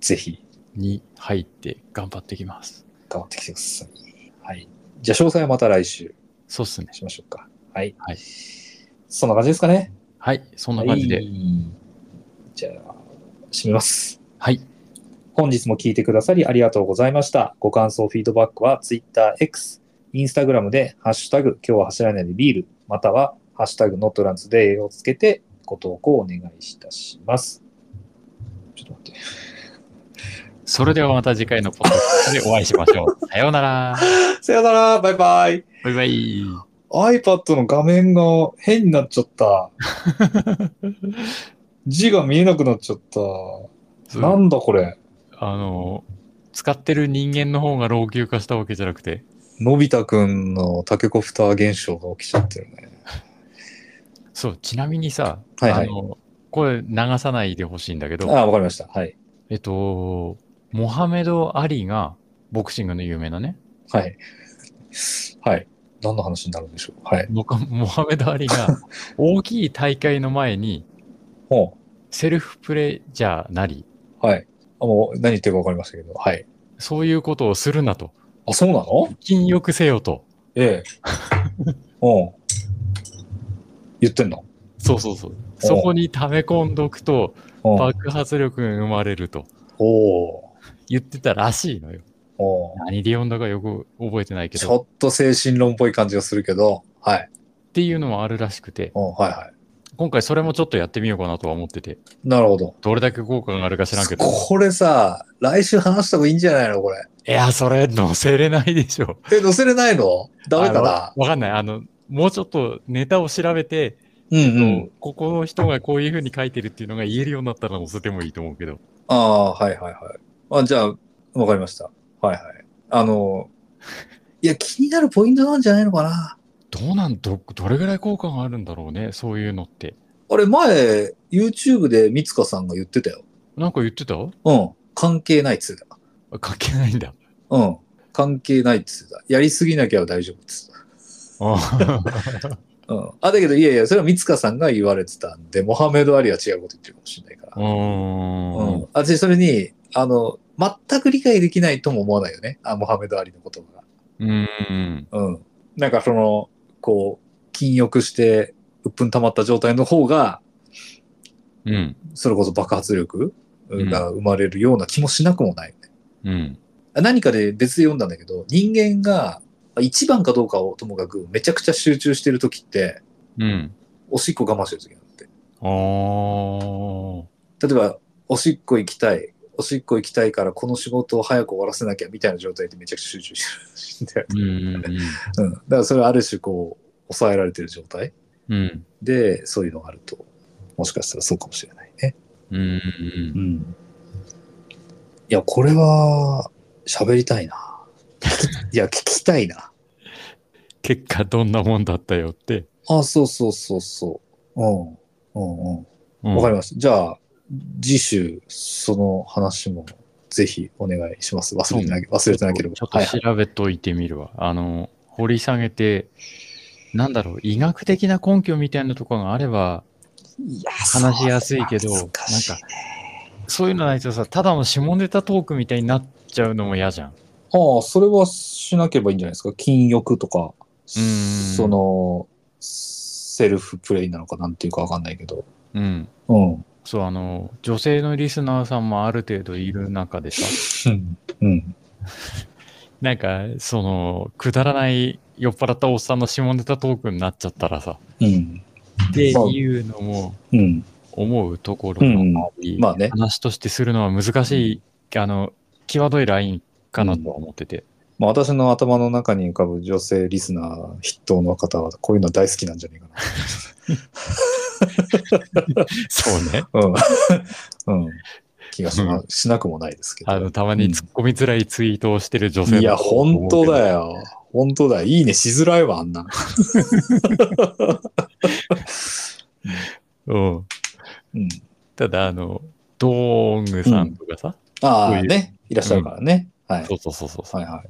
ぜひ、に入って頑張ってきます。頑張ってきてください。はい。じゃあ、詳細はまた来週そうっすね。しましょうか。はい。はいそんな感じですかね。はい、そんな感じはで。いじゃあ、締めます。はい、本日も聞いてくださりありがとうございました。ご感想、フィードバックは Twitter、X、Instagram で、ハッシュタグ、今日は走らないでビール、または、ハッシュタグ、ノットランツデーをつけて、ご投稿お願いいたします。ちょっと待って。それではまた次回のポッドキャストでお会いしましょう。さようなら。さよなら、バイバイ。バイバイ。 iPad の画面が変になっち [laughs] ゃった。字が見えなくなっちゃった。そうなんだこれ。あの、使ってる人間の方が老朽化したわけじゃなくて、のび太くんのタケコプター現象が起きちゃってるね。そう、ちなみにさ、はいはいあの、これ流さないでほしいんだけあど、あ、わかりました。はい。えっと、モハメド・アリが、ボクシングの有名なね、はい。はい。何の話になるんでしょう。はい。モカモハメド・アリ [laughs] が、大きい大会の前に、ほセルフプレジャーなり、う。はい。あもう何言ってるかわかりましたけど。はい。そういうことをするなと、あ、そうなの禁欲せよと。 [laughs] ええ。うん。言ってんのそうそうそう。そこに溜め込んどくと、うん。爆発力が生まれるとおー言ってたらしいのよ。おー何で読んだかよく覚えてないけちど。ょっと精神論っぽい感じがするけど。はい。っていうのもあるらしくて、うん、はいはい。今回それもちょっとやってみようかなとは思ってて、なるほど。どれだけ効果があるか知らんけど。これさ、来週話した方がいいんじゃないのこれ。いや、それ載せれないでしょ。え、載せれないのダメかあなのわかんない。あの、もうちょっとネタを調べて、うんうん。ここの人がこういう風に書いてるっていうのが言えるようになったら載せてもいいと思うけど。ああ、はいはいはい。あじゃあ、わかりました。はいはい。あの、いや、気になるポイントなんじゃないのかな。どうなんど、どれぐらい効果があるんだろうね、そういうのって。あれ、前、YouTube で三塚さんが言ってたよ。なんか言ってたうん。関係ないっつってた。関係ないん [laughs] だ。うん。関係ないっつってた。やりすぎなきゃ大丈夫っつってあた。うん。あ、だけど、いやいや、それは三塚さんが言われてたんで、モハメド・アリは違うこと言ってるかもしれないかうーら。ん。うん。私、それに、あの、全く理解できないとも思わないよね。あ、モハメド・アリの言葉が。うん。うん。なんかその、こう、禁欲して、鬱憤溜まった状態の方が、うん。それこそ爆発力が生まれるような気もしなくもないよね。うん。何かで別で読んだんだけど、人間が一番かどうかをともかくめちゃくちゃ集中してる時って、うん。おしっこ我慢してる時なんあー。て。例えば、おしっこ行きたい。おしっこ行きたいからこの仕事を早く終わらせなきゃみたいな状態でめちゃくちゃ集中してる。うん。うん。だからそれはある種こう、抑えられてる状態うん。で、そういうのがあると、もしかしたらそうかもしれないね。うん。ん。いや、これは、喋りたいな。いや、聞きたいな。結果どんなもんだったよって。あ、そうそうそうそう。うん。うんうん。うんわかりました。じゃあ、次週、その話も、ぜひお願いします。忘れてなけ忘れてなければ。ちょっはいはとい。調べといてみるわ。あの、掘り下げて、なんだろう、医学的な根拠みたいなところがあれば、いや話しやすいけどそうは難しいねそういうのないとさ、ただの下ネタトークみたいになっちゃうのも嫌じゃん。ああ、それはしなければいいんじゃないですか。禁欲とか、んその、セルフプレイなのかなんていうかわかんないけど。うん。うん。そう、あの、女性のリスナーさんもある程度いる中でさ、うん。うん。なんか、その、くだらない酔っ払ったおっさんの下ネタトークになっちゃったらさ、うん。ってまあいうのも、うん。思うところがあり、うんまあね話としてするのは難しい、あの、際どいラインかなとは思って [laughs] て。まあ、私の頭の中に浮かぶ女性リスナー筆頭の方は、こういうの大好きなんじゃないかそうね。な。うん。うん。 [laughs] 気がし,、ま、しなくもないですけ [laughs] ど。あの、たまに突っ込みづらいツイートをしてる女性いや、のことを思う本けど当だよ。本当だよ。いいねしづらいわ、あんな。うん。うん。ただ、あの、ドーングさんとかさ、あそうあ、いうね。いらっしゃるからね。はい。そうそうそうそうそう。はいはい。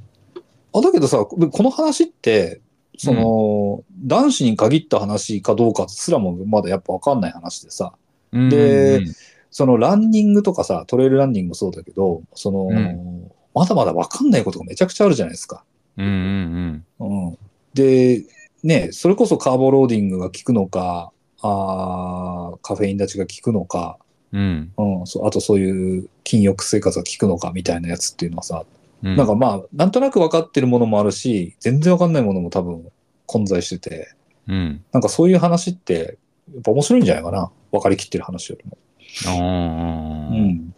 あ、だけどさ、ここの話って、その、男子に限った話かどうかすらもまだやっぱわかんない話でさ、でうんうんうんそのランニングとかさ、トレイルランニングもそうだけど、その、うんまだまだわかんないことがめちゃくちゃあるじゃないですか。うんうんうん。で、ね、それこそカーボローディングが効くのか、あーカフェイン立ちが効くのか、うん。うん、そうあとそういう禁欲生活が効くのかみたいなやつっていうのはさ、うん。なんかまあ、なんとなく分かってるものもあるし、全然分かんないものも多分混在してて、うん。なんかそういう話って、やっぱ面白いんじゃないかな。分かりきってる話よりも。あうーん。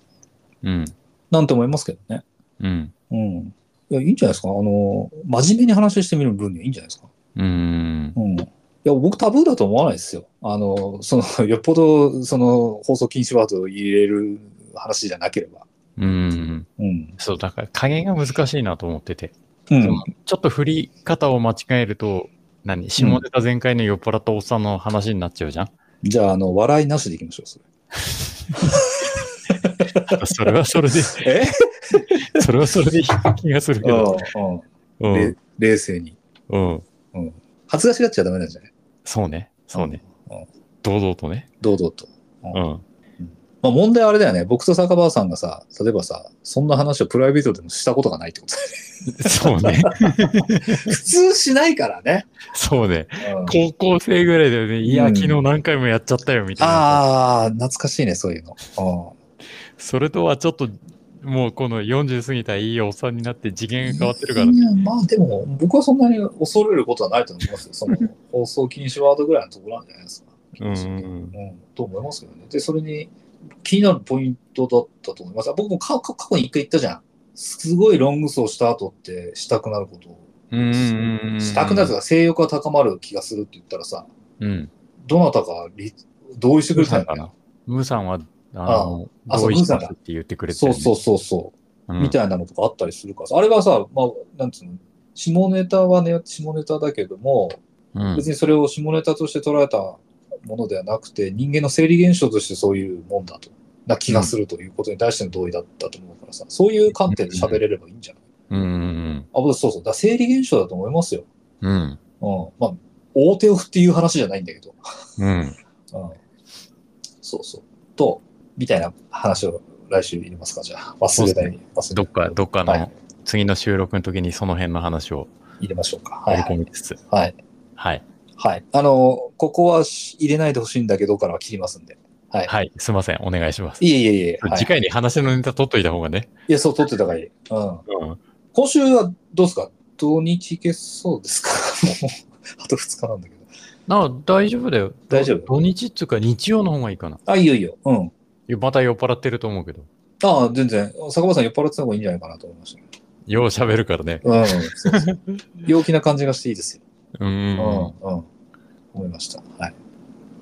うん。なんて思いますけどね。うん。うん。いや、いいんじゃないですか。あの、真面目に話してみる分にはいいんじゃないですか。うん。うん。いや、僕タブーだと思わないですよ。あの、その、 [laughs] よっぽど、その、放送禁止ワードを入れる話じゃなければ。うん。うん。そう、だから加減が難しいなと思ってて。うん。ちょっと振り方を間違えると、何下ネタ全開の酔っ払ったおっさんの話になっちゃうじゃん、 [laughs] じゃあ、あの、笑いなしでいきましょう、それ。それはそれで、えそれはそれでいい [laughs] 気がするけど。う。うん。うんん。冷静に。うん。恥ずかしがっちゃダメなんじゃないそうね。そうねうん。堂々とね。堂々と。うん。まあ問題はあれだよね。僕と坂場さんがさ、例えばさ、そんな話をプライベートでもしたことがないっ [laughs] てことだよね。そうね。 [laughs] 普通しないからね。そうね。うん高校生ぐらいだよね。いや、うん昨日何回もやっちゃったよ、みたいな。ああ、懐かしいね、そういうの。うそれとはちょっと、もうこの40過ぎたいいおっさんになって次元がん変わってるからい。やまあでも、僕はそんなに恐れることはないと思いますよ。[laughs] その放送禁止ワードぐらいのところなんじゃないですか。うんうんと思いますけどね。で、それに気になるポイントだったと思います。僕もかか過去に一回言ったじゃん。すごいロング走した後ってしたくなることをうんうんうん。したくなるとか性欲が高まる気がするって言ったらさ、うん。どなたかり同意してくムーれさたんんだかよな。ムーさんは、あの、ああそ同う意しまムーすさんって言ってくれてそうそうそうそう、みたいなのとかあったりするからさ、あれはさ、まあ、なんつうの、下ネタはね、下ネタだけども、うん別にそれを下ネタとして捉えたものではなくて、人間の生理現象としてそういうもんだと、な気がするということに対しての同意だったと思うからさ、そういう観点で喋れればいいんじゃない、うんあ、そうそう、だから生理現象だと思いますよ。うんうんうん。まあ、大手を振っていう話じゃないんだけど。うんうんそうそう。と、みたいな話を来週入れますか、じゃあ。忘れないように忘れないようにどっか、どっかはいの次の収録の時にその辺の話を入れましょうか。は盛い、りは込い。みつつ。はい。はい。はい。あの、ここはし入れないでほしいんだけどからは切りますんで。はい。はい。すいません。お願いします。い、えいえいえ。はい、次回に話のネタ取っといた方がね。いや、そう、撮ってた方がいい。うん。今週はどうですか土日行けそうですか [laughs] もう、あと2日なんだけど。な大丈夫だよ。大丈夫土日っつうか日曜の方がいいかな。あ、いいよいいよ。うん。いやまた酔っ払ってると思うけど。ああ、全然。坂本さん酔っ払ってた方がいいんじゃないかなと思いました。よう喋るからね。うん。そうそう陽気な感じがしていいですよ。うんううんんう。ん。うん。思いました。はい。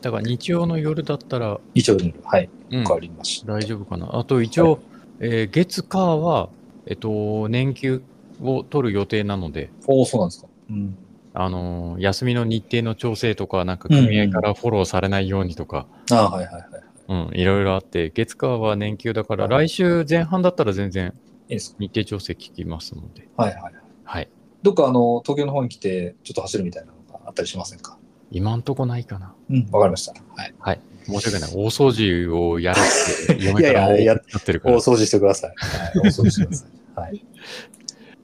だから日曜の夜だったら、以上に。はい。うんわかりました。大丈夫かな。あと一応、えー月火は、えっと、年休を取る予定なので、おお、そうなんですか。うん。あのー休みの日程の調整とか、なんか組合からフォローされないようにとか、ああ、はいはいはい。うん、いろいろあって、月火は年休だから、来週前半だったら全然いいですか。日程調整聞きますので、はいはい。はい。どっかあの、東京の方に来て、ちょっと走るみたいなのがあったりしませんか今んとこないかな。うん、わかりました。はい。申し訳ない。大掃除をやらせて、いやいややってるか大ら。掃除してください。はい、大掃除してください。はい。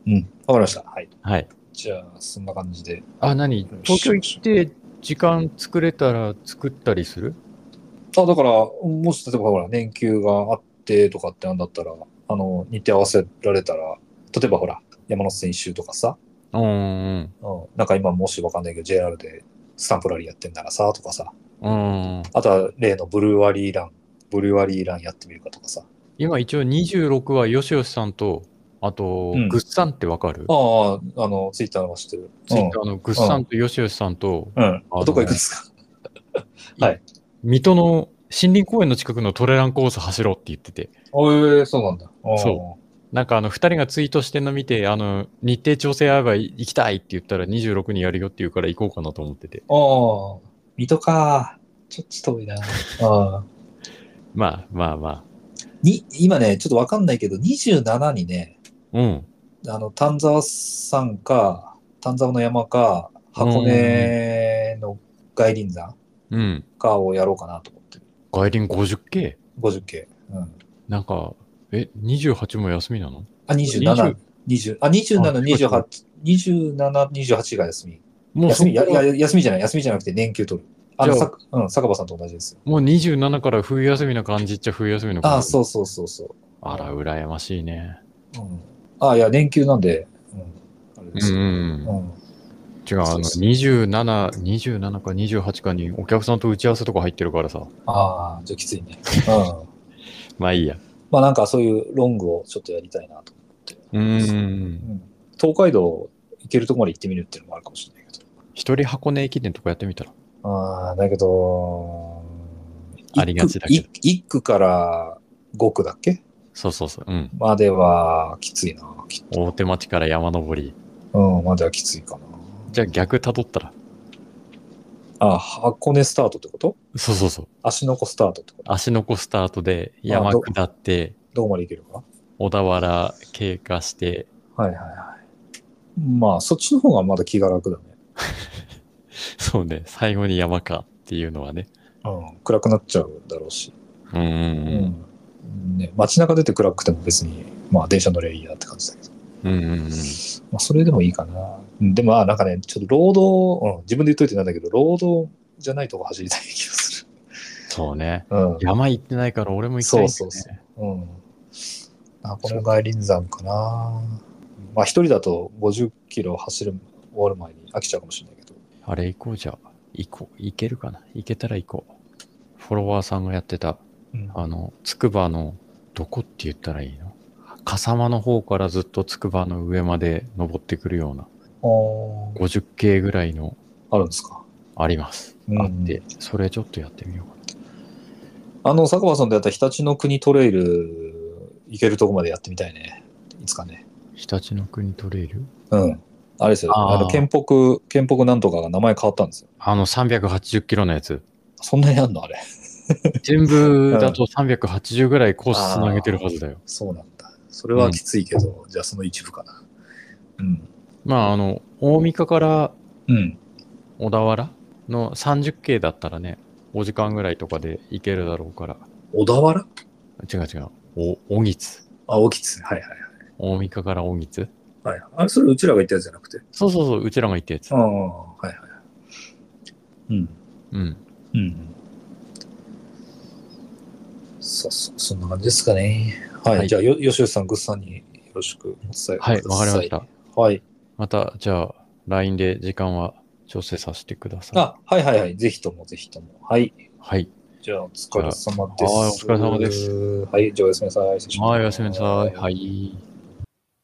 うん、わかりました。はい。はい。じゃあ、そんな感じで。あ、何東京行って時間作れたら作ったりするあ、だから、もし例えばほら、年休があってとかってなんだったら、あの、日程合わせられたら、例えばほら、山手線一周とかさ、うんうん。うん、なんか今もしわかんないけど、JR でスタンプラリーやってんならさ、とかさ、うん。あとは例のブルワリーラン、ブルワリーランやってみるかとかさ。今一応26はよしよしさんと、あと、うんぐっさんってわかるああ、あの、ツイッターの知ってる。ツイッターのぐっさんとよしよしさんと、うん。うんあのどこ行くんですか水戸の森林公園の近くのトレランコース走ろうって言ってて、おえそうなんだ。そなんかあの、二人がツイートしてるの見て、あの、日程調整合えば行きたいって言ったら26にやるよって言うから行こうかなと思ってて。う。ああ、水戸か。ちょっと遠いな。ああまあまあまに今ね、ちょっとわかんないけど、27にね、あ。うん。あの、丹沢さんか、丹沢の山か、箱根の外輪山うん。かをやろうかなと思ってる。外輪 50K? 50系。うん。なんか、え、28も休みなのあ、27、20、あ、あ27、違う28、27、28が休み。もう休そみ、こやかいらや休みじゃない、休みじゃなくて年休取る。あの、じゃあさうん、坂場さんと同じですよ。もう27から冬休みな感じっちゃ冬休みの感じ。あそうそうそうそあら、羨ましいね。う。うん、あいや、年休なんで、うん、あれですよ。んうん。違う、あの、そうそう27、27か28かにお客さんと打ち合わせとか入ってるからさ。ああ、じゃあきついね。うん。まあいいや。まあなんかそういうロングをちょっとやりたいなと。うーん。うん。東海道行けるとこまで行ってみるっていうのもあるかもしれないけど。一人箱根駅伝とかやってみたら。ああ、だけど、ありがちだけど1区から5区だっけそうそうそう。うん。まではきついな、きっと。大手町から山登り。うん、まではきついかな。じゃあ逆辿ったら。あ、箱根スタートってことそうそうそう。芦ノ湖スタートってこと足の子スタートであ山ど下って、どこまで行けるか小田原経過して、はいはいはい。まあ、そっちの方がまだ気が楽だね。そうね、最後に山かっていうのはね。うん、暗くなっちゃうだろうし。うんううんん。ね、街中出て暗くても別に、まあ、電車乗りゃいいやって感じだけど。うん。うんうんうん。まあ、それでもいいかな。うんでも、まあ、なんかね、ちょっと労働、うん、自分で言っといてなんだけど、労働じゃないとこ走りたい気がする。そうね。うん。山行ってないから俺も行きたいんだよね。そうそうそうん。あ、これ外輪山かな。まあ、一人だと50キロ走る、終わる前に飽きちゃうかもしれないけど。あれ行こうじゃあ。行こう。行けるかな行けたら行こう。フォロワーさんがやってた、うんあの、つくばの、どこって言ったらいいの笠間の方からずっとつくばの上まで登ってくるような、あ50系ぐらいのあるんですか。あります。うんあって、それちょっとやってみようかな。あの、坂場さんとやった日立の国トレイル、行けるとこまでやってみたいね。いつかね。日立の国トレイルうん。あれですよ。ああーの、県北、県北なんとかが名前変わったんですよ。あの380キロのやつ。そんなにあんのあれ。全部だと380ぐらいコースつなげてるはずだよ。そうなんだ。それはきついけど、じゃあその一部かな。うん。まあ、あの、大三日からうん。小田原の 30K だったらね、お時間ぐらいとかで行けるだろうから。小田原違う違う。お、おぎつ。あ、大きつ。はいはい大三日からおぎつ。はい。はい。あれ、それうちらが言ったやつじゃなくて。そうそうそう、うちらが言ったやつあ。あ、はいはい。うん。うん。うん。そうそう、そんな感じですかね。はい。はいじゃあ、よ、吉吉さん、ぐっさんによろしくお伝えくださ。はいい、わかりました。。はい。また、じゃあ、LINE で時間は調整させてくださあ、はいはいはい。ぜひとも、ぜひとも。はい。い。はい。じゃあ、お疲れ様です。。はいお疲れ様ですはい。じゃあ、おやすみなさい。失礼しますまあ、おやすみなさい。はい。